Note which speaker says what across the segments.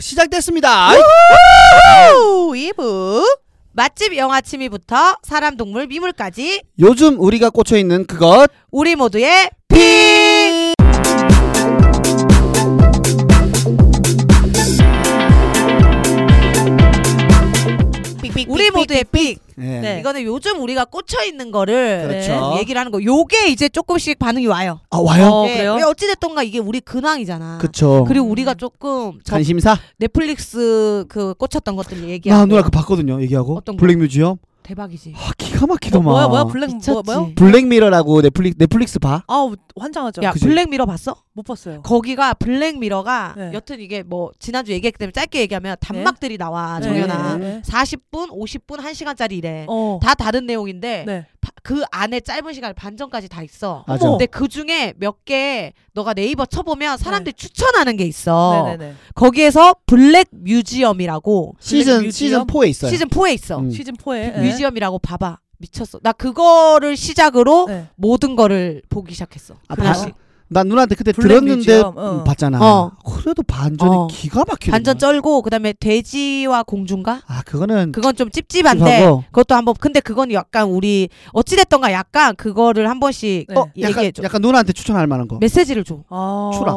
Speaker 1: 시작됐습니다.
Speaker 2: 후, 2부 맛집 영화 취미부터 사람 동물 미물까지
Speaker 1: 요즘 우리가 꽂혀 있는 그것
Speaker 2: 우리 모두의 피 우리 모두의 픽
Speaker 1: 예.
Speaker 3: 네.
Speaker 2: 이거는 요즘 우리가 꽂혀 있는 거를
Speaker 1: 그렇죠.
Speaker 2: 네, 얘기를 하는 거 요게 이제 조금씩 반응이 와요
Speaker 1: 아 와요?
Speaker 3: 어,
Speaker 2: 네,
Speaker 3: 그래요?
Speaker 2: 왜 어찌됐던가 이게 우리 근황이잖아
Speaker 1: 그쵸.
Speaker 2: 그리고 우리가 조금 저
Speaker 1: 관심사?
Speaker 2: 넷플릭스 그 꽂혔던 것들 얘기하고
Speaker 1: 나 누나 그거 봤거든요. 얘기하고
Speaker 2: 어떤 거? 예.
Speaker 1: 블랙뮤지엄.
Speaker 2: 대박이지
Speaker 1: 아 기가
Speaker 3: 어,
Speaker 1: 막히더만.
Speaker 3: 뭐야 뭐야 블랙
Speaker 2: 미쳤지
Speaker 3: 뭐, 뭐야?
Speaker 1: 블랙미러라고 넷플릭 넷플릭스 봐.
Speaker 3: 아 환장하죠.
Speaker 2: 야
Speaker 1: 그지?
Speaker 2: 블랙미러 봤어?
Speaker 3: 못 봤어요.
Speaker 2: 거기가 블랙미러가
Speaker 3: 네.
Speaker 2: 여튼 이게 뭐 지난주 얘기했기 때문에 짧게 얘기하면 단막들이 나와
Speaker 1: 네.
Speaker 2: 정연아
Speaker 1: 네.
Speaker 2: 40분, 50분, 1시간짜리 이래
Speaker 3: 어.
Speaker 2: 다 다른 내용인데
Speaker 3: 네.
Speaker 2: 파- 그 안에 짧은 시간 반전까지 다 있어
Speaker 1: 맞아.
Speaker 3: 어머.
Speaker 2: 근데
Speaker 3: 네,
Speaker 2: 그 중에 몇 개 너가 네이버 쳐보면 사람들이 추천하는 게 있어
Speaker 3: 네네네.
Speaker 2: 거기에서 블랙 뮤지엄이라고
Speaker 1: 시즌
Speaker 3: 블랙뮤지엄?
Speaker 1: 시즌 4에 있어요.
Speaker 2: 시즌 4에 있어
Speaker 1: 음.
Speaker 3: 시즌 4에
Speaker 2: 뮤지엄이라고 봐봐 미쳤어 나 그거를 시작으로
Speaker 3: 네.
Speaker 2: 모든 거를 보기 시작했어
Speaker 1: 아,
Speaker 2: 하나씩.
Speaker 1: 봐- 나 누나한테 그때 들었는데
Speaker 3: 블랙뮤지엄, 어.
Speaker 1: 음, 봤잖아.
Speaker 2: 어.
Speaker 1: 그래도 반전이
Speaker 2: 어.
Speaker 1: 기가 막히네.
Speaker 2: 반전 쩔고 그다음에 돼지와 공주인가?
Speaker 1: 아 그거는
Speaker 2: 그건 좀 찝찝한데
Speaker 1: 찝찝하고.
Speaker 2: 그것도 한번 근데 그건 약간 우리 어찌 됐던가 약간 그거를 한 번씩
Speaker 3: 네.
Speaker 1: 어, 약간,
Speaker 2: 얘기해 줘.
Speaker 1: 약간 누나한테 추천할 만한 거.
Speaker 2: 메시지를 줘.
Speaker 3: 아.
Speaker 1: 추락.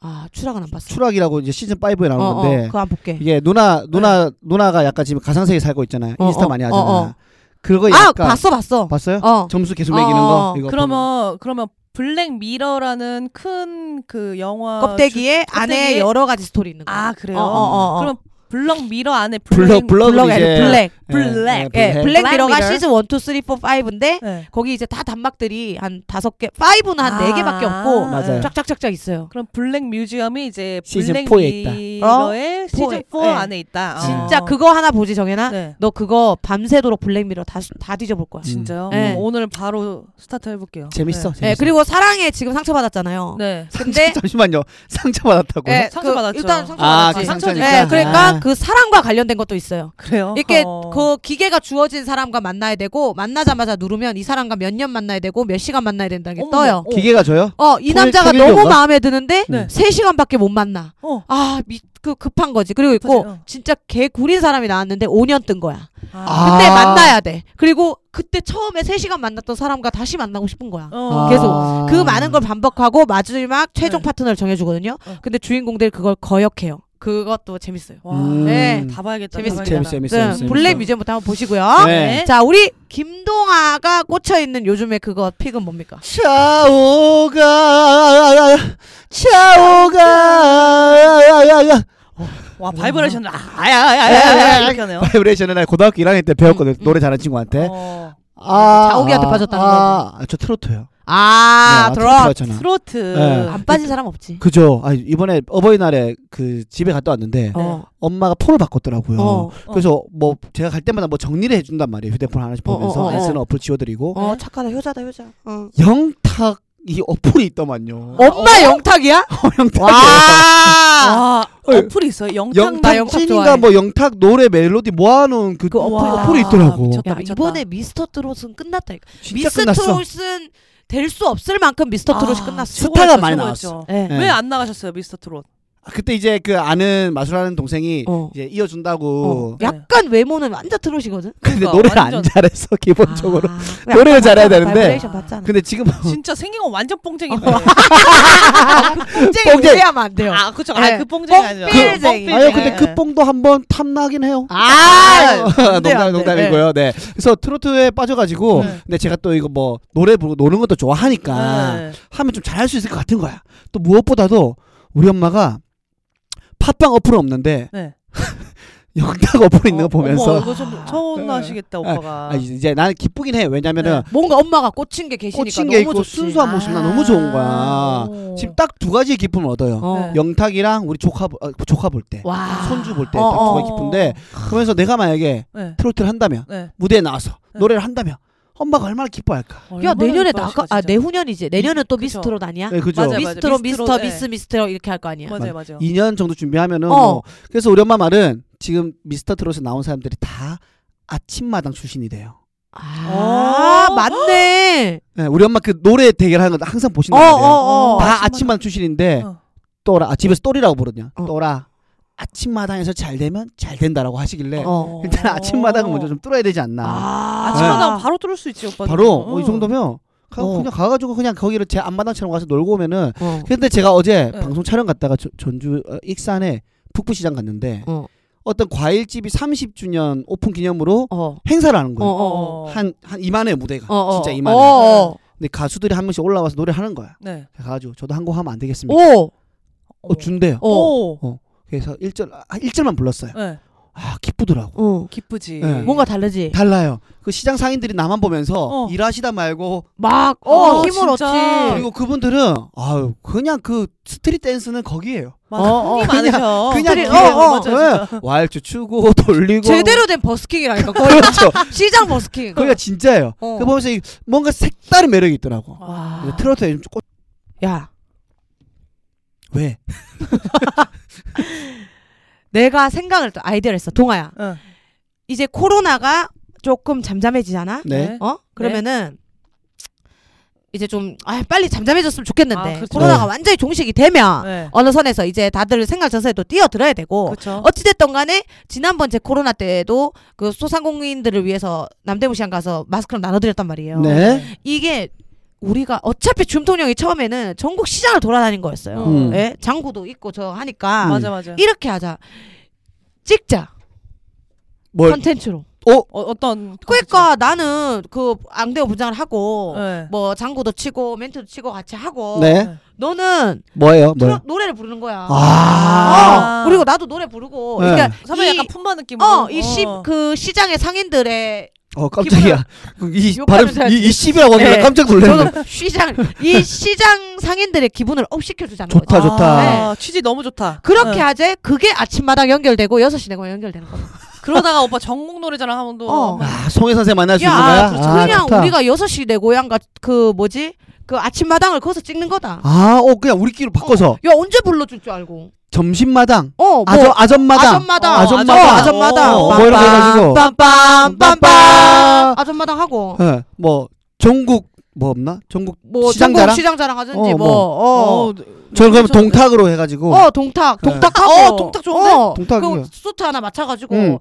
Speaker 2: 아 추락은 안 봤어.
Speaker 1: 추락이라고 이제 시즌 5에 나오는
Speaker 2: 어,
Speaker 1: 건데
Speaker 2: 어, 그거 안 볼게.
Speaker 1: 이게 누나 누나 누나가 약간 지금 가상세계 살고 있잖아요.
Speaker 2: 네. 어,
Speaker 1: 인스타
Speaker 2: 어,
Speaker 1: 많이
Speaker 2: 어,
Speaker 1: 하잖아.
Speaker 2: 어.
Speaker 1: 그거
Speaker 2: 아
Speaker 1: 약간
Speaker 2: 봤어 봤어.
Speaker 1: 봤어요?
Speaker 2: 어.
Speaker 1: 점수 계속
Speaker 2: 어,
Speaker 1: 매기는
Speaker 2: 어,
Speaker 1: 거.
Speaker 2: 어.
Speaker 1: 이거
Speaker 3: 그러면 그러면 블랙 미러라는 큰 그 영화
Speaker 2: 껍데기에
Speaker 3: 주-
Speaker 2: 안에
Speaker 3: 껍데기에-
Speaker 2: 여러 가지 스토리 있는 거.
Speaker 3: 아 그래요.
Speaker 2: 어, 어, 어, 어.
Speaker 3: 그럼 블럭 미러 안에
Speaker 1: 블럭
Speaker 3: 블랙
Speaker 1: 블럭
Speaker 2: 블럭 에 블랙.
Speaker 3: 블랙.
Speaker 2: 예,
Speaker 1: 블랙.
Speaker 2: 블랙 미러가
Speaker 3: 블랙 미러.
Speaker 2: 시즌 1, 2, 3, 4, 5인데
Speaker 3: 네.
Speaker 2: 거기 이제 다 단막들이 한 다섯 개, 5는 한 네
Speaker 3: 아.
Speaker 2: 개밖에 없고
Speaker 1: 맞아요.
Speaker 2: 쫙쫙쫙쫙 있어요.
Speaker 3: 그럼 블랙 뮤지엄이 이제
Speaker 1: 시즌
Speaker 3: 블랙
Speaker 1: 4에 있다.
Speaker 3: 미러의 시즌 4
Speaker 2: 어? 네.
Speaker 3: 안에 있다.
Speaker 2: 진짜
Speaker 3: 어.
Speaker 2: 그거 하나 보지 정해나.
Speaker 3: 네.
Speaker 2: 너 그거 밤새도록 블랙미러 다, 다 뒤져볼 거야.
Speaker 3: 진짜요?
Speaker 2: 네.
Speaker 3: 어, 오늘 바로 스타트 해볼게요.
Speaker 1: 재밌어.
Speaker 3: 네.
Speaker 1: 재밌어.
Speaker 2: 네, 그리고 사랑에 지금 상처받았잖아요.
Speaker 3: 네. 어,
Speaker 2: 근데
Speaker 1: 잠시만요. 상처 받았다고요?
Speaker 2: 예,
Speaker 3: 상처받았죠.
Speaker 2: 그, 일단
Speaker 1: 아,
Speaker 2: 상처받았지.
Speaker 1: 그게
Speaker 3: 상처-
Speaker 1: 상처니까.
Speaker 2: 네, 그러니까
Speaker 1: 아.
Speaker 2: 그 사랑과 관련된 것도 있어요.
Speaker 3: 그래요.
Speaker 2: 이렇게
Speaker 3: 어.
Speaker 2: 그 기계가 주어진 사람과 만나야 되고 만나자마자 누르면 이 사람과 몇 년 만나야 되고 몇 시간 만나야 된다는 게
Speaker 3: 어머,
Speaker 2: 떠요.
Speaker 3: 어.
Speaker 1: 기계가 줘요?
Speaker 2: 어, 이
Speaker 1: 토일-
Speaker 2: 남자가
Speaker 1: 토일인가?
Speaker 2: 너무 마음에 드는데
Speaker 1: 네.
Speaker 2: 세시간밖에못 만나.
Speaker 3: 어.
Speaker 2: 아, 미, 그 급한 거지. 그리고 있고
Speaker 3: 급하지, 어.
Speaker 2: 진짜 개 구린 사람이 나왔는데 5년 뜬 거야.
Speaker 3: 아.
Speaker 2: 그때
Speaker 1: 아.
Speaker 2: 만나야 돼. 그리고 그때 처음에 세시간 만났던 사람과 다시 만나고 싶은 거야.
Speaker 3: 어.
Speaker 2: 계속
Speaker 1: 아.
Speaker 2: 그 많은 걸 반복하고 마지막 최종
Speaker 3: 네.
Speaker 2: 파트너를 정해주거든요.
Speaker 3: 어.
Speaker 2: 근데 주인공들 그걸 거역해요. 그것도 재밌어요.
Speaker 3: 와.
Speaker 1: 음.
Speaker 2: 네,
Speaker 3: 다 봐야겠다.
Speaker 2: 재밌어,
Speaker 3: 다
Speaker 1: 재밌어,
Speaker 3: 봐야겠다.
Speaker 1: 재밌어.
Speaker 2: 네,
Speaker 1: 재밌어.
Speaker 2: 블랙 뮤지엄부터 한번 보시고요.
Speaker 1: 네.
Speaker 2: 자, 우리 김동아가 꽂혀 있는 요즘에 그거 픽은 뭡니까?
Speaker 1: 차오가 차오가
Speaker 3: 와 바이브레이션 아야야야야 이렇게 하네요.
Speaker 1: 바이브레이션은 나 고등학교 1학년 때
Speaker 2: 음,
Speaker 1: 배웠거든 노래 잘하는 친구한테
Speaker 3: 어.
Speaker 1: 아,
Speaker 2: 자옥이한테 빠졌다는
Speaker 1: 아, 아, 저 트로트요
Speaker 2: 아,
Speaker 1: 네,
Speaker 2: 드럭.
Speaker 1: 트로트였잖아.
Speaker 3: 트로트.
Speaker 1: 네.
Speaker 2: 안 빠진 사람 없지.
Speaker 1: 그죠 아, 이번에 어버이날에 그 집에 갔다 왔는데
Speaker 2: 어.
Speaker 1: 엄마가 폰을 바꿨더라고요
Speaker 2: 어.
Speaker 1: 그래서 뭐 제가 갈 때마다 뭐 정리를 해준단 말이에요 휴대폰 하나씩
Speaker 2: 어,
Speaker 1: 보면서
Speaker 2: 어, 어,
Speaker 1: 안 쓰는
Speaker 2: 어.
Speaker 1: 어플 지워드리고
Speaker 2: 어, 착하다. 효자다, 효자. 어.
Speaker 1: 영탁 이 어플이 있더만요
Speaker 2: 엄마 영탁이야?
Speaker 1: 영탁
Speaker 2: 와.
Speaker 3: 아
Speaker 1: 어이.
Speaker 3: 어플이 있어. 요 영탁
Speaker 1: 영탁
Speaker 2: 나 영탁
Speaker 1: 찐인가
Speaker 2: 좋아해.
Speaker 1: 뭐 영탁 노래 멜로디 모아놓은 그,
Speaker 2: 그 어플-
Speaker 1: 어플,
Speaker 2: 와,
Speaker 1: 어플이 있더라고
Speaker 3: 미쳤다.
Speaker 2: 야, 이번에 미스터 트롯은 끝났다. 이거.
Speaker 1: 진짜
Speaker 2: 미스
Speaker 1: 끝났어
Speaker 2: 트롯은 될 수 없을 만큼 미스터 트롯이
Speaker 3: 아,
Speaker 2: 끝났어.
Speaker 1: 스타가
Speaker 3: 최고였죠,
Speaker 1: 많이
Speaker 3: 최고였죠.
Speaker 1: 나왔어.
Speaker 2: 네.
Speaker 1: 네.
Speaker 3: 왜 안 나가셨어요 미스터 트롯?
Speaker 1: 아, 그때 이제 그 아는 마술하는 동생이
Speaker 2: 어.
Speaker 1: 이제 이어준다고
Speaker 2: 어. 약간 외모는 완전 트롯이거든.
Speaker 1: 근데
Speaker 3: 그러니까
Speaker 1: 노래를 안
Speaker 3: 완전-
Speaker 1: 잘해서 기본적으로
Speaker 2: 아,
Speaker 1: 노래를
Speaker 2: 약간
Speaker 1: 잘해야
Speaker 2: 봤잖아.
Speaker 1: 되는데.
Speaker 2: 바이브레이션 봤잖아.
Speaker 1: 근데 지금
Speaker 3: 진짜 생긴 건 완전 뽕쟁이네.
Speaker 2: 뽕쟁이
Speaker 1: 뽕쟁이.
Speaker 2: 오해하면 안 돼요.
Speaker 3: 아 그쵸.
Speaker 2: 네.
Speaker 3: 아그 뽕쟁이 아니라.
Speaker 2: 뽕필쟁이.
Speaker 1: 아유
Speaker 2: 네,
Speaker 1: 근데
Speaker 2: 네.
Speaker 1: 그 뽕도 한번 탐나긴 해요
Speaker 2: 아, 안 돼요,
Speaker 1: 농담
Speaker 2: 안 돼.
Speaker 1: 농담이고요. 네. 그래서 트로트에 빠져가지고
Speaker 3: 네.
Speaker 1: 근데 제가 또 이거 뭐 노래 부르고 노는 것도 좋아하니까
Speaker 3: 네.
Speaker 1: 하면 좀 잘할 수 있을 것 같은 거야. 또 무엇보다도 우리 엄마가 팟빵 어플은 없는데
Speaker 3: 네.
Speaker 1: 영탁 어플 있는 거
Speaker 3: 어머,
Speaker 1: 보면서
Speaker 3: 이거 좀 처음 나시겠다 오빠가.
Speaker 1: 아, 이제 나는 기쁘긴 해. 왜냐면은
Speaker 2: 뭔가 엄마가 꽂힌 게 계시니까
Speaker 1: 꽂힌
Speaker 2: 너무
Speaker 1: 게 있고
Speaker 2: 좋지.
Speaker 1: 순수한 모습 나
Speaker 3: 아,
Speaker 1: 너무 좋은 거야.
Speaker 3: 오.
Speaker 1: 지금 딱 두 가지의 기쁨을 얻어요.
Speaker 2: 어.
Speaker 3: 네.
Speaker 1: 영탁이랑 우리 조카 보- 어, 조카 볼 때,
Speaker 2: 와.
Speaker 1: 손주 볼 때
Speaker 2: 어,
Speaker 1: 딱 두
Speaker 2: 어.
Speaker 1: 가지 기쁜데 그러면서 내가 만약에
Speaker 3: 네.
Speaker 1: 트로트를 한다면
Speaker 3: 네.
Speaker 1: 무대에 나와서
Speaker 3: 네.
Speaker 1: 노래를 한다면 엄마가 얼마나 기뻐할까.
Speaker 2: 야
Speaker 3: 얼마나
Speaker 2: 내년에
Speaker 3: 이뻐하실까,
Speaker 2: 나가 아
Speaker 3: 진짜.
Speaker 2: 내후년이지 내년은 또
Speaker 3: 그쵸.
Speaker 2: 미스트롯 아니야?
Speaker 1: 네, 그죠.
Speaker 3: 맞아요, 맞아요.
Speaker 2: 미스트롯 미스터
Speaker 3: 미스트롯,
Speaker 2: 미스 미스트롯 이렇게 할 거 아니야?
Speaker 3: 맞아요 맞아요.
Speaker 1: 2년 정도 준비하면은
Speaker 2: 그렇죠. 어.
Speaker 1: 뭐 그래서 우리 엄마 말은 지금 미스터 트롯에 나온 사람들이 다 아침마당 출신이 돼요.
Speaker 2: 아
Speaker 3: 어.
Speaker 2: 맞네.
Speaker 1: 네, 우리 엄마 그 노래 대결하는 거 항상 보신다는데요.
Speaker 2: 어, 어어어.
Speaker 1: 다
Speaker 3: 아침마당.
Speaker 1: 아침마당 출신인데
Speaker 3: 어.
Speaker 1: 또라 아, 집에서 또리라고 부르냐.
Speaker 2: 어.
Speaker 1: 또라 아침마당에서 잘 되면 잘 된다라고 하시길래
Speaker 2: 어.
Speaker 1: 일단 아침마당은 먼저 좀 뚫어야 되지 않나.
Speaker 2: 아,
Speaker 3: 아침마당 바로 뚫을 수 있지 오빠.
Speaker 1: 바로 어, 이 정도면 가,
Speaker 2: 어.
Speaker 1: 그냥 가가지고 그냥 거기를 제 앞마당처럼 가서 놀고 오면은.
Speaker 2: 어.
Speaker 1: 근데 제가 어제
Speaker 3: 네.
Speaker 1: 방송 촬영 갔다가 저- 전주 어, 익산에 북부시장 갔는데
Speaker 2: 어.
Speaker 1: 어떤 과일집이 30주년 오픈 기념으로
Speaker 2: 어.
Speaker 1: 행사를 하는 거예요.
Speaker 2: 어.
Speaker 3: 어.
Speaker 1: 한, 한 이만해 무대가
Speaker 2: 어. 어.
Speaker 1: 진짜
Speaker 2: 어.
Speaker 1: 이만해.
Speaker 2: 어.
Speaker 1: 근데 가수들이 한 명씩 올라와서 노래하는 거야.
Speaker 3: 네.
Speaker 1: 가가지고 저도 한 곡 하면 안 되겠습니까?
Speaker 2: 오.
Speaker 1: 어, 준대요.
Speaker 2: 어.
Speaker 3: 오.
Speaker 1: 그래서 1절 아, 1절만 불렀어요.
Speaker 3: 네.
Speaker 1: 아 기쁘더라고.
Speaker 2: 어.
Speaker 3: 기쁘지.
Speaker 1: 네.
Speaker 2: 뭔가 다르지.
Speaker 1: 달라요. 그 시장 상인들이 나만 보면서
Speaker 3: 어.
Speaker 1: 일하시다 말고
Speaker 2: 막 어,
Speaker 3: 어,
Speaker 2: 힘을
Speaker 3: 진짜.
Speaker 2: 얻지.
Speaker 1: 그리고 그분들은 아유 그냥 그 스트릿 댄스는 거기에요.
Speaker 3: 맞아.
Speaker 2: 어,
Speaker 3: 흥이
Speaker 2: 어.
Speaker 3: 많으셔.
Speaker 1: 그냥
Speaker 2: 스트릿,
Speaker 1: 이래요. 예.
Speaker 2: 어, 어,
Speaker 3: 맞아, 진짜.
Speaker 1: 왈츠 추고 돌리고
Speaker 2: 제대로 된 버스킹이라니까. 거의
Speaker 1: 그렇죠.
Speaker 2: 시장 버스킹.
Speaker 1: 그게 진짜예요.
Speaker 2: 어.
Speaker 1: 그 보면서 이- 뭔가 색다른 매력이 있더라고.
Speaker 2: 와.
Speaker 1: 그래서 트로트에 좀 꽃.
Speaker 2: 야,
Speaker 1: 왜?
Speaker 2: 내가 생각을 또 아이디어를 했어. 동아야.
Speaker 3: 응.
Speaker 2: 이제 코로나가 조금 잠잠해지잖아.
Speaker 1: 네.
Speaker 3: 네.
Speaker 2: 어? 그러면은 이제 좀 아, 빨리 잠잠해졌으면 좋겠는데
Speaker 3: 아, 그렇죠.
Speaker 2: 코로나가
Speaker 1: 네.
Speaker 2: 완전히 종식이
Speaker 1: 아,
Speaker 2: 되면
Speaker 3: 네.
Speaker 2: 어느 선에서 이제 다들 생각 전선에 또 뛰어들어야 되고
Speaker 3: 그렇죠.
Speaker 2: 어찌됐던 간에 지난번 제 코로나 때에도 그 소상공인들을 위해서 남대문시장 가서 마스크를 나눠드렸단 말이에요.
Speaker 1: 네.
Speaker 2: 이게 우리가 어차피 줌통령이 처음에는 전국 시장을 돌아다닌 거였어요.
Speaker 1: 음.
Speaker 2: 예? 장구도 있고 저 하니까
Speaker 3: 맞아 맞아.
Speaker 2: 이렇게 하자. 찍자
Speaker 1: 뭘?
Speaker 2: 컨텐츠로.
Speaker 1: 어?
Speaker 3: 어, 어떤
Speaker 2: 그러니까 나는 그 앙대호 분장을 하고
Speaker 3: 네.
Speaker 2: 뭐 장구도 치고 멘트도 치고 같이 하고
Speaker 1: 네.
Speaker 2: 너는
Speaker 1: 뭐예요?
Speaker 2: 어. 트로,
Speaker 1: 뭐요?
Speaker 2: 노래를 부르는 거야.
Speaker 1: 아.
Speaker 2: 어, 그리고 나도 노래 부르고.
Speaker 1: 네.
Speaker 2: 그러니까
Speaker 3: 선배
Speaker 2: 이-
Speaker 3: 약간 뭐. 품바 느낌으로.
Speaker 2: 어, 이 시, 그 시장의 상인들의
Speaker 1: 어 깜짝이야. 이
Speaker 2: 욕하는
Speaker 1: 발음
Speaker 2: 사람.
Speaker 1: 이, 이 씹이라고 하길래
Speaker 2: 네.
Speaker 1: 깜짝 놀랐네.
Speaker 2: 저는 시장 이 시장 상인들의 기분을 업 시켜주자는
Speaker 1: 좋다,
Speaker 2: 거죠.
Speaker 1: 좋다.
Speaker 3: 아, 취지 너무 좋다.
Speaker 2: 그렇게
Speaker 3: 네.
Speaker 2: 하재 그게 아침마당 연결되고 6시 되고 연결되는 거야.
Speaker 3: 그러다가 오빠 전국 노래자랑 하면 또
Speaker 2: 어.
Speaker 1: 아 송혜 선생 만날 수
Speaker 2: 야,
Speaker 1: 있는 거야?
Speaker 3: 그렇죠.
Speaker 1: 아,
Speaker 2: 그냥
Speaker 1: 좋다.
Speaker 2: 우리가 6시 내 고향과 그 뭐지? 그 아침마당을 거기서 찍는 거다.
Speaker 1: 아, 어 그냥 우리끼리 바꿔서
Speaker 2: 야, 언제 불러줄 줄 알고.
Speaker 1: 점심마당,
Speaker 2: 어, 뭐
Speaker 1: 아점 아점마당,
Speaker 2: 아전마당.
Speaker 3: 어,
Speaker 1: 아전마당.
Speaker 2: 어, 아전마당.
Speaker 1: 어, 뭐 이런 거 해가지고.
Speaker 2: 빰빰빰빰빰. 아전마당 하고.
Speaker 1: 예, 뭐 전국 뭐 없나? 전국
Speaker 2: 뭐
Speaker 1: 시장
Speaker 2: 시장 자랑?
Speaker 1: 자랑?
Speaker 2: 시장 자랑 하든지
Speaker 1: 어,
Speaker 2: 뭐. 어.
Speaker 3: 어.
Speaker 1: 저는 그럼
Speaker 3: 저-
Speaker 1: 동탁으로 해가지고
Speaker 2: 어, 동탁.
Speaker 1: 네.
Speaker 2: 동탁하고.
Speaker 3: 어, 동탁 좋은데?
Speaker 2: 어,
Speaker 1: 동탁이요.
Speaker 2: 그 소트 하나 맞춰가지고.
Speaker 1: 응.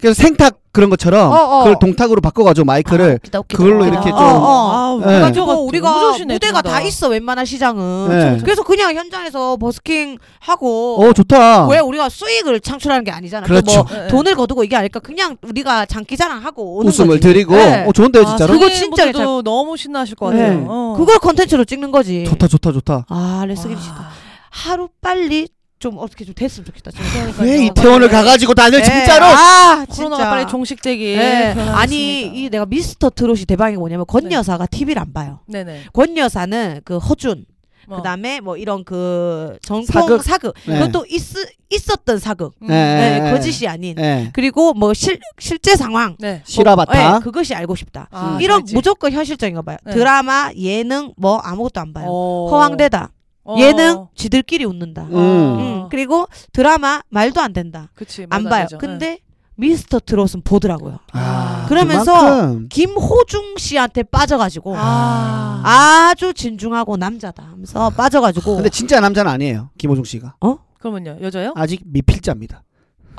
Speaker 1: 그래서 생탁 그런 것처럼
Speaker 2: 뭐. 어, 어.
Speaker 1: 그걸 동탁으로 바꿔가지고 마이크를
Speaker 2: 웃기다, 웃기다.
Speaker 1: 그걸로
Speaker 2: 아.
Speaker 1: 이렇게 좀-
Speaker 2: 어, 어.
Speaker 3: 아우,
Speaker 1: 네.
Speaker 2: 그래가지고 우리가 무대가 다
Speaker 3: 있어.
Speaker 2: 있어 웬만한 시장은
Speaker 1: 네.
Speaker 2: 그래서 그냥 현장에서 버스킹 하고
Speaker 1: 어 좋다.
Speaker 2: 아. 왜 우리가 수익을 창출하는 게 아니잖아 그
Speaker 1: 그렇죠.
Speaker 2: 뭐
Speaker 3: 네.
Speaker 2: 돈을 거두고 이게 아닐까 그냥 우리가 장기자랑 하고 오는
Speaker 1: 웃음을
Speaker 2: 거지
Speaker 1: 드리고
Speaker 2: 네.
Speaker 1: 어 좋은데요 진짜로?
Speaker 2: 그거
Speaker 3: 그거
Speaker 2: 진짜
Speaker 3: 진짜 아, 너무 신나실 것
Speaker 1: 네.
Speaker 3: 같아요. 어.
Speaker 2: 그걸 컨텐츠로 찍는 거지
Speaker 1: 좋다 좋다 좋다.
Speaker 2: 아
Speaker 3: 와.
Speaker 2: 레스기리 씨다 하루 빨리 좀 어떻게 좀 됐으면 좋겠다 진짜.
Speaker 3: 그러니까요.
Speaker 1: 왜 이태원을 가가지고 다들
Speaker 2: 네.
Speaker 1: 네, 진짜로?
Speaker 2: 아 진짜
Speaker 3: 코로나가 빨리 종식되기.
Speaker 2: 네.
Speaker 3: 변하겠습니다.
Speaker 2: 아니 이 내가 미스터 트롯이 대박인 게 뭐냐면 권
Speaker 3: 네.
Speaker 2: 여사가 TV를 안 봐요
Speaker 3: 네네.
Speaker 2: 권 여사는 그 허준
Speaker 3: 뭐.
Speaker 2: 그다음에 뭐 이런 그 정통
Speaker 1: 사극?
Speaker 2: 사극,
Speaker 1: 네.
Speaker 2: 그것도 있, 있었던 사극
Speaker 3: 음.
Speaker 1: 네.
Speaker 2: 네, 거짓이 아닌
Speaker 1: 예.
Speaker 2: 그리고 뭐 실 실제 상황
Speaker 3: 네.
Speaker 1: 실화바타.
Speaker 2: 네, 그것이 알고 싶다
Speaker 3: 아,
Speaker 1: 음.
Speaker 2: 이런
Speaker 3: 알지.
Speaker 2: 무조건 현실적인 거 봐요
Speaker 3: 네.
Speaker 2: 드라마 예능 뭐 아무것도 안 봐요
Speaker 3: 어.
Speaker 2: 허황되다
Speaker 3: 어.
Speaker 2: 예능 지들끼리 웃는다
Speaker 1: 음.
Speaker 2: 음, 그리고 드라마 말도 안 된다
Speaker 3: 그치, 네.
Speaker 2: 안
Speaker 3: 말도
Speaker 2: 봐요
Speaker 3: 되죠.
Speaker 2: 근데 미스터 트롯은 보더라고요
Speaker 1: 아,
Speaker 2: 그러면서
Speaker 1: 그만큼.
Speaker 2: 김호중 씨한테 빠져가지고
Speaker 3: 아.
Speaker 2: 아주 진중하고 남자다 하면서 빠져가지고
Speaker 1: 근데 진짜 남자는 아니에요 김호중 씨가
Speaker 2: 어?
Speaker 3: 그러면요 여자요?
Speaker 1: 아직 미필자입니다.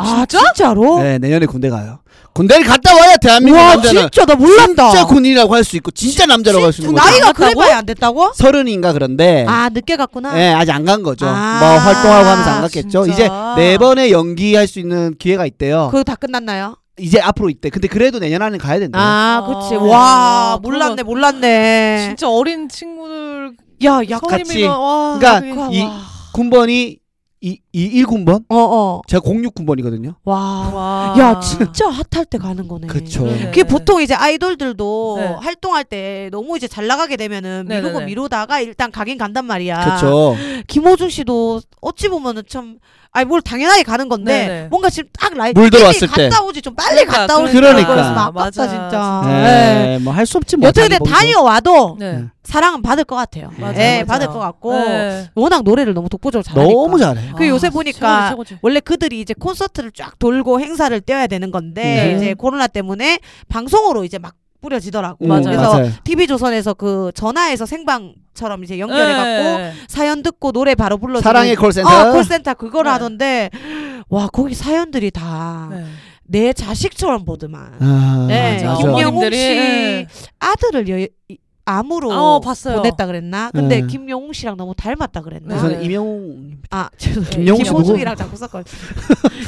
Speaker 2: 아 진짜로
Speaker 1: 네 내년에 군대 가요. 군대를 갔다 와야 대한민국
Speaker 2: 와
Speaker 1: 남자는
Speaker 2: 진짜 나 몰랐다
Speaker 1: 진짜 군인이라고 할 수 있고 진짜 남자라고 할 수 있는 네. 거죠.
Speaker 2: 나이가
Speaker 3: 안 갔다고?
Speaker 2: 그래봐야 안 됐다고?
Speaker 1: 서른인가 그런데
Speaker 2: 아 늦게 갔구나.
Speaker 1: 예, 아직 안 간 거죠.
Speaker 2: 아,
Speaker 1: 뭐 활동하고 하면서 안 갔겠죠.
Speaker 3: 진짜.
Speaker 1: 이제 네 번의 연기할 수 있는 기회가 있대요.
Speaker 2: 그거 다 끝났나요?
Speaker 1: 이제 앞으로 있대. 근데 그래도 내년 안에 가야 된대요.
Speaker 2: 아
Speaker 3: 아,
Speaker 2: 그치.
Speaker 3: 네.
Speaker 2: 와
Speaker 3: 아,
Speaker 2: 몰랐네
Speaker 3: 그러면-
Speaker 2: 몰랐네.
Speaker 3: 진짜 어린 친구들
Speaker 2: 야 야.
Speaker 1: 같이.
Speaker 3: 성인이면 와.
Speaker 1: 그러니까
Speaker 3: 그게-
Speaker 1: 이 군번이 이, 이 1군번?
Speaker 2: 어어.
Speaker 1: 제가 06군번이거든요.
Speaker 2: 와.
Speaker 3: 와.
Speaker 2: 야 진짜 핫할 때 가는 거네.
Speaker 1: 그쵸.
Speaker 3: 네. 그러네.
Speaker 2: 그게 보통 이제 아이돌들도
Speaker 3: 네.
Speaker 2: 활동할 때 너무 이제 잘 나가게 되면은
Speaker 3: 네,
Speaker 2: 미루고
Speaker 3: 네, 네.
Speaker 2: 미루다가 일단 가긴 간단 말이야.
Speaker 1: 그렇죠.
Speaker 2: 김호중 씨도 어찌 보면은 참 아니 뭘 당연하게 가는 건데
Speaker 3: 네, 네.
Speaker 2: 뭔가 지금 딱 라이
Speaker 1: 물 들어왔을
Speaker 2: 빨리 갔다 오지 좀 빨리
Speaker 3: 그러니까,
Speaker 2: 갔다 오지
Speaker 1: 그러니까.
Speaker 2: 그래서 나 아깝다
Speaker 3: 맞아,
Speaker 2: 진짜.
Speaker 3: 진짜.
Speaker 2: 예.
Speaker 1: 뭐 할 수 없지 뭐.
Speaker 2: 여튼 근데
Speaker 1: 자기 보고.
Speaker 2: 다녀와도
Speaker 3: 네.
Speaker 2: 사랑은 받을 것 같아요.
Speaker 1: 맞아요,
Speaker 2: 예,
Speaker 1: 맞아요.
Speaker 2: 받을 것 같고
Speaker 3: 네. 아,
Speaker 2: 워낙 노래를 너무 독보적으로 잘하니까.
Speaker 1: 너무 잘해.
Speaker 2: 그 요새 보니까
Speaker 3: 최고지, 최고지.
Speaker 2: 원래 그들이 이제 콘서트를 쫙 돌고 행사를 떼어야 되는 건데
Speaker 1: 네.
Speaker 2: 이제 코로나 때문에 방송으로 이제 막 뿌려지더라고.
Speaker 1: 음,
Speaker 3: 맞아요.
Speaker 2: 그래서 TV 조선에서 그 전화에서 생방처럼 이제 연결해갖고
Speaker 3: 네.
Speaker 2: 사연 듣고 노래 바로 불러.
Speaker 1: 사랑의 콜센터.
Speaker 2: 어, 콜센터 어, 그걸
Speaker 3: 네.
Speaker 2: 하던데 와 거기 사연들이 다 내
Speaker 3: 네.
Speaker 2: 자식처럼 보더만.
Speaker 1: 아,
Speaker 2: 네,
Speaker 3: 맞아.
Speaker 2: 김영웅
Speaker 3: 어머님들이,
Speaker 2: 씨
Speaker 3: 예.
Speaker 2: 아들을 여, 이- 암으로
Speaker 3: 어, 봤어요.
Speaker 2: 보냈다 그랬나? 근데
Speaker 1: 네.
Speaker 2: 김영웅 씨랑 너무 닮았다 그랬나?
Speaker 3: 그래서
Speaker 1: 우선
Speaker 3: 네.
Speaker 1: 임영웅
Speaker 2: 아, 죄송해요.
Speaker 1: 김영웅 씨 누구?
Speaker 2: 김호중이랑 자꾸 섞어요.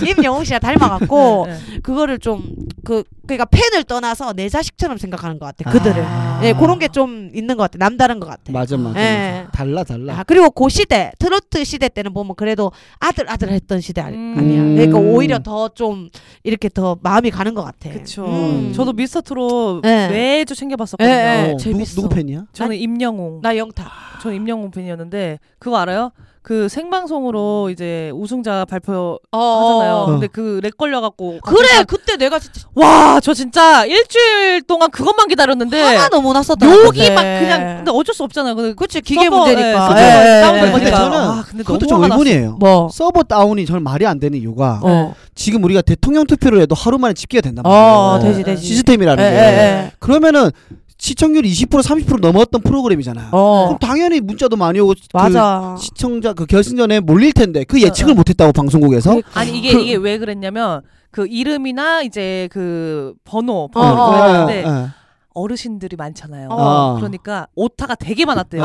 Speaker 2: 임영웅 씨랑 닮아갖고
Speaker 3: 네,
Speaker 2: 그거를 좀 그 그러니까 팬을 떠나서 내 자식처럼 생각하는 것 같아. 그들을.
Speaker 1: 아.
Speaker 2: 예, 그런 게 좀 있는 것 같아. 남다른 것 같아.
Speaker 1: 맞아 맞아.
Speaker 2: 예.
Speaker 1: 달라 달라. 어,
Speaker 2: 아, 그리고 그 시대 트로트 시대 때는 보면 그래도 아들 아들 했던 시대 아니,
Speaker 3: 음.
Speaker 2: 아니야.
Speaker 1: 음.
Speaker 2: 그러니까 오히려 더 좀 이렇게 더 마음이 가는 것 같아.
Speaker 3: 그쵸.
Speaker 2: 음.
Speaker 3: 저도 미스터 트롯
Speaker 2: 네.
Speaker 3: 매주 챙겨 봤었거든요.
Speaker 2: 네, 네.
Speaker 1: 어, 누구,
Speaker 2: 재밌어.
Speaker 1: 누구 팬이야?
Speaker 3: 저는 임영웅.
Speaker 2: 나 영탁.
Speaker 3: 저는 임영웅 팬이었는데 그거 알아요? 그 생방송으로 이제 우승자 발표 하잖아요.
Speaker 1: 어.
Speaker 3: 근데 그 렉 걸려 갖고
Speaker 2: 그래 그때 내가 진짜
Speaker 3: 와, 저 진짜 일주일 동안 그것만 기다렸는데
Speaker 2: 화가 너무 네. 났었다.
Speaker 3: 여기 막 그냥 근데 어쩔 수 없잖아요. 근데
Speaker 2: 그치 기계
Speaker 3: 서버,
Speaker 2: 문제니까.
Speaker 3: 예, 그쵸.
Speaker 2: 예, 예,
Speaker 3: 다운된
Speaker 1: 네. 그러니까.
Speaker 2: 예.
Speaker 1: 근데
Speaker 3: 거니까.
Speaker 1: 저는
Speaker 3: 아, 근데
Speaker 1: 그것도
Speaker 3: 너무
Speaker 1: 좀
Speaker 3: 화가 났어.
Speaker 1: 의문이에요.
Speaker 2: 뭐.
Speaker 1: 서버 다운이 전 말이 안 되는 이유가
Speaker 2: 어.
Speaker 1: 지금 우리가 대통령 투표를 해도 하루 만에 집계가 된단 말이에요.
Speaker 2: 어, 되지 되지.
Speaker 1: 시스템이라는
Speaker 2: 예,
Speaker 3: 네,
Speaker 1: 게.
Speaker 2: 예,
Speaker 1: 그러면은 시청률 20% 30% 넘었던 프로그램이잖아.
Speaker 2: 예. 어.
Speaker 1: 그럼 당연히 문자도 많이 오고 그
Speaker 2: 맞아.
Speaker 1: 시청자 그 결승전에 몰릴 텐데 그 예측을
Speaker 3: 어, 어.
Speaker 1: 못했다고 방송국에서
Speaker 2: 그,
Speaker 3: 아니 이게
Speaker 1: 그
Speaker 3: 이게 왜 그랬냐면 그 이름이나 이제 그 번호
Speaker 2: 어,
Speaker 1: 어,
Speaker 3: 번호
Speaker 2: 어,
Speaker 1: 어,
Speaker 3: 그랬는데
Speaker 1: 어.
Speaker 3: 어르신들이 많잖아요.
Speaker 1: 어.
Speaker 3: 그러니까 오타가 되게 많았대요.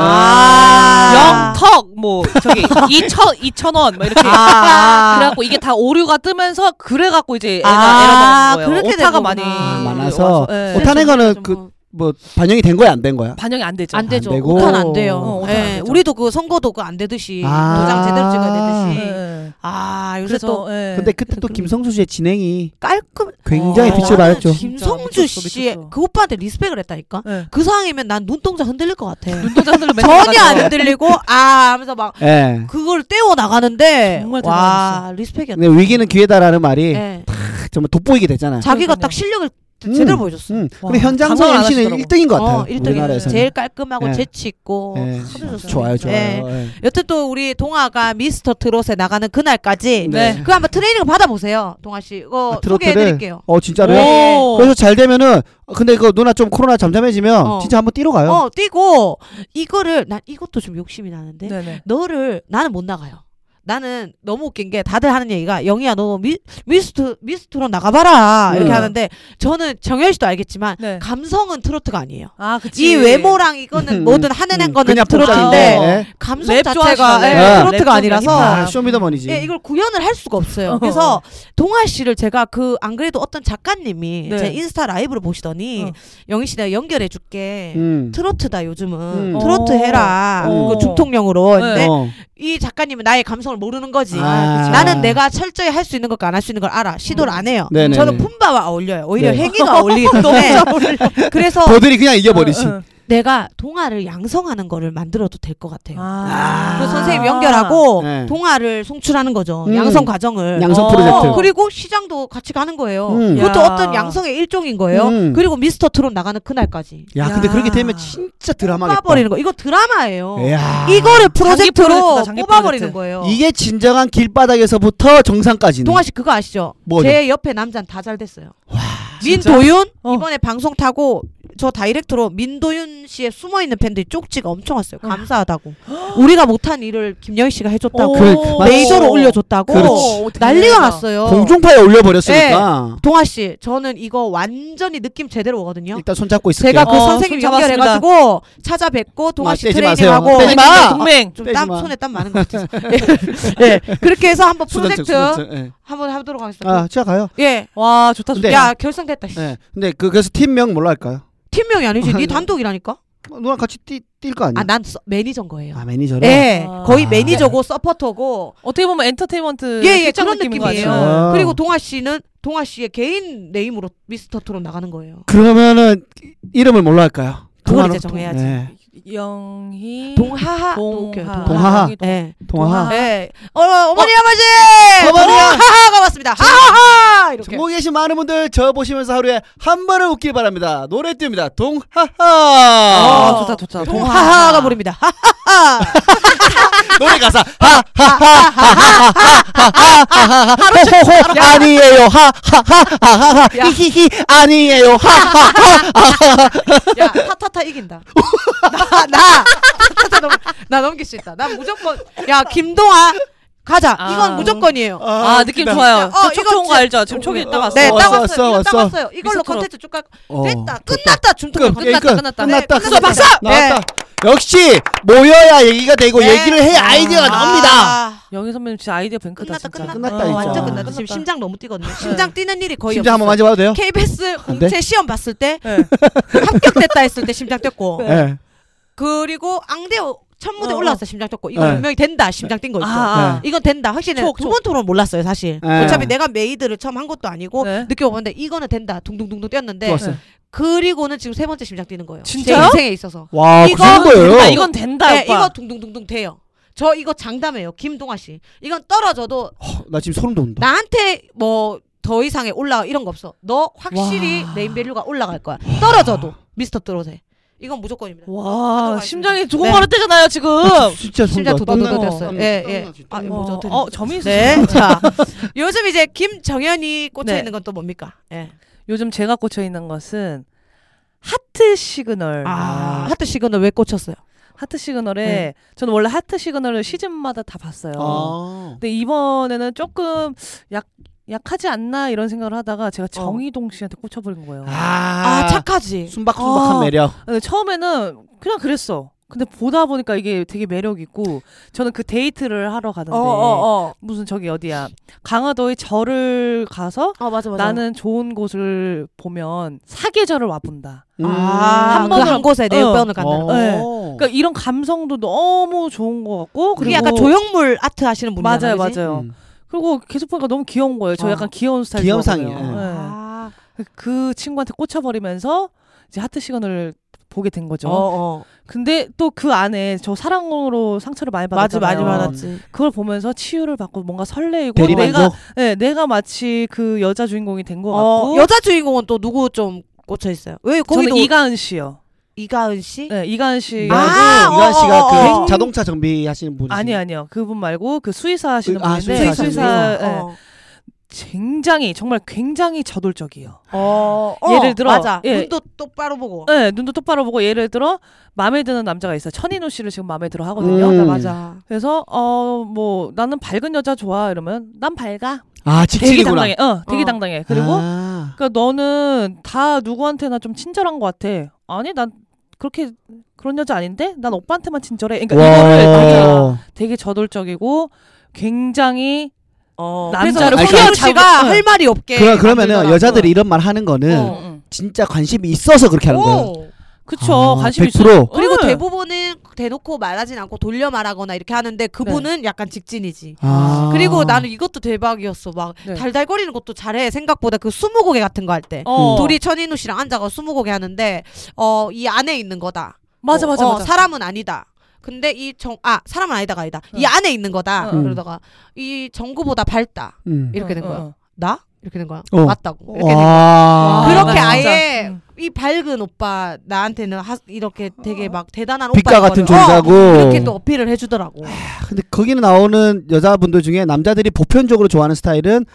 Speaker 2: 아.
Speaker 3: 영턱 뭐 저기 2천 2천 원막 뭐 이렇게
Speaker 2: 아.
Speaker 3: 그래갖고 이게 다 오류가 뜨면서 그래갖고 이제 애가
Speaker 2: 아,
Speaker 3: 에러가 나는 거예요.
Speaker 2: 그렇게
Speaker 3: 오타가
Speaker 2: 된
Speaker 3: 많이
Speaker 2: 거구나.
Speaker 1: 많아서
Speaker 3: 와서, 예.
Speaker 1: 오타- 오타네가는 그- 뭐 반영이 된 거야 안 된 거야?
Speaker 3: 반영이 안 되죠.
Speaker 2: 안 되죠.
Speaker 1: 되고.
Speaker 2: 오타는 안 돼요.
Speaker 3: 어, 오타는 안
Speaker 2: 예,
Speaker 3: 되죠.
Speaker 2: 우리도 그 선거도 그 안 되듯이
Speaker 1: 아.
Speaker 2: 도장 제대로 찍어야
Speaker 3: 예,
Speaker 2: 되듯이.
Speaker 3: 예.
Speaker 2: 아 요새
Speaker 3: 그래서
Speaker 2: 또
Speaker 3: 예.
Speaker 1: 근데 그때
Speaker 2: 그러니까.
Speaker 1: 또 김성수 씨의 진행이
Speaker 2: 깔끔.
Speaker 1: 굉장히
Speaker 3: 어.
Speaker 1: 빛을
Speaker 2: 나는
Speaker 1: 발했죠.
Speaker 2: 김성주
Speaker 3: 미쳤어,
Speaker 2: 씨
Speaker 3: 미쳤어.
Speaker 2: 그 오빠한테 리스펙을 했다니까.
Speaker 3: 예.
Speaker 2: 그 상황이면 난 눈동자 흔들릴 것 같아.
Speaker 3: 눈동자 흔들려 맨날
Speaker 2: 전혀 안
Speaker 3: 가지고.
Speaker 2: 흔들리고 아 하면서 막
Speaker 1: 예.
Speaker 2: 그걸 떼어 나가는데
Speaker 3: 정말
Speaker 2: 와
Speaker 3: 대단했어.
Speaker 2: 리스펙이었다.
Speaker 1: 근데 위기는 기회다라는 말이
Speaker 2: 예.
Speaker 1: 정말 돋보이게 됐잖아요.
Speaker 2: 음. 자기가
Speaker 3: 그러니까요.
Speaker 2: 딱 실력을
Speaker 1: 음.
Speaker 2: 제대로 보여줬어.
Speaker 1: 음.
Speaker 3: 와,
Speaker 1: 근데 현장성
Speaker 3: 당황을 안
Speaker 1: MC는
Speaker 3: 하시더라고.
Speaker 1: 1등인 것 같아요.
Speaker 2: 어, 1등이
Speaker 1: 우리나라에서는.
Speaker 2: 제일 어, 깔끔하고
Speaker 1: 예.
Speaker 2: 재치 있고
Speaker 1: 예.
Speaker 2: 하면서
Speaker 1: 좋아요, 좋아요.
Speaker 2: 예.
Speaker 1: 예.
Speaker 2: 여튼 또 우리 동아가 미스터 트롯에 나가는 그날까지
Speaker 3: 네.
Speaker 2: 그 한번 트레이닝 받아보세요, 동아 씨. 이거
Speaker 1: 아, 트로트를?
Speaker 2: 소개해드릴게요.
Speaker 1: 어 진짜로요?
Speaker 3: 오.
Speaker 1: 그래서 잘 되면은 근데 그 누나 좀 코로나 잠잠해지면
Speaker 2: 어.
Speaker 1: 진짜 한번 뛰러 가요.
Speaker 2: 어 뛰고 이거를 난 이것도 좀 욕심이 나는데
Speaker 3: 네네.
Speaker 2: 너를 나는 못 나가요. 나는 너무 웃긴 게 다들 하는 얘기가 영희야 너 미, 미스트 미스트로 나가봐라 이렇게
Speaker 1: 음.
Speaker 2: 하는데 저는 정현 씨도 알겠지만
Speaker 3: 네.
Speaker 2: 감성은 트로트가 아니에요.
Speaker 3: 아, 그치.
Speaker 2: 이 외모랑 이거는
Speaker 1: 음,
Speaker 2: 뭐든 하는 한
Speaker 1: 음,
Speaker 2: 거는
Speaker 1: 그냥
Speaker 2: 트로트인데
Speaker 3: 복장인데.
Speaker 1: 예.
Speaker 2: 감성
Speaker 3: 랩
Speaker 2: 자체가
Speaker 3: 좋아하시잖아요.
Speaker 2: 예,
Speaker 1: 네.
Speaker 2: 트로트가
Speaker 3: 랩
Speaker 2: 아니라서
Speaker 3: 좋아하니까.
Speaker 1: 아, 쇼미더머니지.
Speaker 2: 예, 이걸 구현을 할 수가 없어요.
Speaker 3: 어.
Speaker 2: 그래서 동아 씨를 제가 그 안 그래도 어떤 작가님이
Speaker 3: 네.
Speaker 2: 제 인스타 라이브를 보시더니
Speaker 3: 어.
Speaker 2: 영희 씨 내가 연결해 줄게.
Speaker 1: 음.
Speaker 2: 트로트다 요즘은
Speaker 1: 음.
Speaker 2: 트로트 해라
Speaker 1: 어.
Speaker 2: 그 중통령으로
Speaker 3: 네.
Speaker 2: 근데
Speaker 1: 어.
Speaker 2: 이 작가님은 나의 감성을 모르는 거지
Speaker 1: 아, 그쵸. 음.
Speaker 2: 나는 내가 철저히 할 수 있는 것과 안 할 수 있는 걸 알아 시도를 안 해요
Speaker 1: 네네네.
Speaker 2: 저는 품바와 어울려요 오히려
Speaker 1: 네. 그렇죠,
Speaker 2: 행위가 어울리기 때문에 그래서
Speaker 1: 버들이 그냥 이겨버리지.
Speaker 2: 어,
Speaker 3: 응, 응.
Speaker 2: 내가 동화를 양성하는 거를 만들어도 될 것 같아요
Speaker 3: 아.
Speaker 2: 그래서 선생님 연결하고
Speaker 1: 네.
Speaker 2: 동화를 송출하는 거죠
Speaker 1: 음.
Speaker 2: 양성 과정을
Speaker 1: 양성
Speaker 3: 어.
Speaker 1: 프로젝트.
Speaker 2: 어, 그리고 시장도 같이 가는 거예요.
Speaker 1: 음.
Speaker 2: 그것도
Speaker 3: 야.
Speaker 2: 어떤 양성의 일종인 거예요.
Speaker 1: 음.
Speaker 2: 그리고 미스터 트롯 나가는 그날까지.
Speaker 1: 야, 근데
Speaker 3: 야.
Speaker 1: 그렇게 되면 진짜 드라마겠다.
Speaker 2: 뽑아버리는 거. 이거 드라마예요.
Speaker 1: 야.
Speaker 2: 이거를 프로젝트로
Speaker 3: 프로젝트다, 장기
Speaker 2: 뽑아버리는
Speaker 3: 프로젝트.
Speaker 2: 거예요.
Speaker 1: 이게 진정한 길바닥에서부터 정상까지는.
Speaker 2: 동아 씨 그거 아시죠?
Speaker 1: 음. 뭐죠? 아,
Speaker 2: 제 옆에 남자는 다 잘 됐어요.
Speaker 3: 진짜?
Speaker 2: 민도윤
Speaker 3: 어.
Speaker 2: 이번에 방송 타고 저 다이렉트로 민도윤 씨의 숨어 있는 팬들이 쪽지가 엄청 왔어요. 감사하다고. 우리가 못한 일을 김영희 씨가 해줬다고.
Speaker 1: 그- 맞-
Speaker 2: 메이저로 올려줬다고.
Speaker 1: 그렇지.
Speaker 3: 오,
Speaker 2: 난리가
Speaker 3: 대단하다.
Speaker 2: 났어요.
Speaker 1: 공중파에 올려버렸으니까.
Speaker 2: 동아 씨, 저는 이거 완전히 느낌 제대로 오거든요.
Speaker 1: 일단 손잡고 있을게요.
Speaker 2: 예. 제가 그
Speaker 3: 어,
Speaker 2: 선생님
Speaker 3: 손 잡았습니다.
Speaker 2: 연결해가지고 찾아뵙고 동아
Speaker 1: 아,
Speaker 2: 씨
Speaker 1: 떼지
Speaker 2: 트레이닝하고
Speaker 3: 어,
Speaker 1: 마세요. 떼지 마!
Speaker 3: 동맹.
Speaker 2: 좀
Speaker 1: 떼지
Speaker 2: 땀
Speaker 1: 마.
Speaker 2: 손에 땀 많은 것 같아서 예, 예. 그렇게 해서 한번
Speaker 1: 수전증,
Speaker 2: 프로젝트
Speaker 1: 수전증, 예.
Speaker 2: 한번 하도록 하겠습니다.
Speaker 1: 아, 제가 가요.
Speaker 2: 예,
Speaker 3: 와, 좋다 좋다.
Speaker 1: 네.
Speaker 2: 야 결성됐다. 씨.
Speaker 1: 예. 근데 그, 그래서 팀명 뭘로 할까요?
Speaker 2: 팀명이 아니지,
Speaker 1: 아,
Speaker 2: 네
Speaker 1: 예.
Speaker 2: 단독이라니까.
Speaker 1: 어, 누나 같이 뛸 거 아니야?
Speaker 2: 아난 매니저인 거예요.
Speaker 1: 음. 아, 네. 매니저로?
Speaker 2: 예,
Speaker 3: 아.
Speaker 2: 거의 매니저고 서포터고
Speaker 3: 어떻게 보면 엔터테인먼트
Speaker 2: 예, 예,
Speaker 3: 실장
Speaker 2: 그런
Speaker 3: 느낌인 거
Speaker 2: 느낌이에요.
Speaker 3: 아니에요?
Speaker 1: 아.
Speaker 2: 그리고 동아 씨는 동아 씨의 개인 네임으로 미스터 트롯 나가는 거예요.
Speaker 1: 그러면은 이름을 뭘로 할까요?
Speaker 2: 그걸
Speaker 1: 동화로?
Speaker 2: 이제 정해야지.
Speaker 1: 예.
Speaker 3: 영희
Speaker 2: 동하하 또 웃겨요. 동하하.
Speaker 3: 동하
Speaker 1: 동하하.
Speaker 2: 예.
Speaker 1: 동화.
Speaker 3: 동화.
Speaker 2: 예. 어, 어머니 아버지!
Speaker 1: 어머니!
Speaker 2: 하하가 왔습니다. 하하하! 이렇게.
Speaker 1: 전국에 계신 많은 분들 저 보시면서 하루에 한 번은 웃길 바랍니다. 노래 띄웁니다. 동하하.
Speaker 2: 어.
Speaker 3: 아, 좋다 좋다.
Speaker 2: 하하가 부릅니다. 하하하!
Speaker 1: 노래 가사 하하하하하하하하하하하 호호호 아니에요 하하하하하하
Speaker 2: 야.
Speaker 1: 히히히 아니에요 하하
Speaker 2: 야, 타타타 이긴다. 나, 나! 타타타 넘, 나 넘길 수 있다. 난 무조건, 야, 김동아! 가자.
Speaker 3: 아.
Speaker 2: 이건
Speaker 1: 어.
Speaker 2: 무조건이에요.
Speaker 3: 아, 느낌
Speaker 1: 나-
Speaker 3: 좋아요.
Speaker 2: 어,
Speaker 3: 저 촉촉한
Speaker 2: 이거
Speaker 3: 거 알죠? 지금 촉이 있다 왔어.
Speaker 2: 네,
Speaker 1: 어,
Speaker 2: 딱
Speaker 1: 왔어,
Speaker 2: 왔어.
Speaker 1: 왔어,
Speaker 2: 이거 딱
Speaker 1: 왔어.
Speaker 2: 왔어요. 이걸로
Speaker 3: 미스터트롯.
Speaker 2: 컨텐츠 쭉 갈.
Speaker 1: 어.
Speaker 2: 됐다. 끝났다. 줌투가
Speaker 1: 끝,
Speaker 2: 끝났다.
Speaker 1: 끝, 끝났다.
Speaker 2: 끝났다. 네, 끝났다.
Speaker 1: 박수!
Speaker 2: 네.
Speaker 1: 나왔다. 역시 모여야 얘기가 되고
Speaker 2: 네.
Speaker 1: 얘기를 해야 아이디어가
Speaker 2: 아.
Speaker 1: 나옵니다.
Speaker 3: 영희 선배님 진짜 아이디어 뱅크다
Speaker 2: 끝났다.
Speaker 3: 진짜. 아,
Speaker 2: 끝났다.
Speaker 1: 끝났다,
Speaker 2: 어,
Speaker 1: 진짜.
Speaker 2: 완전 끝났다.
Speaker 3: 끝났다.
Speaker 2: 지금 심장 너무 뛰거든요. 심장 뛰는 일이 거의
Speaker 1: 심장 한번
Speaker 2: 없어요.
Speaker 1: 만져봐도 돼요?
Speaker 2: KBS
Speaker 1: 안
Speaker 2: 공채 시험 봤을 때
Speaker 3: 네.
Speaker 2: 합격됐다 했을 때 심장 뛰었고
Speaker 1: 예. 네.
Speaker 2: 그리고 앙대호 첫 무대
Speaker 3: 어, 어.
Speaker 2: 올라왔어 심장 뛰었고 이거
Speaker 1: 네.
Speaker 2: 분명히 된다 심장 뛴 거 있죠.
Speaker 3: 아,
Speaker 2: 이건 된다 확실히
Speaker 3: 촉, 촉.
Speaker 2: 두번 토론 몰랐어요 사실.
Speaker 1: 네.
Speaker 2: 어차피 내가 메이드를 처음 한 것도 아니고
Speaker 3: 네.
Speaker 2: 느껴봤는데 이거는 된다 둥둥둥둥 뛰었는데
Speaker 1: 좋았어요.
Speaker 3: 네.
Speaker 2: 그리고는 지금 세 번째 심장 뛰는 거예요.
Speaker 3: 진짜요?
Speaker 2: 제 인생에 있어서.
Speaker 1: 와, 그
Speaker 2: 이거-
Speaker 1: 정도예요.
Speaker 3: 아, 이건 된다
Speaker 2: 네,
Speaker 3: 오빠.
Speaker 2: 이거 둥둥둥둥 돼요. 저 이거 장담해요. 김동아 씨. 이건 떨어져도
Speaker 1: 허, 나 지금 소름 돋는다.
Speaker 2: 나한테 뭐 더 이상의 올라가 이런 거 없어. 너 확실히
Speaker 3: 와.
Speaker 2: 네임밸류가 올라갈 거야. 떨어져도 미스터 트롯에. 이건 무조건입니다.
Speaker 3: 와
Speaker 2: 가져가
Speaker 3: 심장이
Speaker 2: 있습니다.
Speaker 3: 조금
Speaker 2: 네.
Speaker 3: 걸었대잖아요 지금.
Speaker 1: 진짜 소름
Speaker 2: 심장
Speaker 1: 돋아. 땀
Speaker 2: 도도도도
Speaker 1: 나-
Speaker 2: 됐어요.
Speaker 1: 땀 나-
Speaker 2: 예,
Speaker 1: 땀
Speaker 2: 예.
Speaker 1: 나, 진짜.
Speaker 2: 아,
Speaker 1: 땀
Speaker 2: 뭐
Speaker 1: 나.
Speaker 2: 저한테
Speaker 3: 어 점이 있으시죠?
Speaker 2: 네. 자. 요즘 이제 김정현이 꽂혀
Speaker 3: 네.
Speaker 2: 있는 건 또 뭡니까? 예.
Speaker 3: 요즘 제가 꽂혀 있는 것은 하트 시그널.
Speaker 2: 아, 하트 시그널 왜 꽂혔어요?
Speaker 3: 하트 시그널에
Speaker 2: 네.
Speaker 3: 저는 원래 하트 시그널을 시즌마다 다 봤어요.
Speaker 1: 아.
Speaker 3: 근데 이번에는 조금 약 약하지 않나 이런 생각을 하다가 제가 정희동 씨한테 꽂혀버린 거예요.
Speaker 2: 어. 아,
Speaker 1: 아,
Speaker 2: 착하지. 어.
Speaker 1: 순박순박한
Speaker 3: 아.
Speaker 1: 매력.
Speaker 3: 근데 처음에는 그냥 그랬어. 근데 보다 보니까 이게 되게 매력 있고 저는 그 데이트를 하러 가는데
Speaker 2: 어, 어, 어.
Speaker 3: 무슨 저기 어디야 강화도의 절을 가서
Speaker 2: 어, 맞아 맞아.
Speaker 3: 나는 좋은 곳을 보면 사계절을 와본다.
Speaker 1: 음.
Speaker 2: 아,
Speaker 3: 한
Speaker 2: 그
Speaker 3: 번은-
Speaker 2: 한 곳에 네
Speaker 3: 어.
Speaker 2: 번을 간다는 거.
Speaker 3: 네.
Speaker 1: 오.
Speaker 3: 그러니까 이런 감성도 너무 좋은 것 같고
Speaker 2: 어. 그게
Speaker 3: 그리고
Speaker 2: 약간 조형물 아트 하시는 분이잖아요. 뭐
Speaker 3: 맞아요,
Speaker 2: 그지?
Speaker 3: 맞아요.
Speaker 1: 음.
Speaker 3: 그리고 계속 보니까 너무 귀여운 거예요. 저
Speaker 2: 어.
Speaker 3: 약간 귀여운 스타일
Speaker 1: 귀여운
Speaker 3: 좋아하거든요.
Speaker 1: 상이에요.
Speaker 3: 네.
Speaker 2: 아,
Speaker 3: 그 친구한테 꽂혀버리면서 이제 하트 시간을 보게 된 거죠.
Speaker 2: 어, 어.
Speaker 3: 근데 또 그 안에 저 사랑으로 상처를 많이
Speaker 2: 맞아, 많이
Speaker 3: 받았잖아요.
Speaker 2: 받았지.
Speaker 3: 그걸 보면서 치유를 받고 뭔가 설레이고 내가
Speaker 1: 대리만족.
Speaker 3: 네, 내가 마치 그 여자 주인공이 된 것
Speaker 2: 어,
Speaker 3: 같고
Speaker 2: 여자 주인공은 또 누구 좀 꽂혀 있어요? 왜 거기도
Speaker 3: 저는 이가은 씨요.
Speaker 2: 이가... 은 씨?
Speaker 3: 네, 이가은 씨
Speaker 2: 아, 어,
Speaker 1: 이관 씨가
Speaker 2: 어,
Speaker 1: 그
Speaker 2: 어.
Speaker 1: 자동차 정비하시는 분이
Speaker 3: 아니 아니요 그분 말고 그 수의사 하시는
Speaker 1: 그- 아,
Speaker 3: 분인데
Speaker 1: 수의사
Speaker 3: 수의사 예.
Speaker 2: 네, 어.
Speaker 3: 굉장히 정말 굉장히 저돌적이에요.
Speaker 2: 어, 어,
Speaker 3: 예를 들어,
Speaker 2: 맞아.
Speaker 3: 예.
Speaker 2: 눈도 똑바로 보고.
Speaker 3: 네, 눈도 똑바로 보고 예를 들어 마음에 드는 남자가 있어요. 천인호 씨를 지금 마음에 들어 하거든요.
Speaker 1: 음.
Speaker 2: 맞아.
Speaker 3: 그래서 어 뭐 나는 밝은 여자 좋아 이러면 난 밝아.
Speaker 1: 아
Speaker 3: 되게
Speaker 1: 직질이구나.
Speaker 3: 당당해. 어,
Speaker 2: 그
Speaker 3: 되게
Speaker 2: 어.
Speaker 3: 당당해. 그리고
Speaker 1: 아.
Speaker 3: 그러니까 너는 다 누구한테나 좀 친절한 것 같아. 아니 난 그렇게 그런 여자 아닌데 난 오빠한테만 친절해. 그러니까 이거를
Speaker 1: 와.
Speaker 3: 되게, 되게 저돌적이고 굉장히
Speaker 2: 어.
Speaker 3: 남자를
Speaker 2: 그래서
Speaker 1: 손으로
Speaker 2: 성현 씨가
Speaker 3: 잡고-
Speaker 2: 할 말이 없게.
Speaker 1: 그러니까 그러, 그러면은
Speaker 2: 만들더라고요.
Speaker 1: 여자들이 이런 말 하는 거는
Speaker 2: 어.
Speaker 1: 진짜 관심이 있어서 그렇게 하는 거예요.
Speaker 2: 오.
Speaker 3: 그쵸
Speaker 1: 아,
Speaker 3: 관심이
Speaker 1: 100%.
Speaker 3: 있어.
Speaker 2: 그리고
Speaker 3: 응.
Speaker 2: 대부분은 대놓고 말하진 않고 돌려 말하거나 이렇게 하는데 그분은
Speaker 3: 네.
Speaker 2: 약간 직진이지.
Speaker 1: 아.
Speaker 2: 그리고 나는 이것도 대박이었어. 막
Speaker 3: 네.
Speaker 2: 달달거리는 것도 잘해. 생각보다 그 스무고개 같은 거 할 때.
Speaker 3: 어.
Speaker 2: 둘이 천인우 씨랑 앉아가 스무고개 하는데 어 이 안에 있는 거다.
Speaker 3: 맞아
Speaker 2: 어,
Speaker 3: 맞아
Speaker 2: 어,
Speaker 3: 맞아.
Speaker 2: 사람은 아니다. 근데 이 정 아 사람은 아니다가 아니다. 이
Speaker 3: 응.
Speaker 2: 안에 있는 거다.
Speaker 3: 응,
Speaker 1: 응.
Speaker 2: 그러다가 이 정구보다 밝다.
Speaker 1: 음.
Speaker 2: 이렇게 된
Speaker 3: 응,
Speaker 2: 거야.
Speaker 3: 응,
Speaker 2: 나 이렇게 된 거야.
Speaker 1: 어.
Speaker 2: 맞다고. 이렇게 된 거야.
Speaker 1: 와.
Speaker 3: 아,
Speaker 2: 그렇게
Speaker 3: 나 진짜.
Speaker 2: 아예
Speaker 3: 음.
Speaker 2: 이 밝은 오빠 나한테는 하, 이렇게 되게 막 대단한
Speaker 1: 빛과
Speaker 2: 오빠인
Speaker 1: 같은
Speaker 2: 거를, 어,
Speaker 1: 존재고.
Speaker 2: 이렇게 또 어필을 해주더라고.
Speaker 3: 아.
Speaker 1: 근데 거기는 나오는 여자분들 중에 남자들이 보편적으로 좋아하는 스타일은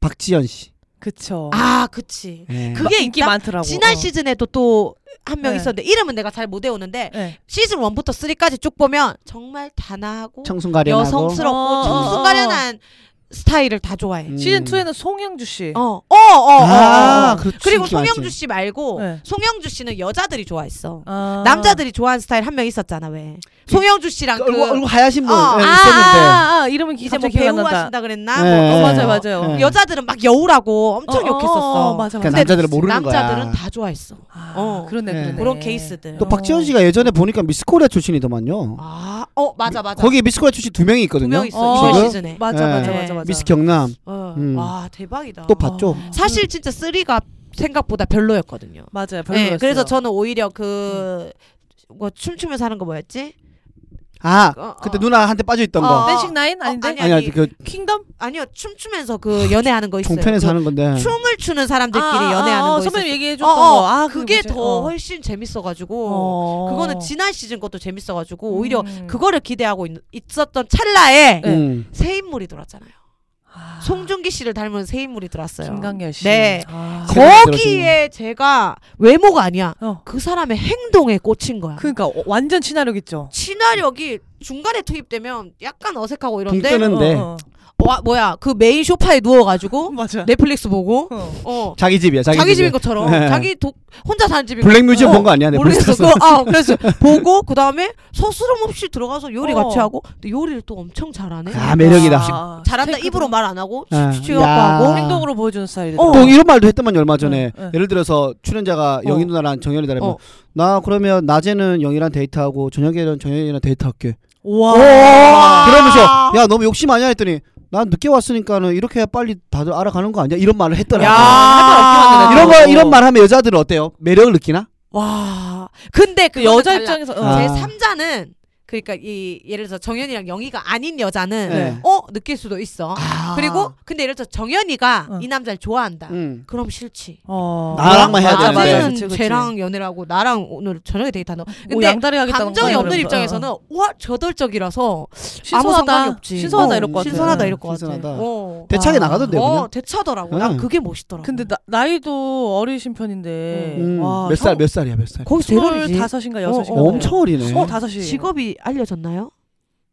Speaker 1: 박지연 씨.
Speaker 3: 그쵸.
Speaker 2: 아 그치.
Speaker 1: 예.
Speaker 2: 그게
Speaker 3: 인기
Speaker 2: 있다?
Speaker 3: 많더라고.
Speaker 2: 지난
Speaker 3: 어.
Speaker 2: 시즌에도 또 한 명
Speaker 3: 네.
Speaker 2: 있었는데 이름은 내가 잘 못 외우는데
Speaker 3: 네.
Speaker 2: 시즌 1부터 3까지 쭉 보면 정말 단아하고
Speaker 1: 청순 가련하고
Speaker 2: 여성스럽고
Speaker 3: 어, 어,
Speaker 2: 청순가련한 스타일을 다 좋아해.
Speaker 1: 음.
Speaker 3: 시즌 2에는 송영주 씨.
Speaker 2: 어, 어, 어, 어,
Speaker 1: 아,
Speaker 2: 어.
Speaker 1: 그렇지,
Speaker 2: 그리고
Speaker 1: 인기 많지.
Speaker 2: 송영주 씨 말고
Speaker 3: 네.
Speaker 2: 송영주 씨는 여자들이 좋아했어.
Speaker 3: 아.
Speaker 2: 남자들이 좋아하는 스타일 한 명 있었잖아 왜? 송영주 씨랑 그
Speaker 1: 그러니까 얼굴, 얼굴 하얀신 분
Speaker 2: 어,
Speaker 1: 예,
Speaker 2: 아,
Speaker 1: 있었는데.
Speaker 3: 아, 아, 이름은
Speaker 2: 이제
Speaker 3: 갑자기
Speaker 2: 뭐
Speaker 3: 기억 안
Speaker 2: 배우
Speaker 3: 난다.
Speaker 2: 하신다 그랬나?
Speaker 1: 네.
Speaker 2: 뭐,
Speaker 3: 어,
Speaker 1: 어,
Speaker 3: 맞아요, 맞아요.
Speaker 1: 네.
Speaker 2: 여자들은 막 여우라고 엄청
Speaker 3: 어,
Speaker 2: 욕했었어.
Speaker 3: 어,
Speaker 1: 그러니까
Speaker 3: 맞아, 맞아.
Speaker 2: 근데
Speaker 1: 남자들은 모르는 거야.
Speaker 2: 남자들은 다 좋아했어.
Speaker 3: 아,
Speaker 2: 어.
Speaker 3: 그러네,
Speaker 1: 네.
Speaker 3: 그러네.
Speaker 2: 그런 케이스들.
Speaker 1: 또
Speaker 3: 어.
Speaker 1: 박지연 씨가 예전에 보니까 미스코리아 출신이더만요.
Speaker 2: 아, 어 맞아 맞아.
Speaker 1: 거기 미스코리아 출신 두 명이
Speaker 2: 두
Speaker 1: 있거든요.
Speaker 2: 명 있어
Speaker 3: 어.
Speaker 2: 이번
Speaker 1: 지금?
Speaker 2: 시즌에.
Speaker 3: 맞아,
Speaker 1: 네.
Speaker 3: 맞아, 맞아, 맞아.
Speaker 1: 미스 경남
Speaker 2: 어.
Speaker 1: 음.
Speaker 2: 와 대박이다.
Speaker 1: 또 봤죠.
Speaker 3: 어.
Speaker 2: 사실 진짜 쓰리가 생각보다 별로였거든요.
Speaker 3: 맞아요,
Speaker 2: 네,
Speaker 3: 별로였어요. 음.
Speaker 2: 그래서 저는 오히려 그 뭐, 춤추면서 하는 거 뭐였지?
Speaker 1: 아
Speaker 2: 어, 어.
Speaker 1: 그때 누나한테 빠져 있던
Speaker 2: 어.
Speaker 1: 거.
Speaker 3: 댄싱 라인 아닌데
Speaker 2: 아니,
Speaker 1: 아니 아니 그
Speaker 3: 킹덤
Speaker 2: 아니요 춤추면서
Speaker 3: 아,
Speaker 2: 그 연애하는 거 있어요.
Speaker 1: 종편에서 하는 건데.
Speaker 2: 그 춤을 추는 사람들끼리 연애하는
Speaker 3: 아,
Speaker 2: 거 있어요.
Speaker 3: 선배님 얘기해
Speaker 2: 어,
Speaker 3: 줬던
Speaker 2: 어,
Speaker 3: 거. 아,
Speaker 2: 그게
Speaker 3: 뭐지?
Speaker 2: 더
Speaker 3: 어.
Speaker 2: 훨씬 재밌어가지고
Speaker 3: 어.
Speaker 2: 그거는 지난 시즌 것도 재밌어가지고 오히려
Speaker 3: 음.
Speaker 2: 그거를 기대하고 있, 있었던 찰나에
Speaker 3: 네.
Speaker 1: 음.
Speaker 2: 새 인물이 돌았잖아요.
Speaker 3: 아,
Speaker 2: 송중기 씨를 닮은 새 인물이 들었어요.
Speaker 3: 김강렬 씨.
Speaker 2: 네.
Speaker 3: 아,
Speaker 1: 거-
Speaker 2: 거기에 제가 외모가 아니야.
Speaker 3: 어.
Speaker 2: 그 사람의 행동에 꽂힌 거야.
Speaker 3: 그러니까 어, 완전 친화력 있죠.
Speaker 2: 친화력이 중간에 투입되면 약간 네. 어색하고 이런데
Speaker 1: 뜨는데.
Speaker 3: 어,
Speaker 2: 와, 뭐야 그 메인 소파에
Speaker 3: 어.
Speaker 2: 누워가지고
Speaker 3: 맞아.
Speaker 2: 넷플릭스 보고
Speaker 3: 어.
Speaker 2: 어
Speaker 1: 자기 집이야 자기,
Speaker 2: 자기,
Speaker 1: 집이야.
Speaker 2: 집인 것처럼
Speaker 1: 네.
Speaker 2: 자기 독 혼자 사는 집인
Speaker 1: 블랙 뮤지엄
Speaker 2: 어,
Speaker 1: 본 거 아니야? 내
Speaker 2: 모르겠어.
Speaker 1: 볼스터스.
Speaker 2: 그거, 아, 그래서 보고 그 다음에 서스럼 없이 들어가서 요리
Speaker 3: 어.
Speaker 2: 같이 하고 근데 요리를 또 엄청 잘하네.
Speaker 1: 아 매력이다.
Speaker 3: 아,
Speaker 2: 잘한다
Speaker 3: 테이크도-
Speaker 2: 입으로 말 안 하고
Speaker 1: 아,
Speaker 2: 취업하고
Speaker 1: 야.
Speaker 3: 행동으로 보여주는 스타일이다.
Speaker 2: 어.
Speaker 1: 또 이런 말도 했더만 얼마 전에
Speaker 3: 응, 응.
Speaker 1: 예를 들어서 출연자가 영희
Speaker 2: 어.
Speaker 1: 누나랑 정연이 다르면
Speaker 2: 어.
Speaker 1: 나 그러면 낮에는 영희랑 데이트하고 저녁에는 정연이랑 데이트할게
Speaker 3: 와.
Speaker 1: 어. 그러면서 야 너무 욕심 아니야 했더니 난 늦게 왔으니까는 이렇게 해야 빨리 다들 알아가는 거 아니야 이런 말을 했더라고
Speaker 3: 야.
Speaker 1: 이런 거
Speaker 3: 어.
Speaker 1: 이런 말 하면 여자들은 어때요 매력을 느끼나
Speaker 2: 와. 근데 그
Speaker 3: 여자 입장에서 어.
Speaker 1: 아.
Speaker 2: 제 3자는 그러니까 이 예를 들어서 정연이랑 영희가 아닌 여자는
Speaker 1: 네. 아.
Speaker 2: 어 느낄 수도 있어. 그리고 근데 예를 들어서 정연이가
Speaker 3: 응.
Speaker 2: 이 남자를 좋아한다.
Speaker 1: 음.
Speaker 2: 그럼 싫지.
Speaker 3: 어.
Speaker 1: 나랑만 해야 되는
Speaker 3: 맞아,
Speaker 1: 거야.
Speaker 3: 맞아.
Speaker 2: 낮에는
Speaker 3: 그치, 그치.
Speaker 2: 쟤랑 연애를 하고 나랑 오늘 저녁에 데이트한다.
Speaker 3: 오,
Speaker 2: 근데
Speaker 3: 양다리 하겠다는 어.
Speaker 2: 감정이
Speaker 3: 거야,
Speaker 2: 없는
Speaker 3: 그러면.
Speaker 2: 입장에서는 와 저돌적이라서 어. 아무 상관이
Speaker 3: 신선하다.
Speaker 2: 없지.
Speaker 3: 신선하다
Speaker 1: 어,
Speaker 3: 이럴 것 같아.
Speaker 2: 신선하다 이럴 것
Speaker 1: 신선하다. 음.
Speaker 2: 같아. 어.
Speaker 1: 대차게
Speaker 3: 아.
Speaker 1: 나가던데요
Speaker 2: 어,
Speaker 1: 그냥
Speaker 2: 대차더라고.
Speaker 1: 응.
Speaker 2: 난 그게 멋있더라고.
Speaker 3: 근데 나, 이도 어리신 편인데
Speaker 1: 음, 몇 살 몇 살이야 몇 살?
Speaker 2: 네, 거기
Speaker 3: 스물 다섯인가 여섯인가
Speaker 2: 어,
Speaker 1: 엄청 어리네.
Speaker 3: 스물 다섯이
Speaker 2: 직업이 알려졌나요?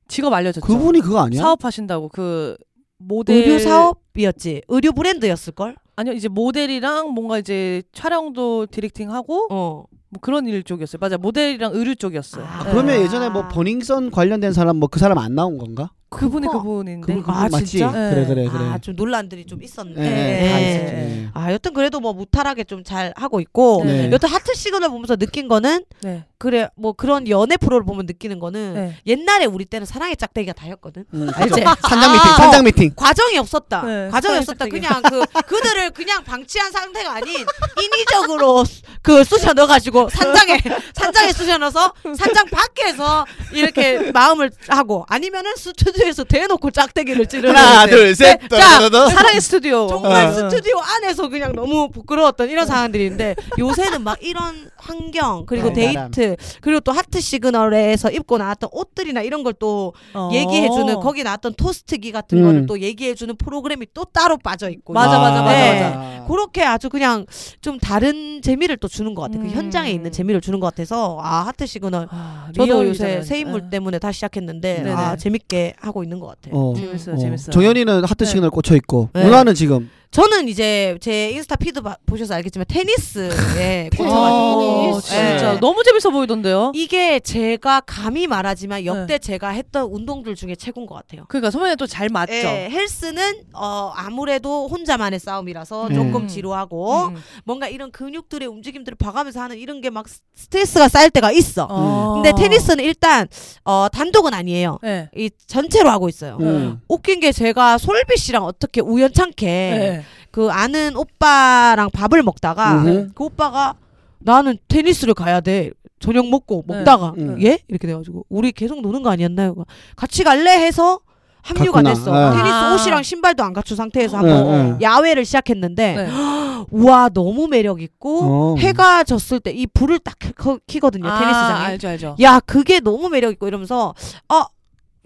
Speaker 3: 직업 알려졌죠.
Speaker 1: 그분이 그거 아니야?
Speaker 3: 사업하신다고 그 모델
Speaker 2: 의류 사업이었지. 의류 브랜드였을 걸.
Speaker 3: 아니요 이제 모델이랑 뭔가 이제 촬영도 디렉팅하고
Speaker 2: 어.
Speaker 3: 뭐 그런 일 쪽이었어요. 맞아 모델이랑 의류 쪽이었어요.
Speaker 2: 아,
Speaker 1: 아,
Speaker 3: 네.
Speaker 1: 그러면 예전에 뭐 버닝썬 관련된 사람 뭐 그 사람 안 나온 건가?
Speaker 3: 그분이
Speaker 2: 그거-
Speaker 3: 그분인데
Speaker 1: 그분 그분
Speaker 2: 아,
Speaker 1: 맞지?
Speaker 2: 진짜?
Speaker 1: 그래 네, 그래 그래.
Speaker 2: 아, 좀 논란들이 좀 있었는데.
Speaker 1: 예, 예, 다
Speaker 3: 네.
Speaker 1: 있었지. 예.
Speaker 2: 아, 여튼 그래도 뭐 무탈하게 좀 잘 하고 있고.
Speaker 1: 네.
Speaker 2: 여튼 하트 시그널 보면서 느낀 거는
Speaker 3: 네.
Speaker 2: 그래 뭐 그런 연애 프로를 보면 느끼는 거는
Speaker 3: 네.
Speaker 2: 옛날에 우리 때는 사랑의 짝대기가 다였거든.
Speaker 1: 음, 그죠.
Speaker 2: 알지?
Speaker 1: 산장
Speaker 2: 아,
Speaker 1: 미팅,
Speaker 2: 어.
Speaker 1: 산장 미팅.
Speaker 2: 과정이 없었다.
Speaker 3: 네,
Speaker 2: 과정이
Speaker 3: 사랑의
Speaker 2: 없었다.
Speaker 3: 짝대기.
Speaker 2: 그냥 그 그들을 그냥 방치한 상태가 아닌 인위적으로 수- 그 쑤셔 넣어가지고 산장에 산장에 쑤셔 넣어서 산장 밖에서 이렇게 마음을 하고 아니면은 스튜디오에서 대놓고 짝대기를 찌르는
Speaker 1: 하나, 둘, 셋.
Speaker 2: 네,
Speaker 1: 따다다다.
Speaker 3: 사랑의 스튜디오.
Speaker 2: 정말
Speaker 3: 어.
Speaker 2: 스튜디오 안에서 그냥 너무 부끄러웠던 이런 상황들인데 요새는 막 이런 환경 그리고
Speaker 1: 네,
Speaker 2: 데이트 그리고 또 하트 시그널에서 입고 나왔던 옷들이나 이런 걸 또
Speaker 3: 어.
Speaker 2: 얘기해주는 거기 나왔던 토스트기 같은
Speaker 1: 음.
Speaker 2: 거를 또 얘기해주는 프로그램이 또 따로 빠져 있고
Speaker 3: 맞아, 맞아, 맞아,
Speaker 2: 네.
Speaker 1: 맞아.
Speaker 2: 그렇게 아주 그냥 좀 다른 재미를 또 주는 것 같아 그
Speaker 3: 음.
Speaker 2: 현장에 있는 재미를 주는 것 같아서 아 하트 시그널
Speaker 3: 아,
Speaker 2: 저도 요새
Speaker 3: 리얼이잖아요.
Speaker 2: 새 인물
Speaker 3: 네.
Speaker 2: 때문에 다시 시작했는데
Speaker 3: 네네.
Speaker 2: 아 재밌게 하고 있는 것 같아요.
Speaker 1: 어.
Speaker 2: 음.
Speaker 3: 재밌어요, 재밌어요.
Speaker 1: 정현이는 하트
Speaker 3: 네.
Speaker 1: 시그널 꽂혀 있고
Speaker 2: 네.
Speaker 1: 누나는 지금
Speaker 2: 저는 이제 제 인스타 피드 봐- 보셔서 알겠지만 테니스에
Speaker 3: 어,
Speaker 2: 꽂혀가지고
Speaker 3: 진짜
Speaker 2: 예.
Speaker 3: 너무 재밌어 보이던데요.
Speaker 2: 이게 제가 감히 말하지만 역대
Speaker 3: 네.
Speaker 2: 제가 했던 운동들 중에 최고인 것 같아요.
Speaker 3: 그러니까 소면이 또잘 맞죠.
Speaker 2: 예, 헬스는 어 아무래도 혼자만의 싸움이라서
Speaker 1: 음.
Speaker 2: 조금 지루하고
Speaker 3: 음.
Speaker 2: 뭔가 이런 근육들의 움직임들을 봐가면서 하는 이런 게 막 스트레스가 쌓일 때가 있어.
Speaker 3: 어.
Speaker 2: 근데 테니스는 일단 어 단독은 아니에요.
Speaker 3: 네.
Speaker 2: 이 전체로 하고 있어요.
Speaker 1: 음.
Speaker 2: 웃긴 게 제가 솔비 씨랑 어떻게 우연찮게
Speaker 3: 네.
Speaker 2: 그 아는 오빠랑 밥을 먹다가
Speaker 1: 음.
Speaker 2: 그 오빠가 나는 테니스를 가야 돼. 저녁 먹고
Speaker 3: 네.
Speaker 2: 먹다가
Speaker 1: 음.
Speaker 2: 예 이렇게 돼가지고 우리 계속 노는 거 아니었나요? 같이 갈래 해서 합류가
Speaker 1: 갔구나.
Speaker 2: 됐어.
Speaker 1: 네.
Speaker 2: 테니스
Speaker 3: 아.
Speaker 2: 옷이랑 신발도 안 갖춘 상태에서
Speaker 1: 네, 네.
Speaker 2: 한번 야외를 시작했는데
Speaker 3: 네.
Speaker 2: 우와 너무 매력 있고
Speaker 1: 어.
Speaker 2: 해가 졌을 때 이 불을 딱 켜- 켜- 키거든요
Speaker 3: 아,
Speaker 2: 테니스장에.
Speaker 3: 알죠, 알죠.
Speaker 2: 야 그게 너무 매력 있고 이러면서 어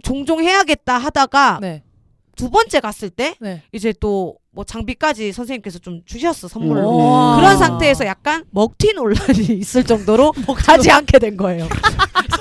Speaker 2: 종종 해야겠다 하다가
Speaker 3: 네.
Speaker 2: 두 번째 갔을 때
Speaker 3: 네.
Speaker 2: 이제 또 뭐 장비까지 선생님께서 좀 주셨어 선물로.
Speaker 1: 음.
Speaker 3: 와.
Speaker 2: 그런 상태에서 약간 먹튀 논란이 있을 정도로 가지 않게 된 거예요.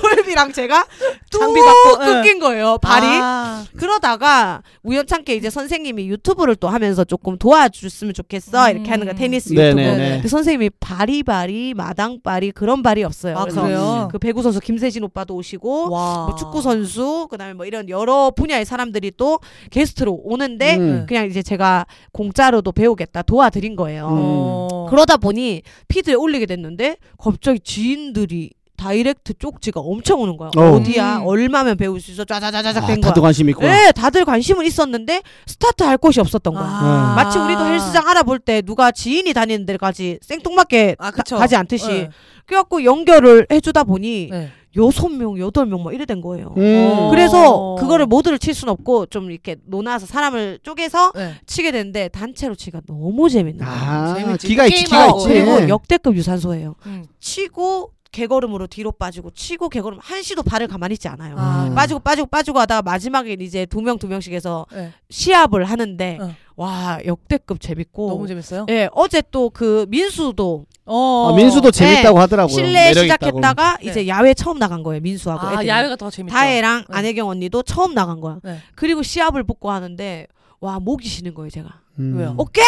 Speaker 2: 솔비랑 제가 뚝
Speaker 3: 장비 바꿔, 예.
Speaker 2: 끊긴 거예요. 발이.
Speaker 3: 아.
Speaker 2: 그러다가 우연찮게 이제 선생님이 유튜브를 또 하면서 조금 도와줬으면 좋겠어. 이렇게 하는 거 테니스 유튜브.
Speaker 1: 네네네.
Speaker 3: 네.
Speaker 2: 근데 선생님이 바리바리, 마당바리 그런 발이었어요.
Speaker 3: 아,
Speaker 2: 그래서
Speaker 3: 그래요?
Speaker 2: 그 배구 선수 김세진 오빠도 오시고
Speaker 3: 와.
Speaker 1: 아.
Speaker 2: 뭐 축구 선수 그다음에 뭐 이런 여러 분야의 사람들이 또 게스트로 오는데
Speaker 3: 네.
Speaker 1: 음.
Speaker 2: 그냥 이제 제가 공짜로도 배우겠다 도와드린 거예요.
Speaker 1: 음.
Speaker 2: 그러다 보니 피드에 올리게 됐는데 갑자기 지인들이 다이렉트 쪽지가 엄청 오는 거야.
Speaker 1: 어.
Speaker 2: 어. 디야
Speaker 3: 음.
Speaker 2: 얼마면 배울 수 있어? 짜자자자작
Speaker 1: 아,
Speaker 2: 된 거야.
Speaker 1: 다도 관심 있고.
Speaker 2: 예, 다들 관심은 있었는데 스타트 할 곳이 없었던 거야.
Speaker 1: 아.
Speaker 2: 마치 우리도 헬스장 알아볼 때 누가 지인이 다니는 데까지 생뚱맞게
Speaker 3: 아,
Speaker 2: 가-
Speaker 3: 그쵸.
Speaker 2: 가지 않듯이
Speaker 3: 네.
Speaker 2: 그래갖고 연결을 해주다 보니
Speaker 3: 네.
Speaker 2: 여섯 명, 여덟 명 막 이래 된 거예요.
Speaker 1: 음.
Speaker 3: 어.
Speaker 2: 그래서 그거를 모두를 칠 순 없고 좀 이렇게 논아서 사람을 쪼개서
Speaker 3: 네.
Speaker 2: 치게 되는데 단체로 치가 너무 재밌는 거예요.
Speaker 1: 아,
Speaker 3: 재밌지.
Speaker 1: 기가 있지, 기가
Speaker 3: 게임하고.
Speaker 1: 있지.
Speaker 2: 그리고 역대급 유산소예요.
Speaker 3: 음.
Speaker 2: 치고 개걸음으로 뒤로 빠지고 치고 개걸음 한시도 발을 가만히 있지 않아요.
Speaker 3: 아,
Speaker 2: 빠지고 빠지고 빠지고 하다가 마지막에 이제 두 명 두 명씩 해서
Speaker 3: 네.
Speaker 2: 시합을 하는데
Speaker 3: 어.
Speaker 2: 와 역대급 재밌고
Speaker 3: 너무 재밌어요.
Speaker 2: 예 어제 또 그 민수도
Speaker 3: 어.
Speaker 1: 아, 민수도 재밌다고 하더라고요.
Speaker 2: 실내 에
Speaker 1: 아, 뭐 매력 있다고.
Speaker 2: 시작했다가
Speaker 3: 네.
Speaker 2: 이제 야외 처음 나간 거예요 민수하고
Speaker 3: 아,
Speaker 2: 애들이.
Speaker 3: 야외가 더 재밌다.
Speaker 2: 다혜랑
Speaker 3: 네.
Speaker 2: 안혜경 언니도 처음 나간 거야
Speaker 3: 네.
Speaker 2: 그리고 시합을 붙고 하는데 와 목이 쉬는 거예요 제가
Speaker 1: 음.
Speaker 3: 왜요?
Speaker 2: 오케이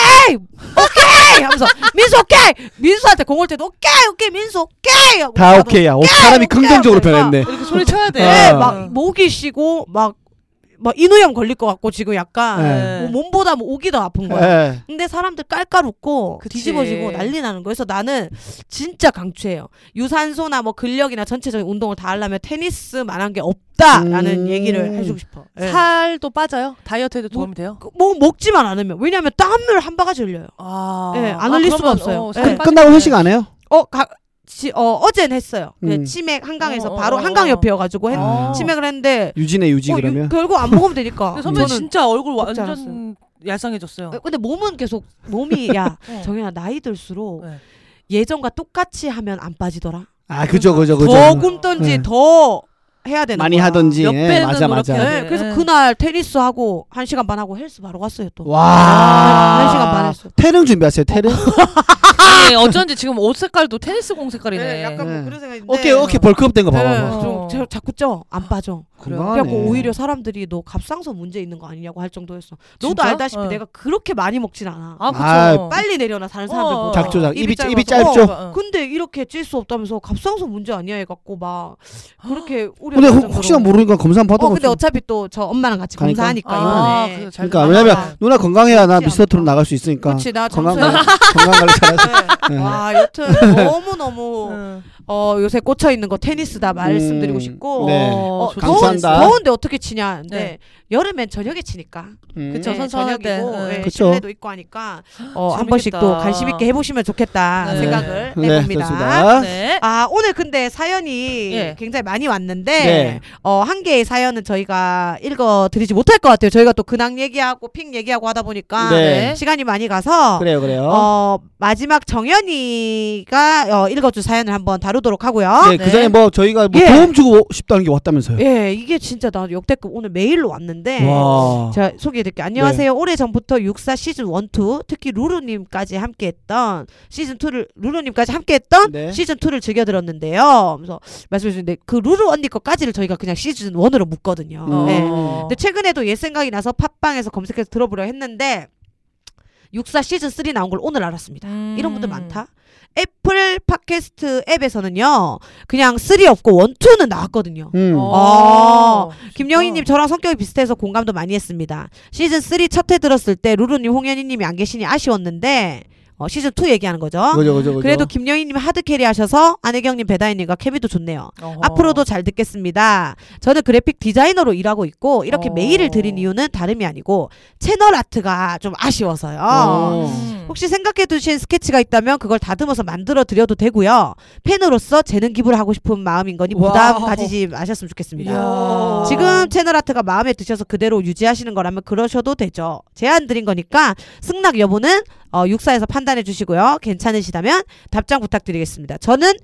Speaker 2: 오케이 하면서 민수 오케이 민수한테 공 올 때도 오케이 오케이 민수 오케이 하고
Speaker 1: 다
Speaker 2: 나도
Speaker 1: 오케이야. 오, 사람이
Speaker 2: 오케이,
Speaker 1: 긍정적으로
Speaker 2: 오케이.
Speaker 1: 변했네.
Speaker 3: 이렇게 소리 쳐야 돼.
Speaker 2: 네,
Speaker 1: 아.
Speaker 3: 뭐,
Speaker 2: 막 목이 쉬고 막, 막 인후염 걸릴 것 같고 지금 약간
Speaker 1: 네.
Speaker 2: 뭐 몸보다 뭐 오기 더 아픈 거야.
Speaker 1: 예.
Speaker 2: 근데 사람들 깔깔 웃고
Speaker 3: 그치.
Speaker 2: 뒤집어지고 난리 나는 거예요. 그래서 나는 진짜 강추해요. 유산소나 뭐 근력이나 전체적인 운동을 다 하려면 테니스만한 게 없다라는
Speaker 1: 음.
Speaker 2: 얘기를 해주고 싶어.
Speaker 3: 네.
Speaker 2: 예.
Speaker 3: 살도 빠져요. 다이어트에도 도움이 돼요.
Speaker 2: 그, 뭐 먹지만 않으면 왜냐하면 땀을 한 바가지 흘려요.
Speaker 3: 아,
Speaker 2: 예, 안 흘릴 수가
Speaker 3: 그러면,
Speaker 2: 없어요.
Speaker 3: 어,
Speaker 2: 예.
Speaker 3: 살
Speaker 1: 끝- 끝나고
Speaker 3: 빠지네.
Speaker 1: 회식 안 해요?
Speaker 2: 어, 가, 지, 어 어젠 했어요. 그냥
Speaker 1: 음.
Speaker 2: 치맥 한강에서
Speaker 3: 어, 어,
Speaker 2: 바로
Speaker 3: 어, 어.
Speaker 2: 한강 옆이어가지고 했,
Speaker 1: 아.
Speaker 2: 치맥을 했는데
Speaker 1: 유진의 유지
Speaker 2: 어, 유-
Speaker 1: 그러면.
Speaker 2: 결국 안 먹으면 되니까.
Speaker 3: 근데 선배 님
Speaker 2: 저는
Speaker 3: 진짜 얼굴
Speaker 2: 먹지
Speaker 3: 완전 얄쌍해졌어요.
Speaker 2: 어, 근데 몸은 계속 몸이 야
Speaker 3: 어.
Speaker 2: 정현아 나이 들수록
Speaker 3: 네.
Speaker 2: 예전과 똑같이 하면 안 빠지더라.
Speaker 1: 아 그죠 그죠 그죠.
Speaker 2: 더 굶던지
Speaker 1: 네.
Speaker 2: 더 해야 되는
Speaker 1: 많이
Speaker 2: 거야.
Speaker 1: 하던지.
Speaker 3: 몇
Speaker 1: 예,
Speaker 3: 배는
Speaker 1: 맞아 맞아.
Speaker 3: 노력해야 돼.
Speaker 2: 네, 그래서
Speaker 3: 네.
Speaker 2: 그날 테니스 하고 한 시간 반 하고 헬스 바로 갔어요 또.
Speaker 1: 와.
Speaker 2: 네, 한 시간 반 했어.
Speaker 1: 태릉 준비하세요. 태릉.
Speaker 3: 아니, 네, 어쩐지 지금 옷 색깔도 테니스 공 색깔이네. 아,
Speaker 1: 뭐 네. 그런
Speaker 2: 생각인데.
Speaker 1: 어깨 어깨 벌크업 된 거 봐봐.
Speaker 3: 봐.
Speaker 2: 좀 자- 자꾸 쪄 안 빠져.
Speaker 1: 아, 건강하네.
Speaker 2: 그래갖고 오히려 사람들이 너 갑상선 문제 있는 거 아니냐고 할 정도였어. 너도
Speaker 3: 진짜?
Speaker 2: 알다시피
Speaker 3: 어.
Speaker 2: 내가 그렇게 많이 먹진 않아.
Speaker 3: 아, 그쵸.
Speaker 1: 아,
Speaker 2: 빨리 내려놔 다른 사람들보다.
Speaker 3: 어.
Speaker 1: 작조 작 입이 입이
Speaker 2: 짧아서.
Speaker 1: 짧죠.
Speaker 3: 어.
Speaker 2: 근데 이렇게 찔 수 없다면서 갑상선 문제 아니야 해갖고 막 그렇게 우려.
Speaker 1: 근데 혹- 혹시나 모르니까 검사 한번
Speaker 2: 어
Speaker 1: 받아보죠.
Speaker 2: 근데 어차피 또 저 엄마랑 같이
Speaker 1: 가니까?
Speaker 2: 검사하니까
Speaker 3: 아,
Speaker 2: 이번에.
Speaker 3: 그래서 잘
Speaker 1: 그러니까
Speaker 3: 들어가나
Speaker 1: 왜냐면
Speaker 3: 봐요.
Speaker 1: 누나 건강해야 나
Speaker 2: 그렇지
Speaker 1: 미스터트롯
Speaker 2: 않나?
Speaker 1: 나갈 수 있으니까. 아,
Speaker 2: 그렇지 나
Speaker 1: 건강
Speaker 2: 청소년.
Speaker 1: 관리 건강 관리 잘하세요.
Speaker 2: 네. 와 여튼 너무 너무
Speaker 3: 응.
Speaker 2: 어 요새 꽂혀 있는 거 테니스다 말씀드리고
Speaker 1: 음,
Speaker 2: 싶고
Speaker 1: 네.
Speaker 2: 어,
Speaker 3: 좋다.
Speaker 2: 더운,
Speaker 1: 감사한다.
Speaker 2: 더운데 어떻게 치냐 근데
Speaker 3: 네.
Speaker 2: 여름엔 저녁에 치니까
Speaker 1: 음.
Speaker 3: 그쵸. 선선할 때.
Speaker 2: 저녁이고
Speaker 3: 네.
Speaker 2: 예,
Speaker 1: 그쵸.
Speaker 2: 실내도 있고 하니까 어, 한
Speaker 3: 재밌겠다.
Speaker 2: 번씩 또 관심 있게 해보시면 좋겠다
Speaker 3: 네.
Speaker 2: 생각을
Speaker 1: 네,
Speaker 2: 해봅니다
Speaker 1: 좋습니다.
Speaker 3: 네.
Speaker 2: 아 오늘 근데 사연이
Speaker 3: 예.
Speaker 2: 굉장히 많이 왔는데
Speaker 1: 네.
Speaker 2: 어, 한 개의 사연은 저희가 읽어드리지 못할 것 같아요 저희가 또 근황 얘기하고 픽 얘기하고 하다 보니까
Speaker 1: 네.
Speaker 2: 시간이 많이 가서
Speaker 1: 그래요 그래요.
Speaker 2: 어, 마지막 정연이가 어, 읽어준 사연을 한번 다루도록 하고요
Speaker 1: 네, 그 전에
Speaker 3: 네.
Speaker 1: 뭐 저희가 뭐
Speaker 2: 예.
Speaker 1: 도움 주고 싶다는 게 왔다면서요.
Speaker 2: 예 이게 진짜 나 역대급 오늘 메일로
Speaker 1: 예.
Speaker 2: 왔는데
Speaker 3: 어.
Speaker 1: 와.
Speaker 2: 제가 소개해드릴게요.
Speaker 3: 네.
Speaker 2: 안녕하세요. 오래전부터 육사 시즌 1, 2 특히 루루님까지 함께했던 시즌 2를 루루님까지 함께했던
Speaker 1: 네.
Speaker 2: 시즌 2를 즐겨 들었는데요. 그래서 말씀해주는데 그 루루 언니 거까지를 저희가 그냥 시즌 1으로 묶거든요.
Speaker 1: 음.
Speaker 2: 네.
Speaker 3: 어.
Speaker 2: 근데 최근에도 옛 생각이 나서 팟빵에서 검색해서 들어보려 했는데 육사 시즌 3 나온 걸 오늘 알았습니다.
Speaker 3: 음.
Speaker 2: 이런 분들 많다. 애플 팟캐스트 앱에서는요, 그냥 3 없고 1, 2는 나왔거든요.
Speaker 1: 음.
Speaker 2: 아,
Speaker 3: 어, 진짜.
Speaker 2: 김영희님 저랑 성격이 비슷해서 공감도 많이 했습니다. 시즌 3 첫 회 들었을 때 루루님, 홍현희님이 안 계시니 아쉬웠는데 어, 시즌 2 얘기하는 거죠.
Speaker 1: 그죠 그죠 그죠.
Speaker 2: 그래도 김영희님 하드 캐리하셔서 안혜경님, 배다희님과 케미도 좋네요.
Speaker 3: 어허.
Speaker 2: 앞으로도 잘 듣겠습니다. 저는 그래픽 디자이너로 일하고 있고 이렇게
Speaker 3: 어.
Speaker 2: 메일을 드린 이유는 다름이 아니고 채널 아트가 좀 아쉬워서요.
Speaker 1: 어.
Speaker 3: 음.
Speaker 2: 혹시 생각해 두신 스케치가 있다면 그걸 다듬어서 만들어 드려도 되고요. 팬으로서 재능 기부를 하고 싶은 마음인 거니 부담
Speaker 3: 와우.
Speaker 2: 가지지 마셨으면 좋겠습니다.
Speaker 3: 이야.
Speaker 2: 지금 채널 아트가 마음에 드셔서 그대로 유지하시는 거라면 그러셔도 되죠. 제안 드린 거니까 승낙 여부는 어, 육사에서 판단해 주시고요. 괜찮으시다면 답장 부탁드리겠습니다. 저는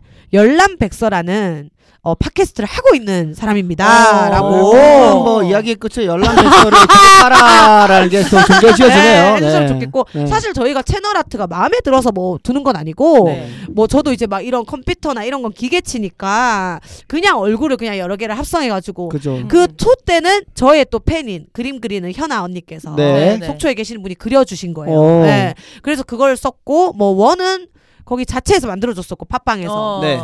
Speaker 2: 열람백서라는 어, 팟캐스트를 하고 있는 사람입니다.
Speaker 3: 어.
Speaker 2: 라고. 네.
Speaker 1: 그건 뭐 이야기의 끝에 열람백서를 팔아라는 게또
Speaker 2: 네,
Speaker 1: 존재지어지네요.
Speaker 2: 해주셨으면 좋겠고 사실 저희가 채널 아트가 마음에 들어서 뭐 두는 건 아니고
Speaker 3: 네.
Speaker 2: 뭐 저도 이제 막 이런 컴퓨터나 이런 건 기계치니까 그냥 얼굴을 그냥 여러 개를 합성해 가지고
Speaker 1: 그죠.
Speaker 2: 그 초 때는 저의 또 팬인 그림 그리는 현아 언니께서
Speaker 1: 네.
Speaker 3: 네.
Speaker 2: 속초에 계시는 분이 그려주신 거예요.
Speaker 1: 오.
Speaker 2: 네. 그래서 그걸 썼고 뭐 원은 거기 자체에서 만들어줬었고 팟빵에서
Speaker 3: 어.
Speaker 1: 네.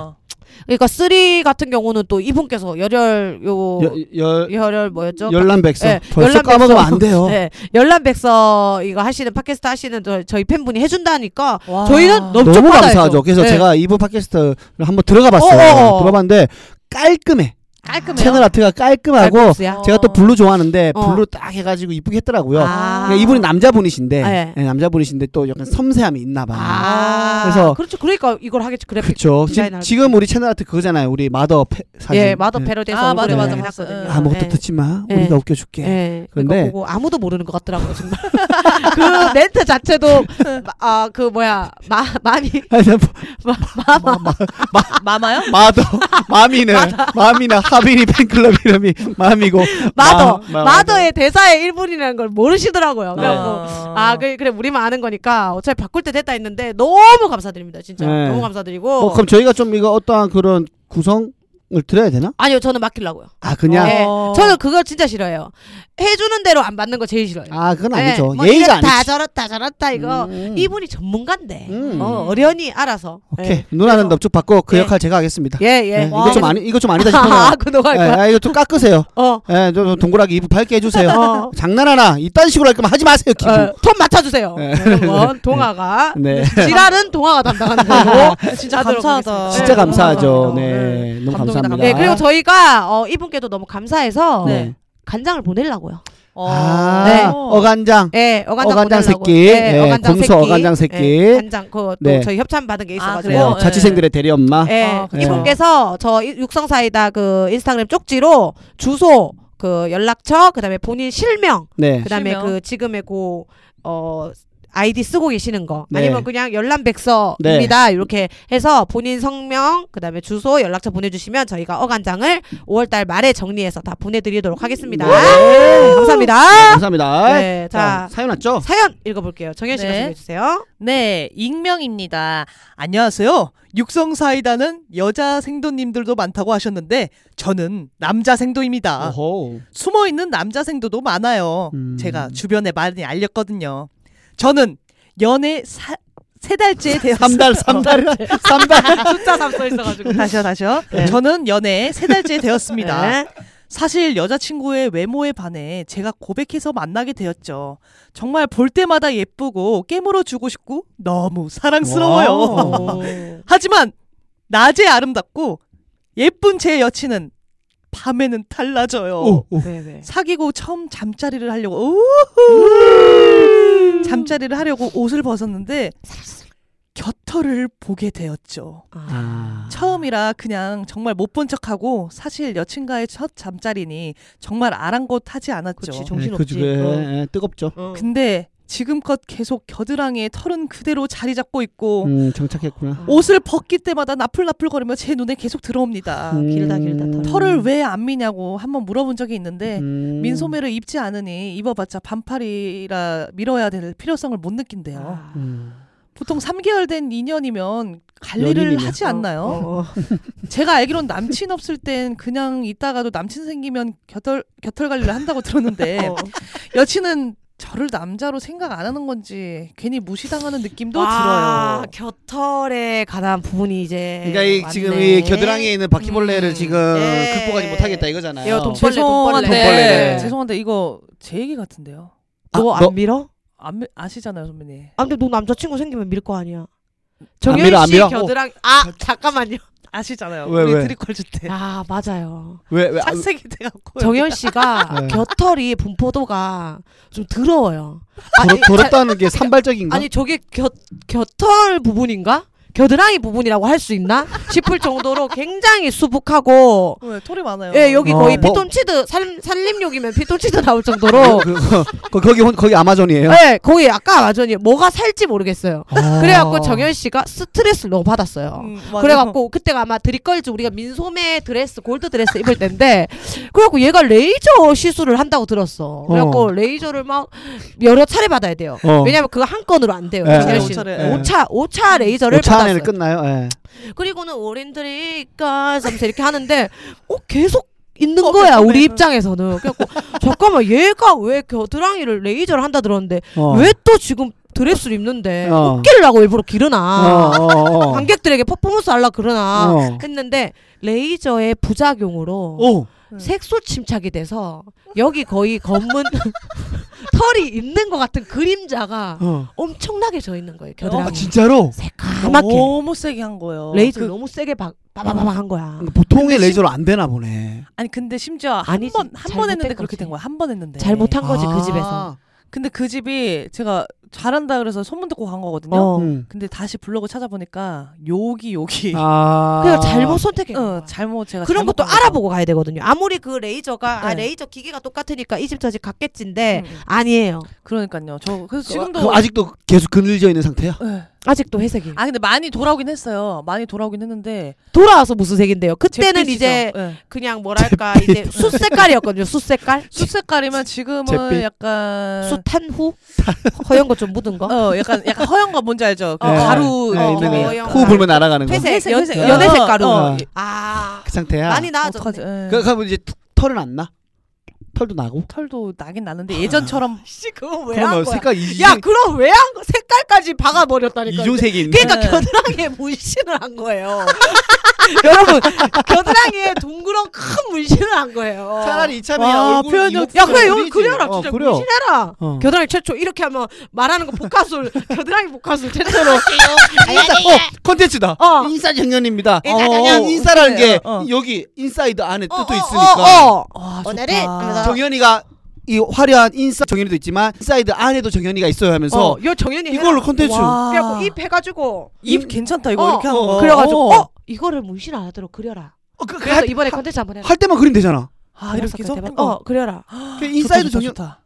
Speaker 2: 그러니까 쓰리 같은 경우는 또 이분께서 열혈 요
Speaker 1: 여- 열
Speaker 2: 열혈 뭐였죠?
Speaker 1: 뭐 음. 열람백서
Speaker 2: 네,
Speaker 1: 벌써
Speaker 2: 열람백서.
Speaker 1: 까먹으면 안 돼요.
Speaker 2: 네, 열람백서 이거 하시는 팟캐스트 하시는 저- 저희 팬분이 해준다니까
Speaker 3: 와.
Speaker 2: 저희는 너무
Speaker 1: 너무
Speaker 2: 쪽팔아야죠.
Speaker 1: 감사하죠. 그래서
Speaker 2: 네.
Speaker 1: 제가 이분 팟캐스트를 한번 들어가 봤어요.
Speaker 2: 어, 어, 어.
Speaker 1: 들어봤는데 깔끔해.
Speaker 3: 깔끔해요.
Speaker 1: 채널 아트가 깔끔하고
Speaker 2: 갈고수야?
Speaker 1: 제가 또 블루 좋아하는데
Speaker 2: 어.
Speaker 1: 블루 딱 해가지고 이쁘게 했더라고요.
Speaker 2: 아.
Speaker 1: 그냥 이분이 남자분이신데
Speaker 2: 네.
Speaker 1: 예, 남자분이신데 또 약간 섬세함이 있나봐.
Speaker 2: 아,
Speaker 1: 그래서-
Speaker 2: 그렇죠. 그러니까 이걸 하겠죠. 그래픽.
Speaker 1: 그렇죠.
Speaker 2: 디자인을
Speaker 1: 지금,
Speaker 2: 할
Speaker 1: 지금 우리 채널 아트 그거잖아요. 우리 마더 패, 사진.
Speaker 2: 예, 마더
Speaker 1: 예.
Speaker 2: 패러디에서
Speaker 3: 아,
Speaker 1: 맞아,
Speaker 2: 얼굴을 많이
Speaker 3: 맞아, 맞아.
Speaker 2: 해놨거든요.
Speaker 1: 아무것도
Speaker 2: 예.
Speaker 1: 듣지 마.
Speaker 2: 예.
Speaker 1: 우리가 웃겨줄게.
Speaker 2: 예.
Speaker 1: 근데-
Speaker 2: 그거 보고 아무도 모르는 것 같더라고요, 정말. 그 멘트 자체도 아, 그 뭐야? 마 많이
Speaker 1: 아니, 나 뭐,
Speaker 2: 마마
Speaker 3: 마마요?
Speaker 1: 마더 마미는 마미나 하빈이 팬클럽 이름이 마미고
Speaker 2: 마더
Speaker 1: 마- 아, 마-
Speaker 2: 마더의 대사의 일부분이라는 걸
Speaker 3: 아.
Speaker 2: 모르시더라고요.
Speaker 1: 네.
Speaker 2: 그래갖고 아, 그래, 그래, 우리만 아는 거니까 어차피 바꿀 때 됐다 했는데 너무 감사드립니다, 진짜.
Speaker 1: 네.
Speaker 2: 너무 감사드리고.
Speaker 1: 뭐 그럼 저희가 좀 이거 어떠한 그런 구성을 들어야 되나?
Speaker 2: 아니요, 저는 맡기려고요.
Speaker 1: 아 그냥
Speaker 2: 예.
Speaker 3: 어.
Speaker 2: 저는 그거 진짜 싫어요. 해주는 대로 안 받는 거 제일 싫어요.
Speaker 1: 아 그건
Speaker 2: 예,
Speaker 1: 아니죠
Speaker 2: 뭐
Speaker 1: 예의가
Speaker 2: 이렇다
Speaker 1: 아니죠.
Speaker 2: 저렇다 저렇다 이거
Speaker 1: 음.
Speaker 2: 이분이 전문가인데
Speaker 1: 음.
Speaker 2: 어, 어련히 알아서.
Speaker 1: 오케이 누나는 넙죽 받고 그
Speaker 2: 예.
Speaker 1: 역할 제가 하겠습니다.
Speaker 2: 예, 예.
Speaker 1: 예,
Speaker 2: 예.
Speaker 1: 이거 좀 아니 이거 좀 아니다
Speaker 2: 아,
Speaker 1: 싶으면
Speaker 2: 그동안
Speaker 1: 예,
Speaker 2: 거야.
Speaker 1: 아, 이거 좀 깎으세요.
Speaker 2: 어.
Speaker 1: 예, 저, 저 동그랗게 입을 밝게 해주세요.
Speaker 2: 어.
Speaker 1: 장난하나 이딴 식으로 할 거면 하지 마세요. 기분.
Speaker 2: 어, 톤 맞춰주세요.
Speaker 1: 예.
Speaker 2: 이런 건 동화가
Speaker 1: 네.
Speaker 2: 지랄은 동화가 담당하는 걸로 진짜 어.
Speaker 3: 감사하다.
Speaker 1: 진짜
Speaker 3: 네,
Speaker 1: 감사하죠.
Speaker 3: 너무
Speaker 1: 네, 너무
Speaker 3: 감동이다,
Speaker 1: 감사합니다.
Speaker 3: 감동.
Speaker 2: 네, 그리고 저희가 어, 이분께도 너무 감사해서
Speaker 3: 네.
Speaker 2: 간장을 보내려고요.
Speaker 3: 어.
Speaker 1: 아,
Speaker 2: 네.
Speaker 1: 어간장.
Speaker 2: 예, 어간장,
Speaker 1: 어간장
Speaker 2: 보내려고.
Speaker 1: 새끼.
Speaker 2: 예,
Speaker 1: 예,
Speaker 2: 어간장
Speaker 1: 곰소
Speaker 2: 새끼.
Speaker 1: 어간장 새끼.
Speaker 2: 예, 간장 그또
Speaker 1: 네.
Speaker 2: 저희 협찬 받은 게 있어가지고.
Speaker 3: 그래요?
Speaker 1: 어, 자취생들의 대리 엄마.
Speaker 2: 예,
Speaker 3: 아, 그쵸.
Speaker 2: 이분께서 저 이- 육성사이다 그 인스타그램 쪽지로 주소, 그 연락처, 그다음에 본인 실명,
Speaker 1: 네.
Speaker 2: 그다음에
Speaker 3: 실명.
Speaker 2: 그 지금의 그어 아이디 쓰고 계시는 거
Speaker 1: 네.
Speaker 2: 아니면 그냥 열람백서입니다 이렇게 해서 본인 성명 그다음에 주소 연락처 보내주시면 저희가 어간장을 5월달 말에 정리해서 다 보내드리도록 하겠습니다. 네, 감사합니다.
Speaker 1: 감사합니다.
Speaker 2: 네, 자
Speaker 1: 사연 왔죠?
Speaker 2: 사연 읽어볼게요. 정현 씨가
Speaker 3: 네.
Speaker 2: 소개해주세요.
Speaker 3: 네, 익명입니다. 안녕하세요. 육성 사이다는 여자 생도님들도 많다고 하셨는데 저는 남자 생도입니다.
Speaker 1: 오호.
Speaker 3: 숨어 있는 남자 생도도 많아요.
Speaker 1: 음.
Speaker 3: 제가 주변에 많이 알렸거든요. 저는 연애 사, 세 달째 되었어요.
Speaker 1: 3달, 3달, 3달.
Speaker 2: 숫자 삼써 있어가지고.
Speaker 3: 다시요, 다시요.
Speaker 2: 네.
Speaker 3: 저는 연애 세 달째 되었습니다.
Speaker 2: 네.
Speaker 3: 사실 여자친구의 외모에 반해 제가 고백해서 만나게 되었죠. 정말 볼 때마다 예쁘고 깨물어 주고 싶고 너무
Speaker 2: 어.
Speaker 3: 사랑스러워요.
Speaker 1: 와우.
Speaker 2: 네,
Speaker 3: 하지만 낮에 아름답고 예쁜 제 여친은 밤에는 달라져요.
Speaker 1: 오, 오.
Speaker 2: 네, 네.
Speaker 3: 사귀고 처음 잠자리를 하려고 우후! 잠자리를 하려고 옷을 벗었는데 겨털을 보게 되었죠.
Speaker 1: 아.
Speaker 3: 처음이라 그냥 정말 못 본 척하고 사실 여친과의 첫 잠자리니 정말 아랑곳하지 않았죠.
Speaker 2: 그치,
Speaker 1: 네,
Speaker 2: 정신없지.
Speaker 1: 그 집에
Speaker 2: 어.
Speaker 1: 예, 뜨겁죠.
Speaker 2: 어.
Speaker 3: 근데 지금껏 계속 겨드랑이에 털은 그대로 자리 잡고
Speaker 2: 어.
Speaker 3: 있고
Speaker 1: 음, 정착했구나.
Speaker 3: 옷을 벗길 때마다 나풀나풀거리며 제 눈에 계속 들어옵니다.
Speaker 1: 음.
Speaker 2: 아, 길다, 길다, 털.
Speaker 3: 털을 왜 안 미냐고 한번 물어본 적이 있는데
Speaker 1: 음.
Speaker 3: 민소매를 입지 않으니 입어봤자 반팔이라 밀어야 될 필요성을 못 느낀대요.
Speaker 2: 아.
Speaker 1: 음.
Speaker 3: 보통 3개월 된 인연이면 관리를
Speaker 1: 연인이면.
Speaker 3: 하지 않나요?
Speaker 2: 어, 어.
Speaker 3: 제가 알기론 남친 없을 땐 그냥 있다가도 남친 생기면 겨털 겨털 관리를 한다고 들었는데
Speaker 2: 어.
Speaker 3: 여친은 저를 남자로 생각 안 하는 건지 괜히 무시당하는 느낌도
Speaker 2: 아,
Speaker 3: 들어요.
Speaker 2: 겨털에 관한 부분이 이제
Speaker 1: 그러니까 이,
Speaker 2: 왔네.
Speaker 1: 지금 이 겨드랑이에 있는 바퀴벌레를
Speaker 2: 음.
Speaker 1: 지금
Speaker 2: 네.
Speaker 1: 극복하지 못하겠다 이거잖아요.
Speaker 2: 야, 돈 벌-
Speaker 3: 죄송한데
Speaker 1: 돈벌레.
Speaker 3: 죄송한데 이거 제 얘기 같은데요.
Speaker 1: 아,
Speaker 2: 너안
Speaker 1: 너-
Speaker 2: 밀어?
Speaker 3: 안 미- 아시잖아요 선배님.
Speaker 2: 아 근데 너 남자친구 생기면 밀 거 아니야.
Speaker 1: 안 밀어,
Speaker 2: 정현
Speaker 1: 안
Speaker 2: 씨
Speaker 1: 밀어?
Speaker 2: 겨드랑이 아 잠깐만요.
Speaker 3: 아시잖아요.
Speaker 1: 왜,
Speaker 3: 우리
Speaker 1: 왜?
Speaker 3: 드리컬 주때
Speaker 2: 아 맞아요.
Speaker 1: 왜, 왜, 아,
Speaker 3: 착색이 돼갖고
Speaker 2: 정현 씨가
Speaker 1: 네.
Speaker 2: 겨털이 분포도가 좀 더러워요.
Speaker 1: 더럽, 더럽다는 게 산발적인가?
Speaker 2: 아니 저게 겨, 겨털 부분인가? 겨드랑이 부분이라고 할 수 있나 싶을 정도로 굉장히 수북하고
Speaker 3: 왜 털이 많아요.
Speaker 2: 예 여기 거의
Speaker 1: 어, 뭐-
Speaker 2: 피톤치드 살 살림욕이면 피톤치드 나올 정도로
Speaker 1: 그, 그, 거- 거기, 혼- 거기 아마존이에요.
Speaker 2: 네, 거의 아까 완전히 뭐가 살지 모르겠어요.
Speaker 1: 예. 아.
Speaker 2: 그래갖고 정현 씨가 스트레스를 너무 받았어요.
Speaker 3: 음, 맞아요.
Speaker 2: 그래갖고 그때가 아마 드립걸즈 우리가 민소매 드레스 골드 드레스 입을 때인데 그래갖고 얘가 레이저 시술을 한다고 들었어. 그래갖고
Speaker 1: 어.
Speaker 2: 레이저를 막 여러 차례 받아야 돼요.
Speaker 1: 어.
Speaker 2: 왜냐면 그거 한 건으로 안 돼요.
Speaker 1: 네,
Speaker 2: 정현
Speaker 1: 네,
Speaker 2: 씨는
Speaker 3: 오차를,
Speaker 1: 네.
Speaker 2: 5차 5차 레이저를
Speaker 1: 5차 예.
Speaker 2: 받았어요.
Speaker 1: 안에는 끝나요. 예.
Speaker 2: 그리고는 오렌드리가 하면서 이렇게 하는데 어 계속 있는
Speaker 3: 어,
Speaker 2: 거야
Speaker 3: 그러네.
Speaker 2: 우리 입장에서는 그래갖고 잠깐만 얘가 왜 겨드랑이를 레이저를 한다 들었는데
Speaker 1: 어.
Speaker 2: 왜 또 지금 드레스를 입는데
Speaker 1: 어.
Speaker 2: 웃기를 하고 일부러
Speaker 1: 어,
Speaker 2: 기르나
Speaker 1: 어, 어.
Speaker 2: 관객들에게 퍼포먼스 하려 아, 그러나
Speaker 1: 어.
Speaker 2: 했는데 레이저의 부작용으로
Speaker 1: 오.
Speaker 3: 음.
Speaker 2: 색소 침착이 돼서 여기 거의 검은 털이 있는 것 같은 그림자가
Speaker 1: 어.
Speaker 2: 엄청나게 져 있는 거예요.
Speaker 1: 아
Speaker 2: 겨드랑이.
Speaker 1: 진짜로?
Speaker 2: 새까맣게
Speaker 3: 너무 세게 한 거예요.
Speaker 2: 레이저
Speaker 3: 그-
Speaker 2: 를 너무 세게 바- 빠바바바 한 거야.
Speaker 1: 음.
Speaker 2: 그
Speaker 1: 보통의
Speaker 3: 근데
Speaker 1: 레이저로 안 되나 보네.
Speaker 3: 아니 근데 심지어 한
Speaker 2: 아니지.
Speaker 3: 번 한 번
Speaker 2: 잘못된
Speaker 3: 했는데 그렇게
Speaker 2: 거지.
Speaker 3: 된 거야. 한 번 했는데.
Speaker 2: 잘못한 거지
Speaker 1: 아.
Speaker 2: 그 집에서.
Speaker 3: 근데 그 집이 제가 잘한다 그래서 소문 듣고 간 거거든요.
Speaker 2: 어.
Speaker 1: 음.
Speaker 3: 근데 다시 블로그 찾아보니까 여기 여기.
Speaker 1: 아.
Speaker 2: 그냥 잘못 선택한 거야.
Speaker 3: 어, 잘못 제가
Speaker 2: 그런
Speaker 3: 잘못
Speaker 2: 것도
Speaker 3: 간 거죠.
Speaker 2: 알아보고 가야 되거든요. 아무리 그 레이저가 아,
Speaker 3: 네.
Speaker 2: 레이저 기계가 똑같으니까 이 집 저 집 같겠지인데
Speaker 3: 음, 음.
Speaker 2: 아니에요.
Speaker 3: 그러니까요. 저 그래서 지금도
Speaker 1: 그럼 아직도 계속 그늘져 있는 상태야?
Speaker 3: 예.
Speaker 2: 아직도 회색이.
Speaker 3: 아 근데 많이 돌아오긴 했어요. 많이 돌아오긴 했는데
Speaker 2: 돌아와서 무슨 색인데요? 그때는
Speaker 3: 잿빛이죠.
Speaker 2: 이제
Speaker 3: 예.
Speaker 2: 그냥 뭐랄까 이제 숯 색깔이었거든요. 숯 색깔.
Speaker 3: 숯 색깔이면 지금은
Speaker 1: 잿빛?
Speaker 3: 약간
Speaker 2: 숯탄 후 허연 거 좀 묻은 거.
Speaker 3: 어 약간 약간 허연 거 뭔지 알죠? 그
Speaker 2: 어.
Speaker 3: 가루
Speaker 1: 네,
Speaker 2: 어,
Speaker 1: 있는 거.
Speaker 2: 어, 영-
Speaker 1: 후 불면 날아가는 거.
Speaker 2: 회색.
Speaker 3: 회색,
Speaker 2: 연-
Speaker 3: 회색.
Speaker 2: 연회색 가루.
Speaker 3: 어.
Speaker 2: 아
Speaker 1: 그 상태야.
Speaker 2: 많이
Speaker 3: 어떡하지?
Speaker 2: 나아졌네.
Speaker 3: 예.
Speaker 1: 그, 그럼 이제 툭- 털은 안 나? 털도 나고?
Speaker 3: 털도 나긴 나는데 예전처럼 어.
Speaker 2: 씨 그거 왜
Speaker 1: 그러면
Speaker 2: 한 거야?
Speaker 1: 색깔 이중
Speaker 2: 야 그럼 왜 한 거? 색깔까지 박아 버렸다니까.
Speaker 1: 이중색이 있는.
Speaker 2: 그러니까
Speaker 3: 네.
Speaker 2: 겨드랑이에 문신을 한 거예요. 그 여러분 겨드랑이에 둥그런 큰 문신을 한 거예요.
Speaker 1: 차라리 이참에
Speaker 3: 와,
Speaker 1: 얼굴
Speaker 3: 표현력
Speaker 1: 이거
Speaker 2: 야 그래
Speaker 1: 그리지.
Speaker 2: 여기 그려라 진짜
Speaker 1: 어, 그려.
Speaker 2: 문신해라.
Speaker 1: 어.
Speaker 2: 겨드랑이 최초 이렇게 하면 말하는 거 복화술 겨드랑이 복화술 최초로
Speaker 1: 인사, 어, 컨텐츠다.
Speaker 2: 어.
Speaker 1: 인싸 작년입니다.
Speaker 2: 인싸
Speaker 3: 작년.
Speaker 1: 인싸라는 게
Speaker 3: 어.
Speaker 1: 여기 인사이드 안에
Speaker 2: 어,
Speaker 1: 뜻도
Speaker 2: 어,
Speaker 1: 있으니까.
Speaker 2: 어, 어.
Speaker 3: 와,
Speaker 2: 오늘은
Speaker 3: 아, 좋다.
Speaker 2: 그래서
Speaker 1: 정현이가 이 화려한 인싸 정현이도 있지만 인사이드 안에도 정현이가 있어요 하면서
Speaker 2: 어, 요 정연이 해라.
Speaker 1: 이걸로 컨텐츠.
Speaker 3: 와.
Speaker 2: 그래갖고 입 해가지고
Speaker 3: 입 괜찮다 이거
Speaker 2: 어,
Speaker 3: 이렇게 한
Speaker 1: 어,
Speaker 3: 거.
Speaker 2: 그래가지고
Speaker 3: 어.
Speaker 2: 어 이거를 문신 안 하도록 그려라.
Speaker 1: 어, 그, 그
Speaker 2: 그래서
Speaker 1: 할,
Speaker 2: 이번에 컨텐츠 한번 해라.
Speaker 1: 할 때만 그리면 되잖아.
Speaker 3: 아 이렇게 해서
Speaker 2: 대박. 어 그려라.
Speaker 1: 그 인사이드
Speaker 3: 좋다,
Speaker 1: 정현.
Speaker 3: 좋다, 좋다.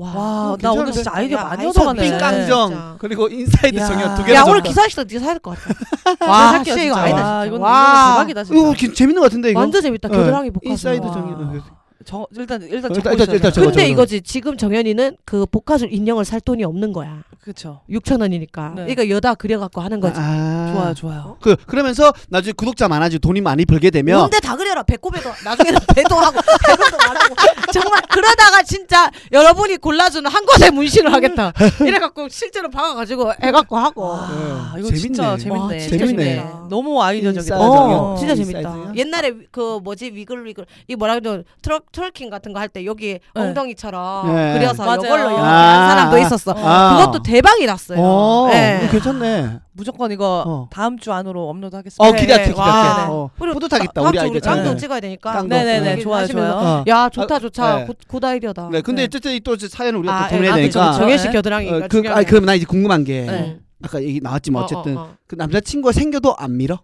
Speaker 2: 와,
Speaker 3: 와, 나 오늘 진짜 아이디어 많이 얻어가네.
Speaker 1: 서핑
Speaker 2: 진짜.
Speaker 1: 깡정 그리고 인사이드
Speaker 3: 야.
Speaker 1: 정현 두
Speaker 2: 야
Speaker 1: 개나
Speaker 2: 오늘
Speaker 1: 적었다.
Speaker 2: 기사식도 네가 사야 될 것 같아.
Speaker 3: 와,
Speaker 2: 와,
Speaker 3: 할게요,
Speaker 2: 씨 이거
Speaker 3: 진짜.
Speaker 2: 아니다.
Speaker 3: 와,
Speaker 2: 진짜.
Speaker 3: 이건,
Speaker 2: 와.
Speaker 3: 이건 대박이다 진짜.
Speaker 1: 이거 뭐 기- 재밌는 것 같은데 이거.
Speaker 2: 완전 뭐. 아. 재밌다.
Speaker 1: 네.
Speaker 2: 겨드랑이 복화.
Speaker 1: 인사이드
Speaker 3: 와.
Speaker 1: 정현.
Speaker 3: 정 일단 일단
Speaker 1: 일단-
Speaker 3: 적고
Speaker 1: 일단- 일단
Speaker 3: 있어요.
Speaker 1: 적어,
Speaker 2: 근데
Speaker 1: 저거는.
Speaker 2: 이거지 지금 정현이는 그 복화술 인형을 살 돈이 없는 거야.
Speaker 3: 그렇죠.
Speaker 2: 6천 원이니까.
Speaker 3: 네.
Speaker 2: 그러니까 여다 그려갖고 하는 거지.
Speaker 1: 아.
Speaker 3: 좋아요 좋아요.
Speaker 1: 그 그러면서 나중에 구독자 많아지고 돈이 많이 벌게 되면
Speaker 2: 뭔데 다 그려라. 배꼽에도 나중에는 배도 하고 배도 말하고 정말 그러다가 진짜 여러분이 골라주는 한 곳에 문신을 하겠다. 이래갖고 실제로 박아가지고 해갖고 하고.
Speaker 3: 아,
Speaker 1: 네.
Speaker 3: 이거 진짜
Speaker 1: 재밌네.
Speaker 3: 재밌네.
Speaker 2: 어? 와,
Speaker 1: 진짜
Speaker 2: 재밌다.
Speaker 3: 너무 아이디어적이다.
Speaker 1: 인싸
Speaker 2: 어,
Speaker 1: 저기요.
Speaker 2: 진짜
Speaker 1: 이
Speaker 2: 재밌다.
Speaker 1: 사이즈요?
Speaker 2: 옛날에 그 뭐지 위글위글 이 뭐라 그러죠 트럭 트월킹 같은 거 할 때 여기 엉덩이처럼
Speaker 1: 네.
Speaker 2: 그려서
Speaker 3: 네. 맞아요.
Speaker 2: 이걸로 이렇게
Speaker 1: 아.
Speaker 2: 한 사람도 있었어.
Speaker 1: 아.
Speaker 2: 그것도 대박이 났어요.
Speaker 1: 어,
Speaker 2: 네.
Speaker 1: 이거 괜찮네.
Speaker 3: 무조건 이거
Speaker 1: 어.
Speaker 3: 다음 주 안으로 업로드하겠습니다.
Speaker 1: 어
Speaker 2: 네,
Speaker 1: 기대할게
Speaker 2: 네.
Speaker 1: 기대할게.
Speaker 2: 와.
Speaker 1: 어,
Speaker 2: 우리
Speaker 1: 뿌듯하겠다
Speaker 2: 다음
Speaker 1: 우리
Speaker 2: 주 우리
Speaker 1: 아이들.
Speaker 2: 깡도
Speaker 3: 네.
Speaker 2: 찍어야 되니까.
Speaker 1: 깡도.
Speaker 3: 네네네
Speaker 2: 네.
Speaker 3: 좋아요
Speaker 2: 하시면서.
Speaker 3: 좋아요.
Speaker 1: 어.
Speaker 2: 야 좋다 좋다
Speaker 1: 네.
Speaker 2: 굿, 굿 아이디어다.
Speaker 1: 네, 근데
Speaker 3: 네.
Speaker 1: 어쨌든 또 이제 사연을 우리가
Speaker 2: 아,
Speaker 1: 또 정리해야
Speaker 2: 예, 아, 그쵸,
Speaker 1: 되니까.
Speaker 2: 그쵸. 정현 씨
Speaker 1: 어,
Speaker 2: 겨드랑이가
Speaker 1: 그,
Speaker 2: 중요해.
Speaker 1: 아, 그럼 음. 나 이제 궁금한 게
Speaker 3: 네.
Speaker 1: 아까 얘기 나왔지만 어쨌든
Speaker 2: 어, 어, 어.
Speaker 1: 그 남자친구가 생겨도 안 밀어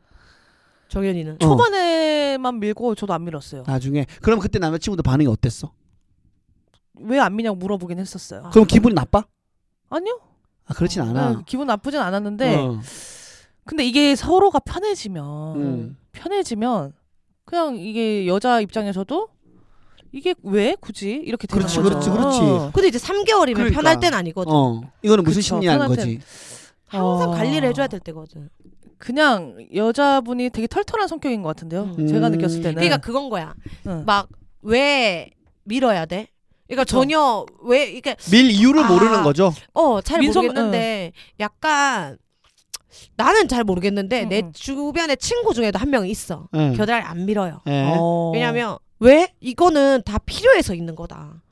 Speaker 2: 정현이는
Speaker 1: 어.
Speaker 3: 초반에만 밀고 저도 안 밀었어요.
Speaker 1: 나중에 그럼 그때 남자친구도 반응이 어땠어?
Speaker 3: 왜 안 미냐고 물어보긴 했었어요.
Speaker 1: 그럼 기분이 나빠?
Speaker 3: 아니요.
Speaker 1: 아 그렇진
Speaker 2: 어.
Speaker 3: 네,
Speaker 1: 아. 않아.
Speaker 3: 기분 나쁘진
Speaker 2: 네.
Speaker 3: 않았는데
Speaker 1: 어.
Speaker 3: 근데 이게 서로가
Speaker 2: 어.
Speaker 3: 편해지면
Speaker 1: 음.
Speaker 3: 편해지면 그냥 이게 여자 입장에서도 이게 왜 굳이 이렇게 되는
Speaker 1: 그렇지,
Speaker 3: 거죠.
Speaker 1: 그렇지, 그렇지.
Speaker 3: 어.
Speaker 2: 근데 이제 3개월이면
Speaker 1: 그러니까.
Speaker 2: 편할 땐 아니거든.
Speaker 1: 어. 이거는 무슨
Speaker 3: 그쵸,
Speaker 1: 심리한
Speaker 3: 편할
Speaker 1: 거지?
Speaker 2: 항상
Speaker 3: 어.
Speaker 2: 관리를 해줘야 될 때거든.
Speaker 3: 그냥 여자분이 되게 털털한 성격인 것 같은데요.
Speaker 2: 음.
Speaker 3: 제가 느꼈을
Speaker 1: 네.
Speaker 3: 때는.
Speaker 2: 그러니까 그건 거야.
Speaker 3: 응.
Speaker 2: 막 왜 밀어야 돼? 그러니까 전혀 왜 이게
Speaker 1: 밀 이유를
Speaker 2: 아.
Speaker 1: 모르는 거죠.
Speaker 2: 어 잘
Speaker 3: 민성-
Speaker 2: 모르겠는데 약간 나는 잘 모르겠는데
Speaker 3: 응,
Speaker 2: 내
Speaker 3: 응.
Speaker 2: 주변에 친구 중에도 한 명 있어.
Speaker 1: 예.
Speaker 2: 겨드랑이 안 밀어요.
Speaker 1: 예.
Speaker 3: 어.
Speaker 2: 왜냐면 왜 이거는 다 필요해서 있는 거다.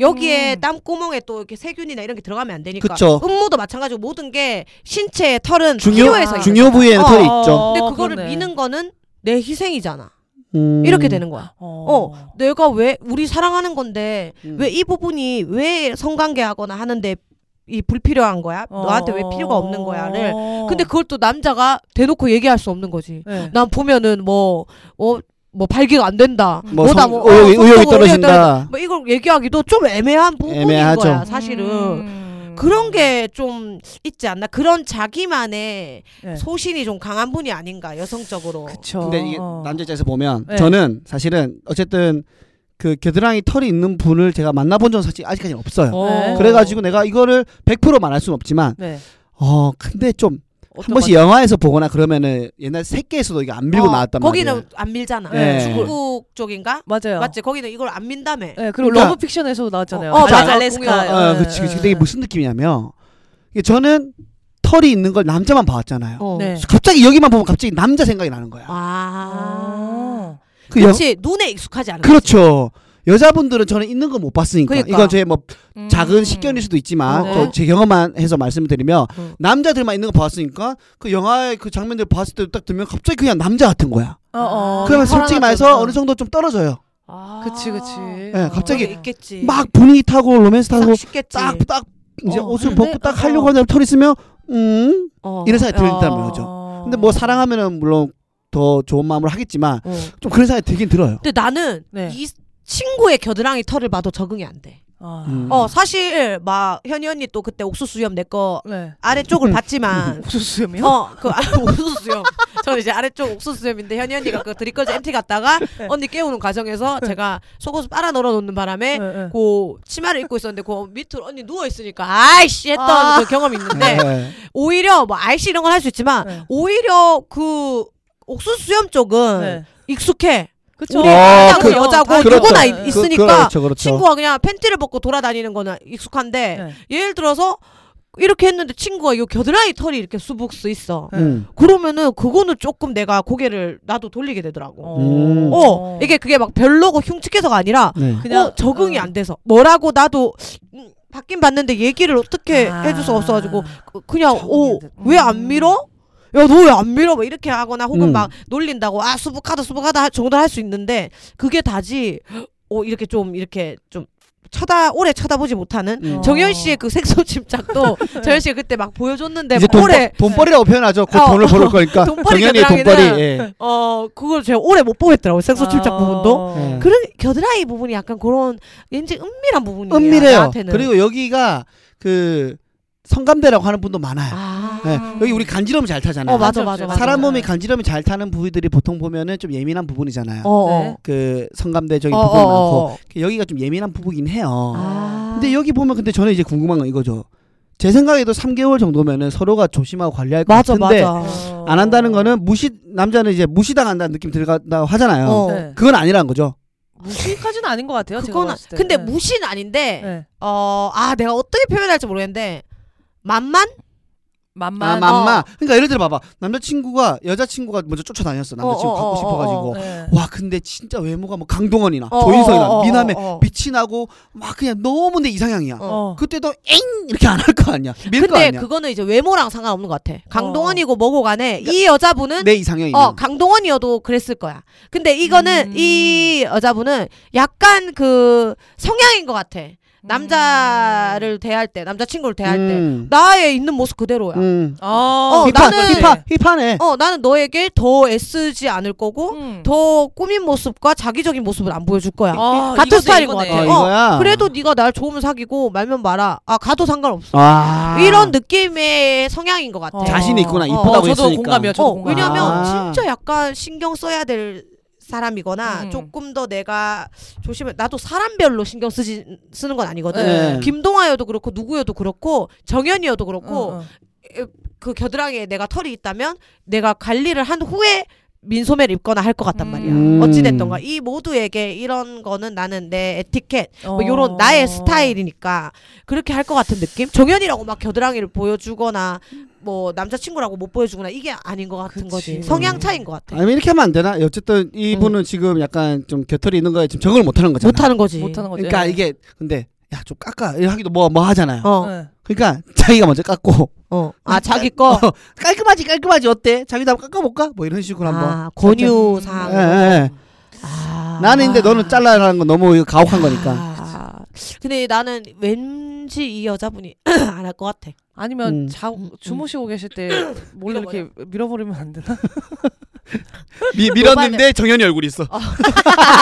Speaker 2: 여기에
Speaker 3: 음.
Speaker 2: 땀구멍에 또 이렇게 세균이나 이런 게 들어가면 안 되니까.
Speaker 1: 그쵸.
Speaker 2: 음모도 마찬가지고 모든 게 신체의 털은
Speaker 1: 중요
Speaker 2: 필요해서 있는
Speaker 1: 중요 부위에는
Speaker 2: 어,
Speaker 1: 털이
Speaker 3: 어,
Speaker 1: 있죠.
Speaker 2: 근데
Speaker 3: 어,
Speaker 2: 그거를
Speaker 3: 그러네.
Speaker 2: 미는 거는 내 희생이잖아.
Speaker 1: 음.
Speaker 2: 이렇게 되는 거야.
Speaker 3: 어.
Speaker 2: 어. 내가 왜 우리 사랑하는 건데
Speaker 1: 음.
Speaker 2: 왜 이 부분이 왜 성관계하거나 하는데 이 불필요한 거야?
Speaker 1: 어.
Speaker 2: 너한테 왜 필요가 없는 거야를. 근데 그걸 또 남자가 대놓고 얘기할 수 없는 거지.
Speaker 3: 어. 네.
Speaker 2: 난 보면은 뭐어뭐 발기가 안 된다.
Speaker 1: 뭐
Speaker 2: 뭐다
Speaker 1: 성-
Speaker 2: 뭐
Speaker 1: 의욕이-
Speaker 2: 어,
Speaker 1: 의욕이
Speaker 2: 성적으로
Speaker 1: 떨어진다.
Speaker 2: 뭐 이걸 얘기하기도 좀 애매한 부분인
Speaker 1: 애매하죠.
Speaker 2: 거야 사실은.
Speaker 3: 음.
Speaker 2: 그런 게 좀 있지 않나? 그런 자기만의
Speaker 3: 네.
Speaker 2: 소신이 좀 강한 분이 아닌가 여성적으로.
Speaker 3: 그쵸.
Speaker 1: 근데 이게
Speaker 3: 어.
Speaker 1: 남자 입장에서 보면
Speaker 3: 네.
Speaker 1: 저는 사실은 어쨌든 그 겨드랑이 털이 있는 분을 제가 만나본 적은 사실 아직까지는 없어요.
Speaker 3: 어.
Speaker 1: 그래가지고 내가 이거를 100% 말할 수는 없지만
Speaker 3: 네.
Speaker 1: 어 근데 좀 한
Speaker 3: 어떤
Speaker 1: 번씩 영화에서 보거나 그러면은 옛날 새끼에서도 이게 안 밀고
Speaker 2: 어,
Speaker 1: 나왔단
Speaker 2: 거기는
Speaker 1: 말이에요.
Speaker 2: 안 밀잖아.
Speaker 1: 네.
Speaker 2: 중국 쪽인가?
Speaker 3: 맞아요.
Speaker 2: 맞지? 거기는 이걸 안 민다며.
Speaker 3: 네, 그리고
Speaker 1: 그러니까-
Speaker 3: 러브 픽션에서도 나왔잖아요. 네.
Speaker 2: 어, 어,
Speaker 1: 맞아.
Speaker 3: 알래스카.
Speaker 1: 어, 그치, 그치. 근데 이게 무슨 느낌이냐면 이게 저는 털이 있는 걸 남자만 봐왔잖아요.
Speaker 2: 어.
Speaker 3: 네.
Speaker 1: 갑자기 여기만 보면 갑자기 남자 생각이 나는 거야.
Speaker 2: 아.
Speaker 3: 아.
Speaker 1: 그 여,
Speaker 2: 그렇지 눈에 익숙하지 않은 거지.
Speaker 1: 그렇죠. 여자분들은 저는 있는 거 못 봤으니까
Speaker 2: 그러니까.
Speaker 1: 이건 저의 뭐
Speaker 3: 음.
Speaker 1: 작은 식견일 수도 있지만
Speaker 2: 어.
Speaker 1: 또 제 경험만 해서 말씀드리면
Speaker 2: 음.
Speaker 1: 남자들만 있는 거 봤으니까 그 영화의 그 장면들 봤을 때 딱 들면 갑자기 그냥 남자 같은 거야.
Speaker 3: 어, 어.
Speaker 1: 아. 그러면
Speaker 2: 사랑하죠.
Speaker 1: 솔직히 말해서 어느 정도 좀 떨어져요.
Speaker 2: 아.
Speaker 3: 그치 어, 그치.
Speaker 1: 예, 갑자기
Speaker 2: 그게 있겠지.
Speaker 1: 막 분위기 타고 로맨스 타고
Speaker 2: 딱 쉽겠지.
Speaker 1: 딱 딱 이제
Speaker 3: 어,
Speaker 1: 옷을
Speaker 2: 근데,
Speaker 1: 벗고 딱
Speaker 2: 어,
Speaker 1: 하려고
Speaker 2: 어.
Speaker 1: 하는데 털 있으면 음
Speaker 2: 어.
Speaker 1: 이런 생각이 들다는
Speaker 2: 어.
Speaker 1: 거죠. 근데 뭐 사랑하면은 물론 더 좋은 마음으로 하겠지만
Speaker 2: 어.
Speaker 1: 좀 그런 생각이 들긴 들어요.
Speaker 2: 근데 나는
Speaker 3: 네.
Speaker 2: 이 친구의 겨드랑이 털을 봐도 적응이 안 돼.
Speaker 3: 아.
Speaker 1: 음.
Speaker 2: 어 사실 막 현이 언니 또 그때 옥수수 염 내 거
Speaker 3: 네.
Speaker 2: 아래쪽을 봤지만
Speaker 3: 옥수수염이요?
Speaker 2: 어그 아, 옥수수 염 저는 이제 아래쪽 옥수수 염인데 현이 언니가 그 드리커즈 MT 갔다가
Speaker 3: 네.
Speaker 2: 언니 깨우는 과정에서 제가 속옷을 빨아 널어 놓는 바람에
Speaker 3: 네.
Speaker 2: 그 치마를 입고 있었는데 그 밑으로 언니 누워 있으니까 아이씨 했던
Speaker 3: 아.
Speaker 2: 그 경험이 있는데
Speaker 1: 네.
Speaker 2: 오히려 뭐 아이씨 이런 건 할 수 있지만
Speaker 3: 네.
Speaker 2: 오히려 그 옥수수 수염 쪽은
Speaker 3: 네.
Speaker 2: 익숙해.
Speaker 3: 그쵸.
Speaker 2: 우리
Speaker 1: 어,
Speaker 2: 남자고
Speaker 1: 그-
Speaker 2: 여자고
Speaker 1: 그렇죠.
Speaker 2: 누구나
Speaker 3: 그-
Speaker 2: 있- 있으니까
Speaker 1: 그, 그렇죠, 그렇죠.
Speaker 2: 친구가 그냥 팬티를 벗고 돌아다니는 거는 익숙한데
Speaker 3: 네.
Speaker 2: 예를 들어서 이렇게 했는데 친구가 이 겨드랑이 털이 이렇게 수북 스 있어.
Speaker 3: 네.
Speaker 1: 음.
Speaker 2: 그러면은 그거는 조금 내가 고개를 나도 돌리게 되더라고. 어,
Speaker 1: 음.
Speaker 2: 이게 그게 막 별로고 흉측해서가 아니라
Speaker 1: 네.
Speaker 3: 그냥
Speaker 2: 어, 적응이
Speaker 3: 어.
Speaker 2: 안 돼서 뭐라고 나도 음, 받긴 봤는데 얘기를 어떻게 해줄 수 없어가지고 그- 그냥
Speaker 3: 아. 적응이 안 음. 됐다.
Speaker 2: 어왜 안 밀어? 야 너 왜 안 밀어? 막 이렇게 하거나 혹은
Speaker 1: 음.
Speaker 2: 막 놀린다고 아 수북하다 수북하다 하- 정도 할 수 있는데 그게 다지 어 이렇게 좀 이렇게 좀 쳐다 오래 쳐다보지 못하는
Speaker 1: 음.
Speaker 3: 어.
Speaker 2: 정현 씨의 그 색소 침착도 정현 씨가 그때 막 보여줬는데
Speaker 1: 이제
Speaker 2: 막 오래
Speaker 1: 돈벌, 돈벌이라고 표현하죠. 곧
Speaker 2: 네, 어.
Speaker 1: 돈을 벌을 거니까.
Speaker 2: 돈벌이
Speaker 1: 정연이의 돈벌이.
Speaker 2: 겨드랑이는
Speaker 1: 예.
Speaker 2: 어 그걸 제가 오래 못 보겠더라고 색소
Speaker 3: 어.
Speaker 2: 침착 부분도
Speaker 3: 네.
Speaker 1: 예.
Speaker 2: 그런 겨드랑이 부분이 약간 그런 왠지 은밀한 부분이야
Speaker 1: 은밀해요.
Speaker 2: 음, 나한테는.
Speaker 1: 그리고 여기가 그 성감대라고 하는 분도 많아요.
Speaker 2: 아
Speaker 1: 예. 여기 우리 간지럼 잘 타잖아요.
Speaker 2: 어, 맞아, 맞아, 네. 맞아.
Speaker 1: 사람 몸이 간지럼이 잘 타는 부위들이 보통 보면은 좀 예민한 부분이잖아요.
Speaker 2: 어,
Speaker 3: 네.
Speaker 2: 어.
Speaker 1: 그 성감대적인
Speaker 2: 어,
Speaker 1: 부분
Speaker 2: 어,
Speaker 1: 많고
Speaker 2: 어.
Speaker 1: 여기가 좀 예민한 부분이긴 해요.
Speaker 2: 아.
Speaker 1: 근데 여기 보면 근데 저는 이제 궁금한 건 이거죠. 제 생각에도 3개월 정도면은 서로가 조심하고 관리할 것
Speaker 2: 맞아
Speaker 1: 같은데 어.
Speaker 2: 맞아.
Speaker 3: 어.
Speaker 1: 안 한다는 거는 무시 남자는 이제 무시당한다는 느낌 들어간다고 하잖아요.
Speaker 2: 어.
Speaker 3: 네.
Speaker 1: 그건 아니라는 거죠.
Speaker 3: 무시까지는 아닌 것 같아요. 제가
Speaker 2: 그건 아-
Speaker 3: 봤을 때.
Speaker 2: 근데
Speaker 3: 네.
Speaker 2: 무시는 아닌데
Speaker 3: 네.
Speaker 2: 어아 내가 어떻게 표현할지 모르겠는데 만만
Speaker 1: 아,
Speaker 3: 만만.
Speaker 1: 맘마.
Speaker 2: 어.
Speaker 1: 그러니까 예를 들어 봐봐. 남자친구가 여자친구가 먼저 쫓아다녔어. 남자친구
Speaker 2: 어, 어,
Speaker 1: 갖고
Speaker 2: 어,
Speaker 1: 싶어가지고.
Speaker 2: 어,
Speaker 3: 네.
Speaker 1: 와 근데 진짜 외모가 뭐 강동원이나
Speaker 2: 어,
Speaker 1: 조인성이나
Speaker 2: 어, 어, 어,
Speaker 1: 미남의
Speaker 2: 어, 어.
Speaker 1: 빛이 나고 막 그냥 너무 내 이상형이야.
Speaker 2: 어.
Speaker 3: 어.
Speaker 1: 그때도 엥 이렇게 안 할 거 아니야. 밀 거
Speaker 2: 근데
Speaker 1: 아니야.
Speaker 2: 그거는 이제 외모랑 상관없는 것
Speaker 3: 어.
Speaker 2: 같아 강동원이고 뭐고 간에
Speaker 3: 그러니까
Speaker 2: 이 여자분은
Speaker 1: 내 이상형이야.
Speaker 2: 어 강동원이어도 그랬을 거야 근데 이거는
Speaker 3: 음.
Speaker 2: 이 여자분은 약간 그 성향인 것 같아
Speaker 3: 음.
Speaker 2: 남자를 대할 때 남자친구를 대할 때
Speaker 1: 음.
Speaker 2: 나의 있는 모습 그대로야
Speaker 1: 음.
Speaker 3: 어,
Speaker 1: 힙한,
Speaker 2: 나는-
Speaker 1: 힙한, 힙하네.
Speaker 2: 어 나는 너에게 더 애쓰지 않을 거고
Speaker 3: 음.
Speaker 2: 더 꾸민 모습과 자기적인 모습을 안 보여줄 거야
Speaker 3: 아,
Speaker 2: 같은
Speaker 3: 이거네,
Speaker 2: 스타일인 것
Speaker 3: 이거네.
Speaker 1: 어,
Speaker 2: 같아. 어,
Speaker 1: 이거야.
Speaker 2: 그래도 네가 날 좋으면 사귀고 말면 말아. 아 가도 상관없어.
Speaker 1: 아.
Speaker 2: 이런 네. 느낌의 성향인 것 같아.
Speaker 3: 어.
Speaker 1: 자신이 있구나.
Speaker 3: 어,
Speaker 1: 이쁘다고
Speaker 3: 저도
Speaker 1: 했으니까.
Speaker 3: 공감이요. 저도
Speaker 2: 어,
Speaker 3: 공감.
Speaker 2: 왜냐면
Speaker 1: 아.
Speaker 2: 진짜 약간 신경 써야 될 사람이거나
Speaker 3: 음.
Speaker 2: 조금 더 내가 조심해. 나도 사람별로 신경 쓰지 쓰는 건 아니거든.
Speaker 1: 네.
Speaker 2: 김동아여도 그렇고 누구여도 그렇고 정연이여도 그렇고
Speaker 3: 어, 어.
Speaker 2: 그 겨드랑이에 내가 털이 있다면 내가 관리를 한 후에 민소매를 입거나 할 것 같단 말이야.
Speaker 1: 음.
Speaker 2: 어찌됐던가 이 모두에게 이런 거는 나는 내 에티켓 뭐 요런
Speaker 3: 어.
Speaker 2: 나의 스타일이니까 그렇게 할 것 같은 느낌? 정연이라고 막 겨드랑이를 보여주거나 뭐 남자친구라고 못 보여주거나 이게 아닌 것 같은
Speaker 3: 그치. 음.
Speaker 2: 거지 성향 차인 것 같아
Speaker 1: 아니면 이렇게 하면 안 되나? 어쨌든 이분은 지금 약간 좀 겨털이 있는 거에 지금 적응을 못 하는 거잖아.
Speaker 2: 못하는 거지
Speaker 3: 못하는 거죠. 예.
Speaker 1: 그러니까 이게 근데 야 좀 깎아 이렇게 하기도 뭐 뭐 하잖아요.
Speaker 2: 어어아 어. 아,
Speaker 3: 네.
Speaker 1: 그러니까 자기가 먼저 깎고
Speaker 3: 음.
Speaker 2: 자기 거
Speaker 1: 어, 깔끔하지 깔끔하지 어때? 자기도 한번 깎아볼까? 뭐 이런 식으로 한번.
Speaker 2: 아, 권유사항
Speaker 1: 예, 예.
Speaker 2: 아.
Speaker 1: 나는 근데 너는 잘라라는 건 너무 이거 가혹한 거니까.
Speaker 2: 아, 근데 나는 왠지 이 여자분이 안 할 것 같아
Speaker 3: 아니면
Speaker 1: 음.
Speaker 3: 자,
Speaker 2: 음,
Speaker 3: 주무시고 계실 때 몰래 이렇게 밀어버리면 안 되나?
Speaker 1: 미, 밀었는데 정현이 얼굴이 있어.